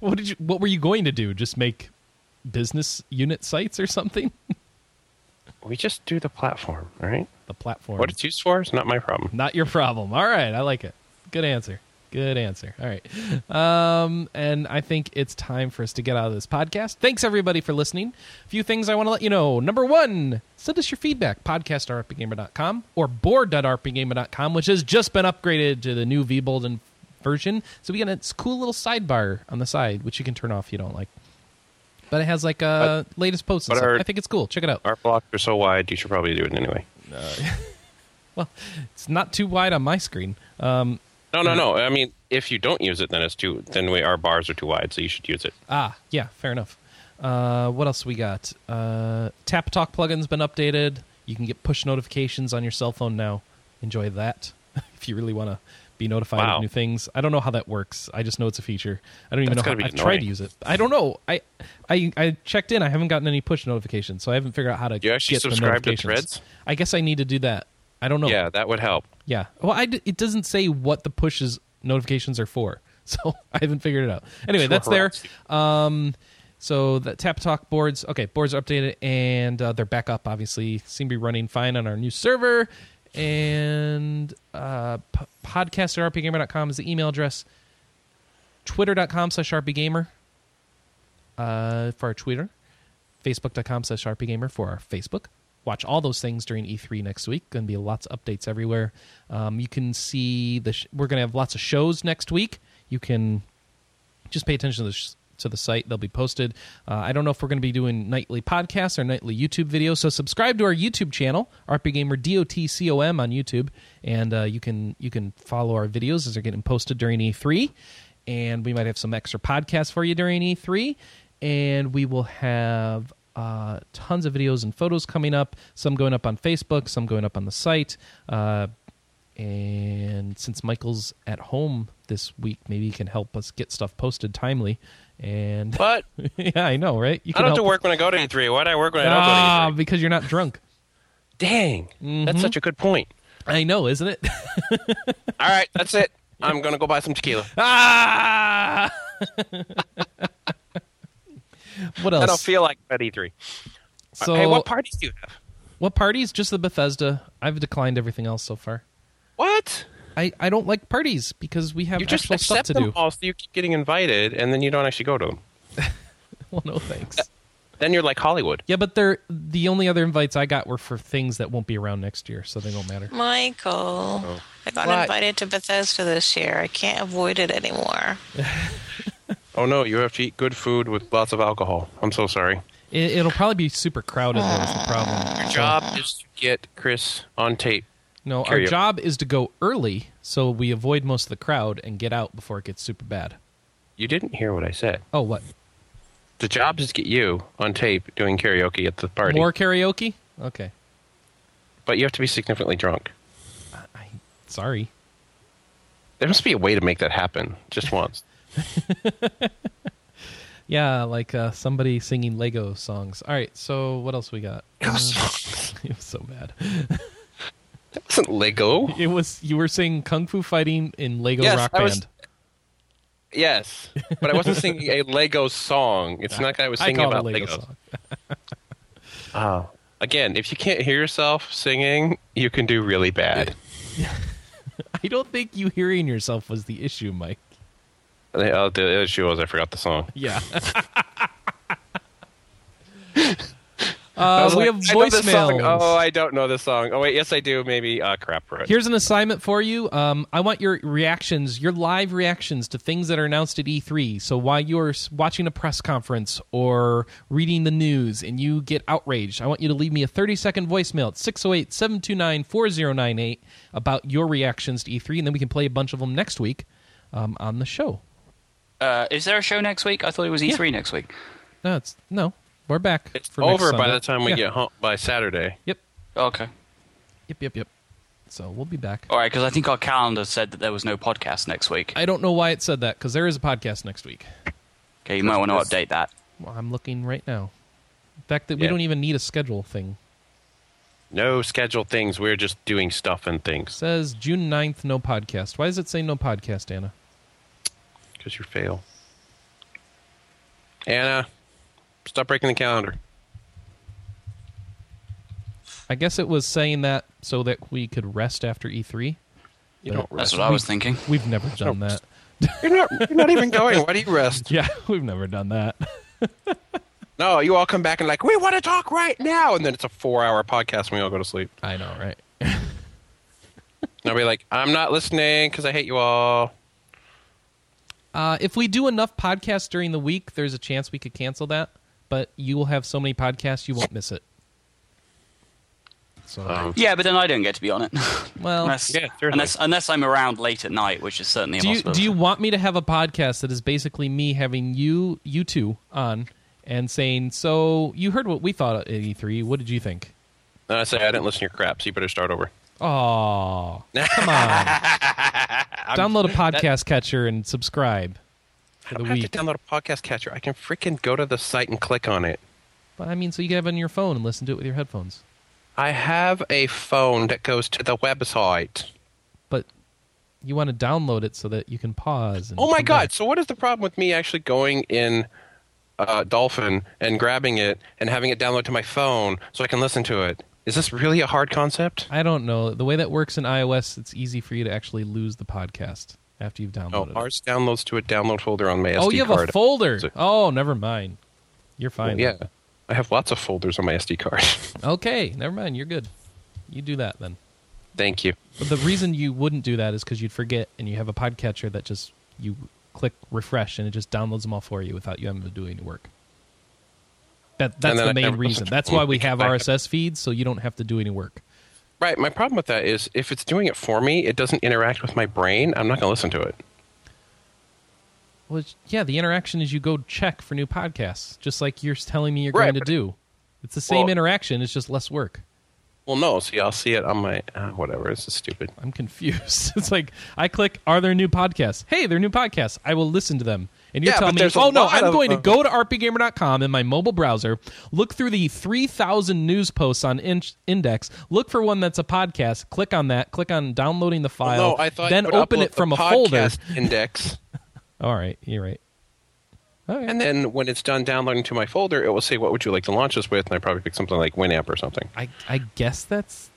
S1: what did you? What were you going to do? Just make business unit sites or something?
S3: We just do the platform, all right?
S1: The platform.
S3: What it's used for is not my problem.
S1: Not your problem. All right, I like it. Good answer. Good answer. All right. Um, and I think it's time for us to get out of this podcast. Thanks everybody for listening. A few things I want to let you know. Number one, send us your feedback, podcast.rpgamer.com or board.rpgamer.com, which has just been upgraded to the new V Bolden version. So we got a cool little sidebar on the side, which you can turn off if you don't like. But it has like uh latest posts. and
S3: but
S1: stuff.
S3: our-
S1: I think it's cool. Check it out.
S3: Our blocks are so wide, you should probably do it anyway.
S1: Well, it's not too wide on my screen. Um,
S3: No, no, no. I mean, if you don't use it, then it's too. Then we, our bars are too wide, so you should use it.
S1: Ah, yeah, fair enough. Uh, what else we got? Uh, Tap Talk plugin's been updated. You can get push notifications on your cell phone now. Enjoy that if you really want to be notified
S3: Wow.
S1: of new things. I don't know how that works. I just know it's a feature. I don't even
S3: That's
S1: know. How,
S3: gotta be
S1: I've tried to
S3: annoying.
S1: use it. I don't know. I, I I checked in. I haven't gotten any push notifications, so I haven't figured out how to.
S3: You actually
S1: get the
S3: subscribe to
S1: notifications.
S3: Threads?
S1: I guess I need to do that. I don't know.
S3: Yeah, that would help.
S1: Yeah. Well, I d- it doesn't say what the pushes notifications are for, so I haven't figured it out. Anyway, that's there. Um, so the Tap Talk boards, okay, boards are updated and uh, they're back up. Obviously, seem to be running fine on our new server. And uh, p- podcast at rpgamer.com is the email address. Twitter.com slash rpgamer uh, for our Twitter, facebook.com slash rpgamer for our Facebook. Watch all those things during E3 next week. Going to be lots of updates everywhere. Um, you can see the sh- we're going to have lots of shows next week. You can just pay attention to the, sh- to the site; they'll be posted. Uh, I don't know if we're going to be doing nightly podcasts or nightly YouTube videos, so subscribe to our YouTube channel, RP Gamer DOTCOM on YouTube, and uh, you can you can follow our videos as they're getting posted during E3, and we might have some extra podcasts for you during E3, and we will have. Uh, tons of videos and photos coming up. Some going up on Facebook, some going up on the site. Uh, and since Michael's at home this week, maybe he can help us get stuff posted timely. And
S3: But
S1: yeah, I know, right? You
S3: I
S1: can
S3: don't have to
S1: help-
S3: work when I go to E3. Why do I work when I don't
S1: Ah,
S3: go to E3?
S1: because you're not drunk.
S3: Dang, that's such a good point.
S1: I know, isn't it?
S3: All right, that's it. I'm gonna go buy some tequila.
S1: ah! what
S3: I don't
S1: else?
S3: feel like at E3.
S1: so,
S3: hey, what parties do you have?
S1: what parties? Just the Bethesda. I've declined everything else so far.
S3: What?
S1: I, I don't like parties because we have
S3: You just
S1: actual stuff
S3: accept
S1: to
S3: them
S1: do.
S3: all, so you keep getting invited, and then you don't actually go to them.
S1: Well, no thanks.
S3: Then you're like Hollywood.
S1: Yeah, but they're the only other invites I got were for things that won't be around next year, so they don't matter.
S2: Michael, I got
S3: What?
S2: invited to Bethesda this year. I can't avoid it anymore.
S3: Oh no, you have to eat good food with lots of alcohol. I'm so sorry.
S1: It, it'll probably be super crowded. Though, is the problem.
S3: Job is to get Chris on tape.
S1: No, our
S3: Carry on.
S1: job is to go early so we avoid most of the crowd and get out before it gets super bad.
S3: You didn't hear what I said.
S1: Oh, what?
S3: The job is to get you on tape doing karaoke at the party,
S1: More karaoke? Okay.
S3: but you have to be significantly drunk.
S1: I, sorry.
S3: There must be a way to make that happen just once.
S1: Yeah, like uh, somebody singing Lego songs. All right. So what else we got? it was so bad.
S3: that wasn't Lego.
S1: It was you were singing kung fu fighting in Lego
S3: Yes,
S1: Rock
S3: I
S1: Band.
S3: was- Yes, but I wasn't singing a Lego song. It's not like I was
S1: I
S3: singing
S1: call it a
S3: about
S1: Lego
S3: Legos.
S1: song.
S3: Oh. Again, if you can't hear yourself singing, you can do really bad.
S1: I don't think you hearing yourself was the issue, Mike.
S3: The, uh, the issue was I forgot the song.
S1: Yeah.
S3: I
S1: uh,
S3: was
S1: we
S3: like,
S1: have
S3: I know this song.
S1: voicemails.
S3: Oh, I don't know this song. Oh wait, yes I do. Maybe uh, crap. Right.
S1: Here's an assignment for you. Um, I want your reactions, your live reactions to things that are announced at E3. So while you're s- watching a press conference or reading the news and you get outraged, I want you to leave me a 30 second voicemail at 608 729 4098 about your reactions to E3, and then we can play a bunch of them next week um, on the show.
S4: Uh, is there a show next week? I thought it was E3 next week.
S1: No, it's no, we're back.
S3: It's
S1: for next
S3: over by
S1: Sunday.
S3: the time we
S1: Yeah.
S3: get home by Saturday.
S1: Yep,
S4: Okay.
S1: yep, yep, yep. So we'll be back.
S4: All right, because I think our calendar said that there was no podcast next week.
S1: I don't know why it said that because there is a podcast next week.
S4: Okay, you might want to update that.
S1: Well, I'm looking right now. In fact, that we
S3: Yeah.
S1: don't even need a schedule thing.
S3: No scheduled things. We're just doing stuff and things
S1: says June 9th, no podcast. Why does it say no podcast, Anna?
S3: because you fail. Anna, stop breaking the calendar.
S1: I guess it was saying that so that we could rest after E E3.
S3: You don't
S4: That's
S3: rest.
S4: what I was thinking.
S1: We've never done that.
S3: You're not, you're not even going. Why do you rest?
S1: Yeah, we've never done that.
S3: No, you all come back and like, we want to talk right now. And then it's a four hour podcast when we all go to sleep.
S1: I know, right?
S3: And I'll be like, I'm not listening because I hate you all.
S1: Uh, if we do enough podcasts during the week, there's a chance we could cancel that. But you will have so many podcasts, you won't miss it. So,
S3: Um,
S4: Yeah, but then I don't get to be on it.
S1: well,
S4: unless,
S3: yeah, certainly.
S4: unless, unless I'm around late at night, which is certainly a
S1: do you
S4: possibility.
S1: do you want me to have a podcast that is basically me having you you two on and saying, so you heard what we thought at E3? What did you think?
S3: And I say, I didn't listen to your crap, so you better start over.
S1: Oh, come on! Download a podcast catcher and subscribe for the
S3: I don't have
S1: week.
S3: to download a podcast catcher. I can freaking go to the site and click on it.
S1: But I mean, so you can have it on your phone and listen to it with your headphones.
S3: I have a phone that goes to the website.
S1: But you want to download it so that you can pause. And
S3: Oh my
S1: come
S3: god!
S1: back.
S3: So what is the problem with me actually going in uh, Dolphin and grabbing it and having it download to my phone so I can listen to it? Is this really a hard concept?
S1: I don't know the way that works in iOS. It's easy for you to actually lose the podcast after you've
S3: No,
S1: downloaded. it.
S3: Oh, ours downloads to a download folder on my SD
S1: oh, you have
S3: card.
S1: a folder.
S3: So-
S1: Oh, never mind. You're fine.
S3: yeah, I have lots of folders on my SD card.
S1: Okay, never mind. You're good. You do that then.
S3: Thank you.
S1: But the reason you wouldn't do that is because you'd forget, and you have a podcatcher that just you click refresh and it just downloads them all for you without you having to do any work. That that's
S3: And then
S1: the
S3: I
S1: main
S3: never-
S1: reason. That's why we have RSS feeds, so you don't have to do any work.
S3: Right. My problem with that is if it's doing it for me, it doesn't interact with my brain. I'm not going to listen to it.
S1: Well, it's- yeah, the interaction is you go check for new podcasts, just like you're telling me you're
S3: Right,
S1: going to
S3: but-
S1: do. It's the same
S3: Well-
S1: interaction. It's just less work.
S3: Well, no. See, I'll see it on my uh, whatever. This is stupid.
S1: I'm confused. It's like I click, are there new podcasts? Hey, there are new podcasts. I will listen to them. And you're
S3: Yeah,
S1: telling
S3: but
S1: me,
S3: there's a
S1: oh no,
S3: lot
S1: I'm
S3: of
S1: going to
S3: them.
S1: go to rpgamer.com in my mobile browser, look through the 3,000 news posts on in- Index, look for one that's a podcast, click on that, click on downloading the file,
S3: Well, Oh, no, I thought
S1: then
S3: you would
S1: open
S3: upload
S1: it from
S3: the
S1: a folder.
S3: podcast index.
S1: All right, you're right. All right.
S3: And then when it's done downloading to my folder, it will say, "What would you like to launch this with?" And I probably pick something like Winamp or something.
S1: I, I guess that's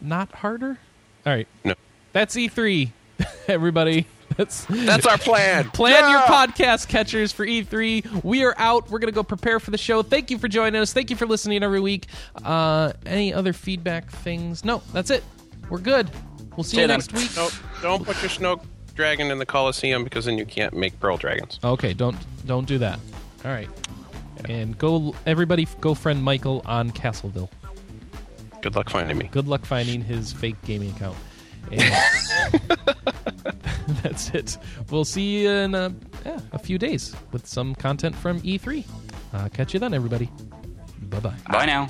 S1: not harder. All right.
S3: No,
S1: That's E3, everybody. That's
S3: that's our plan.
S1: Plan your podcast catchers for E3. We are out. We're going to go prepare for the show. Thank you for joining us. Thank you for listening every week. Uh, any other feedback things? No, that's it. We're good. We'll see you
S4: then.
S1: next week.
S3: No, don't put your snow dragon in the Colosseum because then you can't make pearl dragons.
S1: Okay, don't don't do that. All right. And go everybody go friend Michael on Castleville.
S3: Good luck finding me.
S1: Good luck finding his fake gaming account. And that's it. We'll see you in uh, yeah, a few E days with some content from E3. Uh, catch you then, everybody. Bye bye.
S4: Bye now.